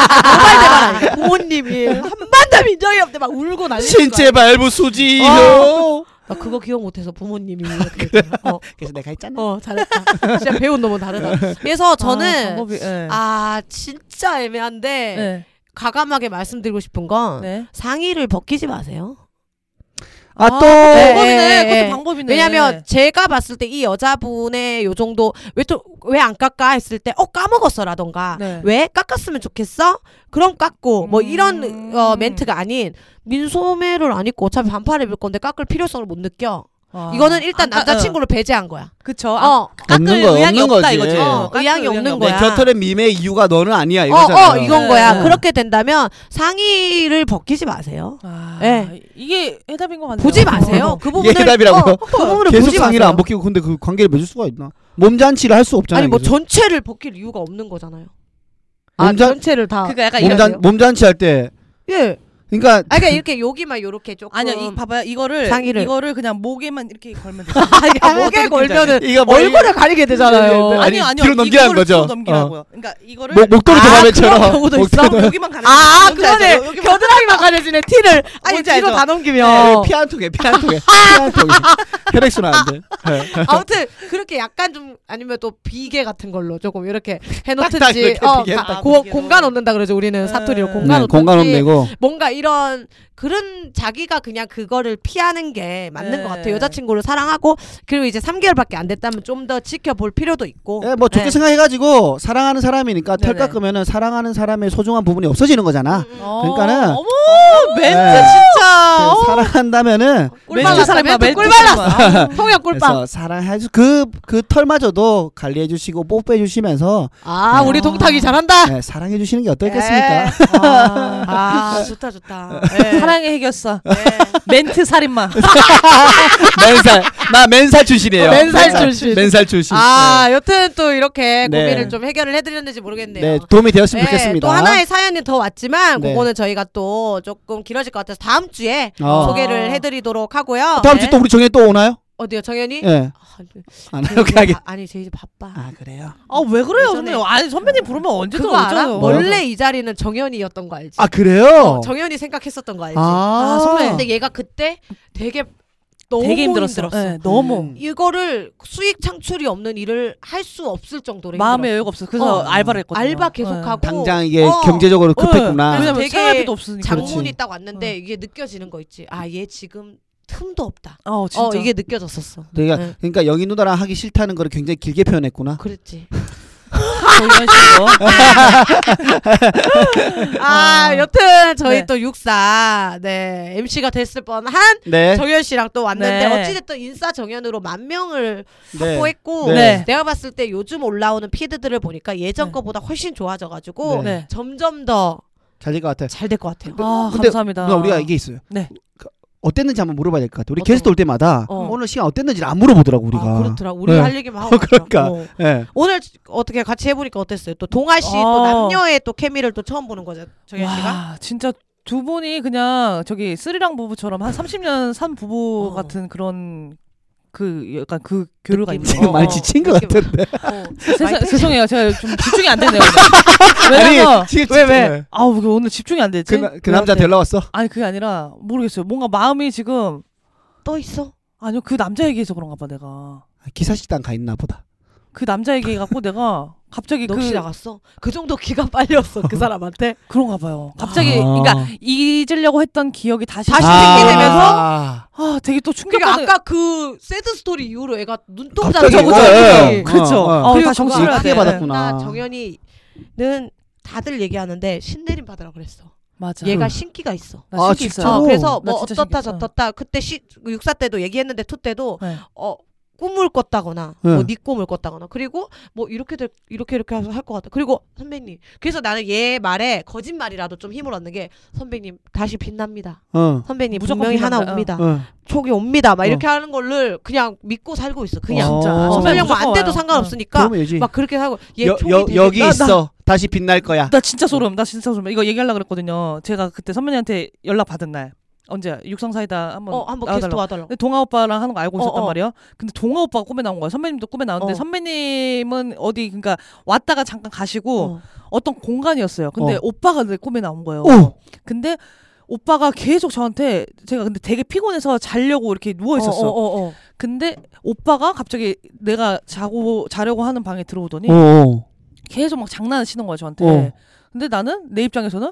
Speaker 2: 도발대발 부모님이 한반도 민정이 없대 막 울고 난리는 거야
Speaker 1: 발부 수지요.
Speaker 2: 어. 나 그거 기억 못해서 부모님이 이렇게 그랬구나. 어,
Speaker 1: 그래서 내가 했잖아.
Speaker 2: 어 잘했다. 진짜 배운 놈은 다르다. 그래서
Speaker 3: 아,
Speaker 2: 저는
Speaker 3: 방법이, 예.
Speaker 2: 아, 진짜 애매한데
Speaker 3: 네.
Speaker 2: 과감하게 말씀드리고 싶은 건
Speaker 3: 네.
Speaker 2: 상의를 벗기지 마세요.
Speaker 1: 아, 또
Speaker 3: 네,
Speaker 2: 예, 예,
Speaker 3: 방법이네.
Speaker 2: 예.
Speaker 3: 그것도 방법이네.
Speaker 2: 왜냐면 제가 봤을 때 이 여자분의 요 정도 왜또왜안 깎아 했을 때 어 까먹었어라던가
Speaker 3: 네.
Speaker 2: 왜 깎았으면 좋겠어? 그럼 깎고 뭐
Speaker 3: 음.
Speaker 2: 이런 어, 멘트가 아닌 민소매를 안 입고 어차피 반팔 입을 건데 깎을 필요성을 못 느껴.
Speaker 3: 아,
Speaker 2: 이거는 일단
Speaker 3: 안 가-
Speaker 2: 남자친구를 배제한 거야.
Speaker 3: 그쵸. 아,
Speaker 2: 어,
Speaker 3: 깎을
Speaker 1: 없는 거야,
Speaker 3: 의향이
Speaker 1: 없는
Speaker 3: 없다
Speaker 1: 거지.
Speaker 3: 이거죠.
Speaker 1: 어,
Speaker 3: 깎을
Speaker 2: 의향이 없는 거야.
Speaker 1: 내 곁털의 밈의 이유가 너는 아니야
Speaker 2: 어,
Speaker 1: 이거잖아요.
Speaker 2: 어, 이건 거야.
Speaker 3: 네.
Speaker 2: 그렇게 된다면 상의를 벗기지 마세요.
Speaker 3: 아,
Speaker 2: 예.
Speaker 3: 이게 해답인 것 같네요.
Speaker 2: 보지 마세요.
Speaker 1: 아. 이게
Speaker 2: 그 부분을
Speaker 1: 해답이라고요?
Speaker 2: 어, 그 부분을
Speaker 1: 계속
Speaker 2: 보지
Speaker 1: 상의를
Speaker 2: 마세요.
Speaker 1: 안 벗기고 근데 그 관계를 맺을 수가 있나? 몸잔치를 할 수 없잖아요.
Speaker 2: 아니 뭐
Speaker 1: 계속.
Speaker 2: 전체를 벗길 이유가 없는 거잖아요. 아
Speaker 1: 몸잔-
Speaker 2: 전체를 다.
Speaker 3: 그러니까 약간 이런.
Speaker 2: 이러세요?
Speaker 1: 몸잔 몸잔치 할 때
Speaker 2: 예.
Speaker 1: 그러니까
Speaker 2: 아 그러니까 이렇게 여기만 요렇게 조금.
Speaker 3: 아니야, 이, 봐봐요. 이거를
Speaker 2: 상의를.
Speaker 3: 이거를 그냥 목에만 이렇게 걸면 돼.
Speaker 2: 아,
Speaker 3: 뭐
Speaker 2: 목에
Speaker 3: 어떻게
Speaker 2: 걸면은
Speaker 1: 이거 뭐
Speaker 2: 얼굴을 가리게
Speaker 1: 네, 네,
Speaker 2: 되잖아요.
Speaker 1: 네.
Speaker 3: 아니요,
Speaker 1: 아니,
Speaker 3: 아니요.
Speaker 1: 뒤로 넘기라는
Speaker 3: 이거를 뒤로
Speaker 1: 거죠. 어.
Speaker 3: 넘기라고요. 그러니까 이거를
Speaker 1: 목 목도리
Speaker 2: 아,
Speaker 1: 도마뱀처럼
Speaker 2: 그런 경우도 있어?
Speaker 1: 목도리
Speaker 3: 여기만 가려.
Speaker 2: 아
Speaker 3: 뭔지 알죠?
Speaker 2: 그거네.
Speaker 3: 여기만-
Speaker 2: 겨드랑이만 가려지네 네, 티를. 아니
Speaker 3: 뭔지
Speaker 2: 뒤로
Speaker 3: 알죠?
Speaker 2: 다 넘기면.
Speaker 1: 도마뱀. 피 한 통에 피 한 통에 피 한 통에 혈액 순환 안 돼. 네.
Speaker 2: 아무튼 그렇게 약간 좀 아니면 또 비계 같은 걸로 조금 이렇게
Speaker 1: 딱딱
Speaker 2: 해놓든지
Speaker 1: 이렇게
Speaker 2: 어,
Speaker 1: 비계
Speaker 2: 가-
Speaker 3: 딱.
Speaker 2: 고,
Speaker 3: 비계로.
Speaker 2: 공간 얻는다 그러죠 우리는 사투리로
Speaker 3: 음.
Speaker 2: 공간
Speaker 1: 네,
Speaker 2: 얻든지 어.
Speaker 1: 공간 없내고
Speaker 2: 뭔가 이런 그런 자기가 그냥 그거를 피하는 게 맞는
Speaker 3: 네.
Speaker 2: 것 같아요 여자친구를 사랑하고 그리고 이제 3개월밖에 안 됐다면 좀 더 지켜볼 필요도 있고
Speaker 1: 예, 뭐 좋게
Speaker 2: 네.
Speaker 1: 생각해가지고 사랑하는 사람이니까 털
Speaker 3: 네네.
Speaker 1: 깎으면은 사랑하는 사람의 소중한 부분이 없어지는 거잖아.
Speaker 2: 음, 음.
Speaker 3: 어,
Speaker 1: 그러니까는-
Speaker 3: 어머,
Speaker 1: 네.
Speaker 3: 멘트 진짜.
Speaker 1: 그 사랑한다면은
Speaker 2: 꿀
Speaker 1: 멘트
Speaker 2: 발랐다
Speaker 3: 사람이야,
Speaker 2: 네. 멘트
Speaker 3: 멘트
Speaker 2: 꿀 발랐어 통역 꿀빵
Speaker 1: 그래서 사랑해주 그그 털마저도 관리해주시고 뽀뽀해주시면서
Speaker 2: 아
Speaker 1: 네.
Speaker 2: 우리 동탁이 잘한다
Speaker 1: 예, 사랑해주시는 게 어떨겠습니까?
Speaker 2: 예. 아, 아 좋다 좋다
Speaker 3: 네. 사랑의 해결사. 멘트 살인마.
Speaker 1: 맨살 나 맨살 출신이에요.
Speaker 2: 어, 맨살 출신.
Speaker 1: 맨살 출신.
Speaker 2: 아 여튼 또 이렇게
Speaker 1: 네.
Speaker 2: 고민을 좀 해결을 해드렸는지
Speaker 1: 네.
Speaker 2: 모르겠네요
Speaker 1: 네, 도움이 되었으면 좋겠습니다.
Speaker 2: 또 하나의 사연이 더 왔지만
Speaker 1: 네.
Speaker 2: 그거는 저희가 또 조금 길어질 것 같아서 다음 주에
Speaker 1: 어. 그
Speaker 2: 소개를 네. 해드리도록 하고요.
Speaker 1: 다음 주 또 우리 정혜 또 오나요?
Speaker 2: 어디요, 정현이?
Speaker 1: 예. 안
Speaker 2: 제 이제
Speaker 1: 이렇게 하게.
Speaker 2: 바- 네. 아니, 제 이제 바빠.
Speaker 1: 아 그래요.
Speaker 3: 아 왜 그래요
Speaker 2: 예전에-
Speaker 3: 선배님? 아니 선배님 부르면 언제든
Speaker 2: 그거 알아?
Speaker 3: 오죠.
Speaker 1: 뭐요?
Speaker 2: 원래 이 자리는 정현이였던 거 알지?
Speaker 1: 아 그래요.
Speaker 2: 어, 정현이 생각했었던 거 알지?
Speaker 1: 아,
Speaker 2: 선배. 근데 얘가 그때 되게 너무
Speaker 3: 되게 힘들었어.
Speaker 2: 힘들었어.
Speaker 3: 네, 너무
Speaker 1: 음.
Speaker 2: 이거를 수익 창출이 없는 일을 할 수 없을 정도로
Speaker 3: 마음의
Speaker 2: 힘들었어.
Speaker 3: 여유가 없어. 그래서
Speaker 2: 어.
Speaker 3: 알바를 했거든요.
Speaker 2: 알바 계속하고
Speaker 1: 당장 이게
Speaker 2: 어.
Speaker 1: 경제적으로
Speaker 3: 네.
Speaker 1: 급했구나.
Speaker 3: 왜냐면
Speaker 2: 되게
Speaker 3: 생활비도 없으니까.
Speaker 2: 장문이
Speaker 1: 그렇지.
Speaker 2: 딱
Speaker 3: 어.
Speaker 2: 왔는데 이게 느껴지는 거 있지? 아, 얘 지금 틈도 없다.
Speaker 3: 어 진짜.
Speaker 2: 어, 이게 느껴졌었어.
Speaker 1: 그러니까
Speaker 2: 네.
Speaker 1: 그러니까 영희 누나랑 하기 싫다는 걸 굉장히 길게 표현했구나.
Speaker 2: 그랬지.
Speaker 3: 이런 식으로.
Speaker 2: 아,
Speaker 3: 아.
Speaker 2: 여튼 저희
Speaker 3: 네.
Speaker 2: 또 육사 네 MC가 됐을 뻔한
Speaker 1: 네.
Speaker 2: 정현 씨랑 또 왔는데
Speaker 3: 네.
Speaker 2: 어찌됐든 인싸 정현으로 만 명을
Speaker 1: 네.
Speaker 2: 확보했고
Speaker 3: 네.
Speaker 2: 내가 봤을 때 요즘 올라오는 피드들을 보니까 예전
Speaker 3: 네.
Speaker 2: 거보다 훨씬
Speaker 1: 네.
Speaker 2: 좋아져가지고
Speaker 3: 네.
Speaker 2: 점점 더 잘
Speaker 1: 잘될 것 같아.
Speaker 2: 될 것 같아요.
Speaker 3: 아
Speaker 1: 근데
Speaker 3: 감사합니다.
Speaker 1: 누나 우리가 이게 있어요.
Speaker 3: 네.
Speaker 1: 그, 어땠는지 한번 물어봐야 될 것 같아. 우리
Speaker 2: 어떤
Speaker 1: 게스트 올 때마다
Speaker 2: 어.
Speaker 1: 오늘 시간 어땠는지를 안 물어보더라고 우리가.
Speaker 2: 아, 그렇더라. 우리
Speaker 1: 네.
Speaker 2: 할 얘기만 하고
Speaker 1: 그러니까.
Speaker 2: 가더라고.
Speaker 1: 예.
Speaker 2: 오늘 어떻게 같이 해보니까 어땠어요? 또 동아 씨 또
Speaker 3: 아.
Speaker 2: 남녀의 또 케미를 또 처음 보는 거죠, 정현 씨가.
Speaker 3: 와 진짜 두 분이 그냥 저기 스리랑 부부처럼 한 30년 산 부부
Speaker 2: 어.
Speaker 3: 같은 그런 그 약간 그 교류가
Speaker 2: 느낌.
Speaker 3: 있는.
Speaker 1: 지금
Speaker 2: 어,
Speaker 1: 많이
Speaker 2: 어.
Speaker 1: 지친 것
Speaker 2: 이렇게
Speaker 1: 같은데.
Speaker 2: 어.
Speaker 3: 세상-
Speaker 2: 많이
Speaker 3: 죄송해요. 제가 좀 집중이 안 되네요. 오늘. 왜냐면
Speaker 1: 지금 네.
Speaker 3: 왜 왜? 아우 그 오늘 집중이 안 되지.
Speaker 1: 그, 나- 그 남자 데려 왔어.
Speaker 3: 아니 그게 아니라 모르겠어요. 뭔가 마음이 지금
Speaker 2: 또 있어?
Speaker 3: 아니요 그 남자 얘기해서 그런가 봐 내가
Speaker 1: 기사 식당 가 있나 보다.
Speaker 3: 그 남자 얘기 갖고 내가 갑자기 그
Speaker 2: 넋이 나갔어? 그 정도 기간 빨렸어 그 사람한테?
Speaker 3: 그런가 봐요. 갑자기
Speaker 1: 아.
Speaker 3: 그러니까 잊으려고 했던 기억이 다시
Speaker 2: 다시
Speaker 3: 아.
Speaker 2: 생기게 되면서?
Speaker 1: 아.
Speaker 3: 아 되게
Speaker 2: 그러니까
Speaker 3: 또 충격받는
Speaker 2: 아까 그 새드 스토리 이후로 애가 눈동자
Speaker 1: 갑자기
Speaker 2: 그리고
Speaker 1: 어,
Speaker 2: 정연이.
Speaker 1: 예.
Speaker 3: 그렇죠.
Speaker 1: 어, 어.
Speaker 3: 네. 어,
Speaker 2: 그리고
Speaker 3: 다 정신을
Speaker 2: 그거
Speaker 3: 해야
Speaker 1: 크게
Speaker 3: 돼.
Speaker 1: 받았구나.
Speaker 2: 나 정연이는 다들 얘기하는데 신내림 받으라 그랬어.
Speaker 3: 맞아.
Speaker 2: 얘가 신기가 있어.
Speaker 3: 나
Speaker 1: 아,
Speaker 3: 신기
Speaker 1: 진짜?
Speaker 3: 있어요.
Speaker 2: 어,
Speaker 1: 오.
Speaker 2: 그래서 뭐
Speaker 3: 나 진짜
Speaker 2: 어떻다
Speaker 3: 신기했어.
Speaker 2: 저떻다 그때 시, 육사 때도 얘기했는데 투 때도
Speaker 3: 네.
Speaker 2: 어 꿈을 꿨다거나
Speaker 1: 네.
Speaker 2: 뭐네 꿈을 꿨다거나 그리고 뭐 이렇게 될 이렇게 이렇게 해서 할 것 같다. 그리고 선배님 그래서 나는 얘 말에 거짓말이라도 좀 힘을 얻는 게 선배님 다시 빛납니다.
Speaker 1: 어.
Speaker 2: 선배님
Speaker 3: 무조건
Speaker 2: 분명히 하나
Speaker 3: 빛난다. 어.
Speaker 2: 옵니다.
Speaker 1: 어.
Speaker 2: 촉이 옵니다. 막
Speaker 1: 어.
Speaker 2: 이렇게 하는 거를 그냥 믿고 살고 있어. 그냥.
Speaker 1: 어.
Speaker 3: 아, 진짜
Speaker 1: 어.
Speaker 3: 정말
Speaker 2: 설령 뭐안
Speaker 3: 무서워요.
Speaker 2: 돼도
Speaker 3: 어.
Speaker 2: 상관없으니까
Speaker 1: 그러면 여지.
Speaker 2: 막 그렇게 하고 얘
Speaker 1: 예. 여,
Speaker 2: 촉이
Speaker 1: 여,
Speaker 2: 되게
Speaker 1: 여기
Speaker 2: 나- 나-
Speaker 1: 있어. 다시 빛날 거야.
Speaker 3: 나 진짜 소름. 나 진짜 소름. 이거 얘기하려 그랬거든요. 제가 그때 선배님한테 연락 받은 날 언제 육성사이다 한번
Speaker 2: 어, 한번
Speaker 3: 나와달라고.
Speaker 2: 게스트 와달라고.
Speaker 3: 근데 동아 오빠랑 하는 거 알고
Speaker 2: 어,
Speaker 3: 있었단
Speaker 2: 어.
Speaker 3: 말이야. 근데 동아 오빠가 꿈에 나온 거야. 선배님도 꿈에 나오는데
Speaker 2: 어.
Speaker 3: 선배님은 어디 그러니까 왔다가 잠깐 가시고
Speaker 2: 어.
Speaker 3: 어. 떤 공간이었어요. 근데
Speaker 1: 어.
Speaker 3: 오빠가 내 꿈에 나온 거예요.
Speaker 1: 오.
Speaker 3: 근데 오빠가 계속 저한테 제가 근데 되게 피곤해서 자려고 이렇게 누워 있었어.
Speaker 2: 어, 어, 어, 어.
Speaker 3: 근데 오빠가 갑자기 내가 자고 자려고 하는 방에 들어오더니
Speaker 1: 오. 오.
Speaker 3: 계속 막 장난을 치는 거야 저한테.
Speaker 1: 어.
Speaker 3: 근데 나는 내 입장에서는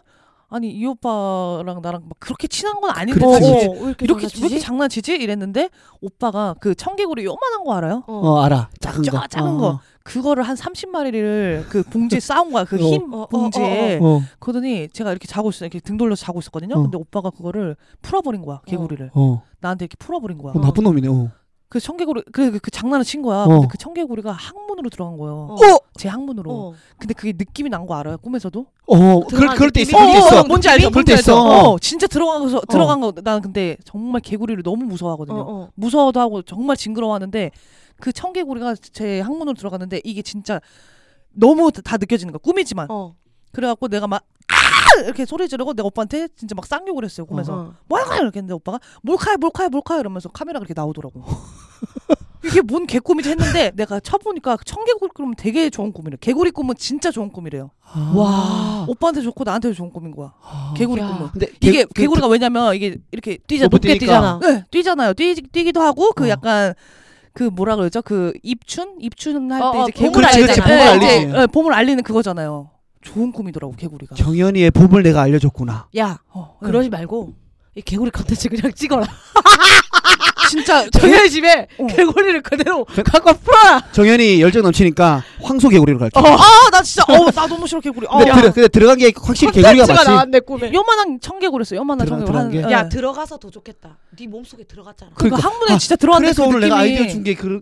Speaker 3: 아니 이 오빠랑 나랑 막 그렇게 친한 건 아닌데
Speaker 1: 그렇지.
Speaker 3: 지금
Speaker 1: 어,
Speaker 2: 왜 이렇게
Speaker 3: 이렇게
Speaker 2: 장난치지?
Speaker 3: 왜 이렇게 장난치지 이랬는데 오빠가 그 청개구리 요만한 거 알아요?
Speaker 2: 어.
Speaker 1: 어 알아. 작은
Speaker 3: 저-
Speaker 1: 거.
Speaker 3: 작은
Speaker 1: 어.
Speaker 3: 거. 그거를 한 30마리를 그 봉지에 싸온 거야. 그 흰
Speaker 2: 어, 어,
Speaker 3: 봉지에.
Speaker 1: 어. 어.
Speaker 3: 그러더니 제가 이렇게 자고 있었어요. 이렇게 등 돌려서 자고 있었거든요.
Speaker 1: 어.
Speaker 3: 근데 오빠가 그거를 풀어버린 거야. 개구리를.
Speaker 1: 어.
Speaker 3: 나한테 이렇게 풀어버린 거야.
Speaker 1: 나쁜 놈이네. 어.
Speaker 3: 그 청개구리 그, 그, 그 장난을 친 거야. 근데
Speaker 1: 어.
Speaker 3: 그 청개구리가 항문으로 들어간 거예요.
Speaker 2: 어.
Speaker 3: 제 항문으로.
Speaker 4: 어.
Speaker 3: 근데 그게 느낌이 난 거 알아요? 꿈에서도?
Speaker 1: 어, 그럴, 그럴 때 있어.
Speaker 2: 어,
Speaker 1: 그럴 때
Speaker 2: 어,
Speaker 1: 있어.
Speaker 2: 어,
Speaker 3: 뭔지 알죠?
Speaker 1: 그럴
Speaker 3: 뭔지
Speaker 1: 때
Speaker 3: 알죠?
Speaker 1: 있어.
Speaker 3: 어, 진짜 들어가서 들어간 거. 난 근데 정말 개구리를 너무
Speaker 4: 어,
Speaker 3: 무서워하거든요.
Speaker 4: 어.
Speaker 3: 무서워도 하고 정말 징그러워하는데 그 청개구리가 제 항문으로 들어갔는데 이게 진짜 너무 다 느껴지는 거야. 꿈이지만.
Speaker 4: 어.
Speaker 3: 그래갖고 내가 막 아! 이렇게 소리 지르고 내 오빠한테 진짜 막 쌍욕을 했어요. 꿈에서.
Speaker 4: 어.
Speaker 3: 뭐야 이렇게 했는데 오빠가 몰카야 몰카야 몰카야 이러면서 카메라가 이렇게 나오더라고 이게 뭔 개꿈이지 했는데 내가 쳐보니까 청개구리 꿈은 되게 좋은 꿈이래 개구리 꿈은 진짜 좋은 꿈이래요
Speaker 1: 와.
Speaker 3: 오빠한테 좋고 나한테도 좋은 꿈인 아. 거야 개구리 꿈은
Speaker 1: 근데
Speaker 3: 이게
Speaker 1: 개-
Speaker 3: 개구리가 왜냐면 이게 이렇게 뛰자
Speaker 1: 높게 뛰니까.
Speaker 3: 높게 뛰잖아 네, 뛰잖아요 뛰, 뛰기도 하고 그
Speaker 1: 어.
Speaker 3: 약간 그 뭐라 그러죠 그 입춘 입춘 할 때
Speaker 4: 어, 어, 봄을
Speaker 3: 이제 개구리
Speaker 4: 그렇지,
Speaker 1: 그렇지,
Speaker 3: 알잖아요.
Speaker 1: 봄을
Speaker 3: 네,
Speaker 1: 알리지.
Speaker 3: 이제, 네, 봄을 알리는 그거잖아요 좋은 꿈이더라고 개구리가
Speaker 1: 경연이의 봄을 내가 알려줬구나.
Speaker 2: 야
Speaker 3: 어, 네.
Speaker 2: 그러지 말고 이 개구리 컨텐츠 그냥 찍어라.
Speaker 3: 진짜
Speaker 2: 정현 집에
Speaker 3: 어.
Speaker 2: 개구리를 그대로 갖고 풀어라.
Speaker 1: 정연이 열정 넘치니까 황소 개구리로 갈게.
Speaker 3: 아나 진짜 어나 너무 어. 싫어 개구리 아,
Speaker 1: 근데, 어. 네, 들어, 근데 들어간 게 확실히 개구리가
Speaker 2: 컨텐츠가
Speaker 1: 맞지.
Speaker 2: 나왔네 꿈에.
Speaker 3: 요만한 청개구리였어. 요만한
Speaker 1: 들어-
Speaker 3: 청개구리.
Speaker 1: 들어간
Speaker 3: 한-
Speaker 1: 게?
Speaker 2: 야
Speaker 3: 예.
Speaker 2: 들어가서 더 좋겠다. 네 몸속에 들어갔잖아.
Speaker 3: 그
Speaker 1: 그러니까.
Speaker 3: 항문에
Speaker 1: 아,
Speaker 3: 진짜 들어왔는데
Speaker 1: 그래서
Speaker 3: 그
Speaker 1: 오늘 내가
Speaker 3: 느낌이-
Speaker 1: 아이디어 준 게 그,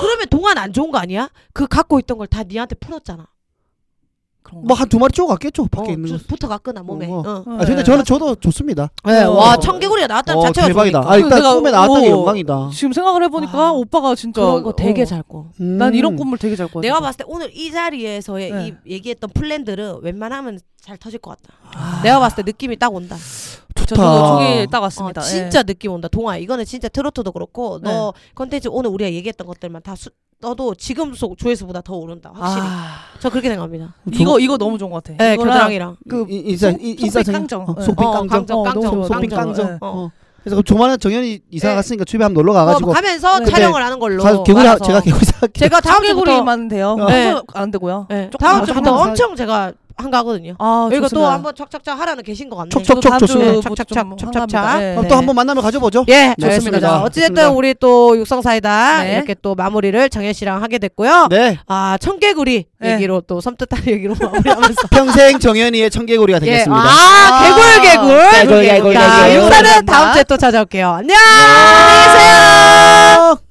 Speaker 2: 그러면 동안 안 좋은 거 아니야? 그 갖고 있던 걸 다 니한테 풀었잖아.
Speaker 3: 그런가?
Speaker 1: 뭐한 두 마리 쪼갔겠죠 밖에
Speaker 2: 어,
Speaker 1: 있는 거.
Speaker 2: 주- 붙어갔거나 몸에.
Speaker 1: 어,
Speaker 2: 어.
Speaker 3: 네.
Speaker 1: 아, 근데 저는 저도 좋습니다.
Speaker 2: 네,
Speaker 3: 어.
Speaker 2: 와 청개구리가 나왔다는
Speaker 1: 어,
Speaker 2: 자체가
Speaker 1: 대박이다.
Speaker 2: 좋으니까.
Speaker 1: 아, 일단
Speaker 3: 내가-
Speaker 1: 꿈에 나왔다는 게
Speaker 3: 어.
Speaker 1: 영광이다.
Speaker 3: 지금 생각을 해보니까
Speaker 2: 와.
Speaker 3: 오빠가 진짜
Speaker 2: 그런 거 되게
Speaker 3: 어.
Speaker 2: 잘 꿔.
Speaker 1: 음.
Speaker 3: 난 이런 꿈을 되게 잘 꿔.
Speaker 2: 어, 내가 봤을 때 오늘 이 자리에서의
Speaker 3: 네.
Speaker 2: 이 얘기했던 플랜들은 웬만하면 잘 터질 것 같다.
Speaker 3: 아,
Speaker 2: 내가 봤을 때 느낌이 딱 온다.
Speaker 3: 저도 저기 딱
Speaker 2: 어,
Speaker 3: 왔습니다. 예.
Speaker 2: 진짜 느낌 온다. 동아 이거는 진짜 트로트도 그렇고 너 컨텐츠 오늘 우리가 얘기했던 것들만 다 수, 떠도 지금 속 조회수보다 더 오른다. 확실히.
Speaker 3: 아, 예,
Speaker 2: 저 그렇게 생각합니다.
Speaker 3: 이거 이거 너무 좋은 것 같아.
Speaker 2: 네,
Speaker 3: 이거랑
Speaker 2: 교당이랑.
Speaker 1: 그
Speaker 3: 그
Speaker 1: 인사
Speaker 3: 속-
Speaker 1: 인-
Speaker 3: 속빛
Speaker 1: 인사
Speaker 3: 깡정.
Speaker 1: 어,
Speaker 3: 예.
Speaker 1: 속빛
Speaker 2: 어,
Speaker 1: 깡정.
Speaker 2: 깡정,
Speaker 3: 어, 너무
Speaker 2: 깡정,
Speaker 3: 좋아,
Speaker 1: 속빛
Speaker 3: 깡정.
Speaker 1: 깡정.
Speaker 3: 예.
Speaker 2: 어.
Speaker 1: 어. 그래서 그럼 조만간 정연이 이사
Speaker 2: 네.
Speaker 1: 갔으니까 주변에 한번 놀러
Speaker 2: 어,
Speaker 1: 가가지고
Speaker 2: 가면서
Speaker 3: 네.
Speaker 2: 촬영을 하는 걸로.
Speaker 1: 사- 개구리 하,
Speaker 2: 알아서. 네,
Speaker 1: 제가 개구리 사갈게.
Speaker 2: 제가 다음 주부터
Speaker 3: 청개구리만 돼요.
Speaker 2: 네.
Speaker 3: 네. 안 되고요.
Speaker 2: 네,
Speaker 3: 조금
Speaker 2: 다음
Speaker 1: 더
Speaker 2: 주부터
Speaker 1: 조금 더
Speaker 2: 엄청 제가 한가거든요.
Speaker 3: 아,
Speaker 2: 이거 또
Speaker 3: 좋습니다.
Speaker 2: 한번 착착착 하라는 계신 것 같네.
Speaker 1: 척척. 촉촉촉
Speaker 3: 다음
Speaker 1: 좋습니다.
Speaker 3: 주부터
Speaker 2: 착착착,
Speaker 3: 좀
Speaker 2: 착착착.
Speaker 3: 환갑니다. 예.
Speaker 1: 그럼 또 한번 만남을 가져보죠.
Speaker 2: 예,
Speaker 1: 네,
Speaker 2: 좋습니다.
Speaker 1: 좋습니다.
Speaker 2: 어쨌든
Speaker 1: 좋습니다.
Speaker 2: 우리 또 육성사이다
Speaker 3: 네.
Speaker 2: 이렇게 또 마무리를 정현 씨랑 하게 됐고요.
Speaker 1: 네.
Speaker 2: 아 청개구리
Speaker 3: 네.
Speaker 2: 얘기로 또 섬뜩한 얘기로 마무리하면서
Speaker 1: 평생 정연이의 청개구리가 되겠습니다.
Speaker 2: 예. 아 개굴 개굴.
Speaker 1: 개굴, 개굴,
Speaker 2: 자,
Speaker 1: 개굴.
Speaker 2: 육사는
Speaker 3: 감사합니다.
Speaker 2: 다음 주에 또 찾아올게요. 안녕. 안녕히 계세요.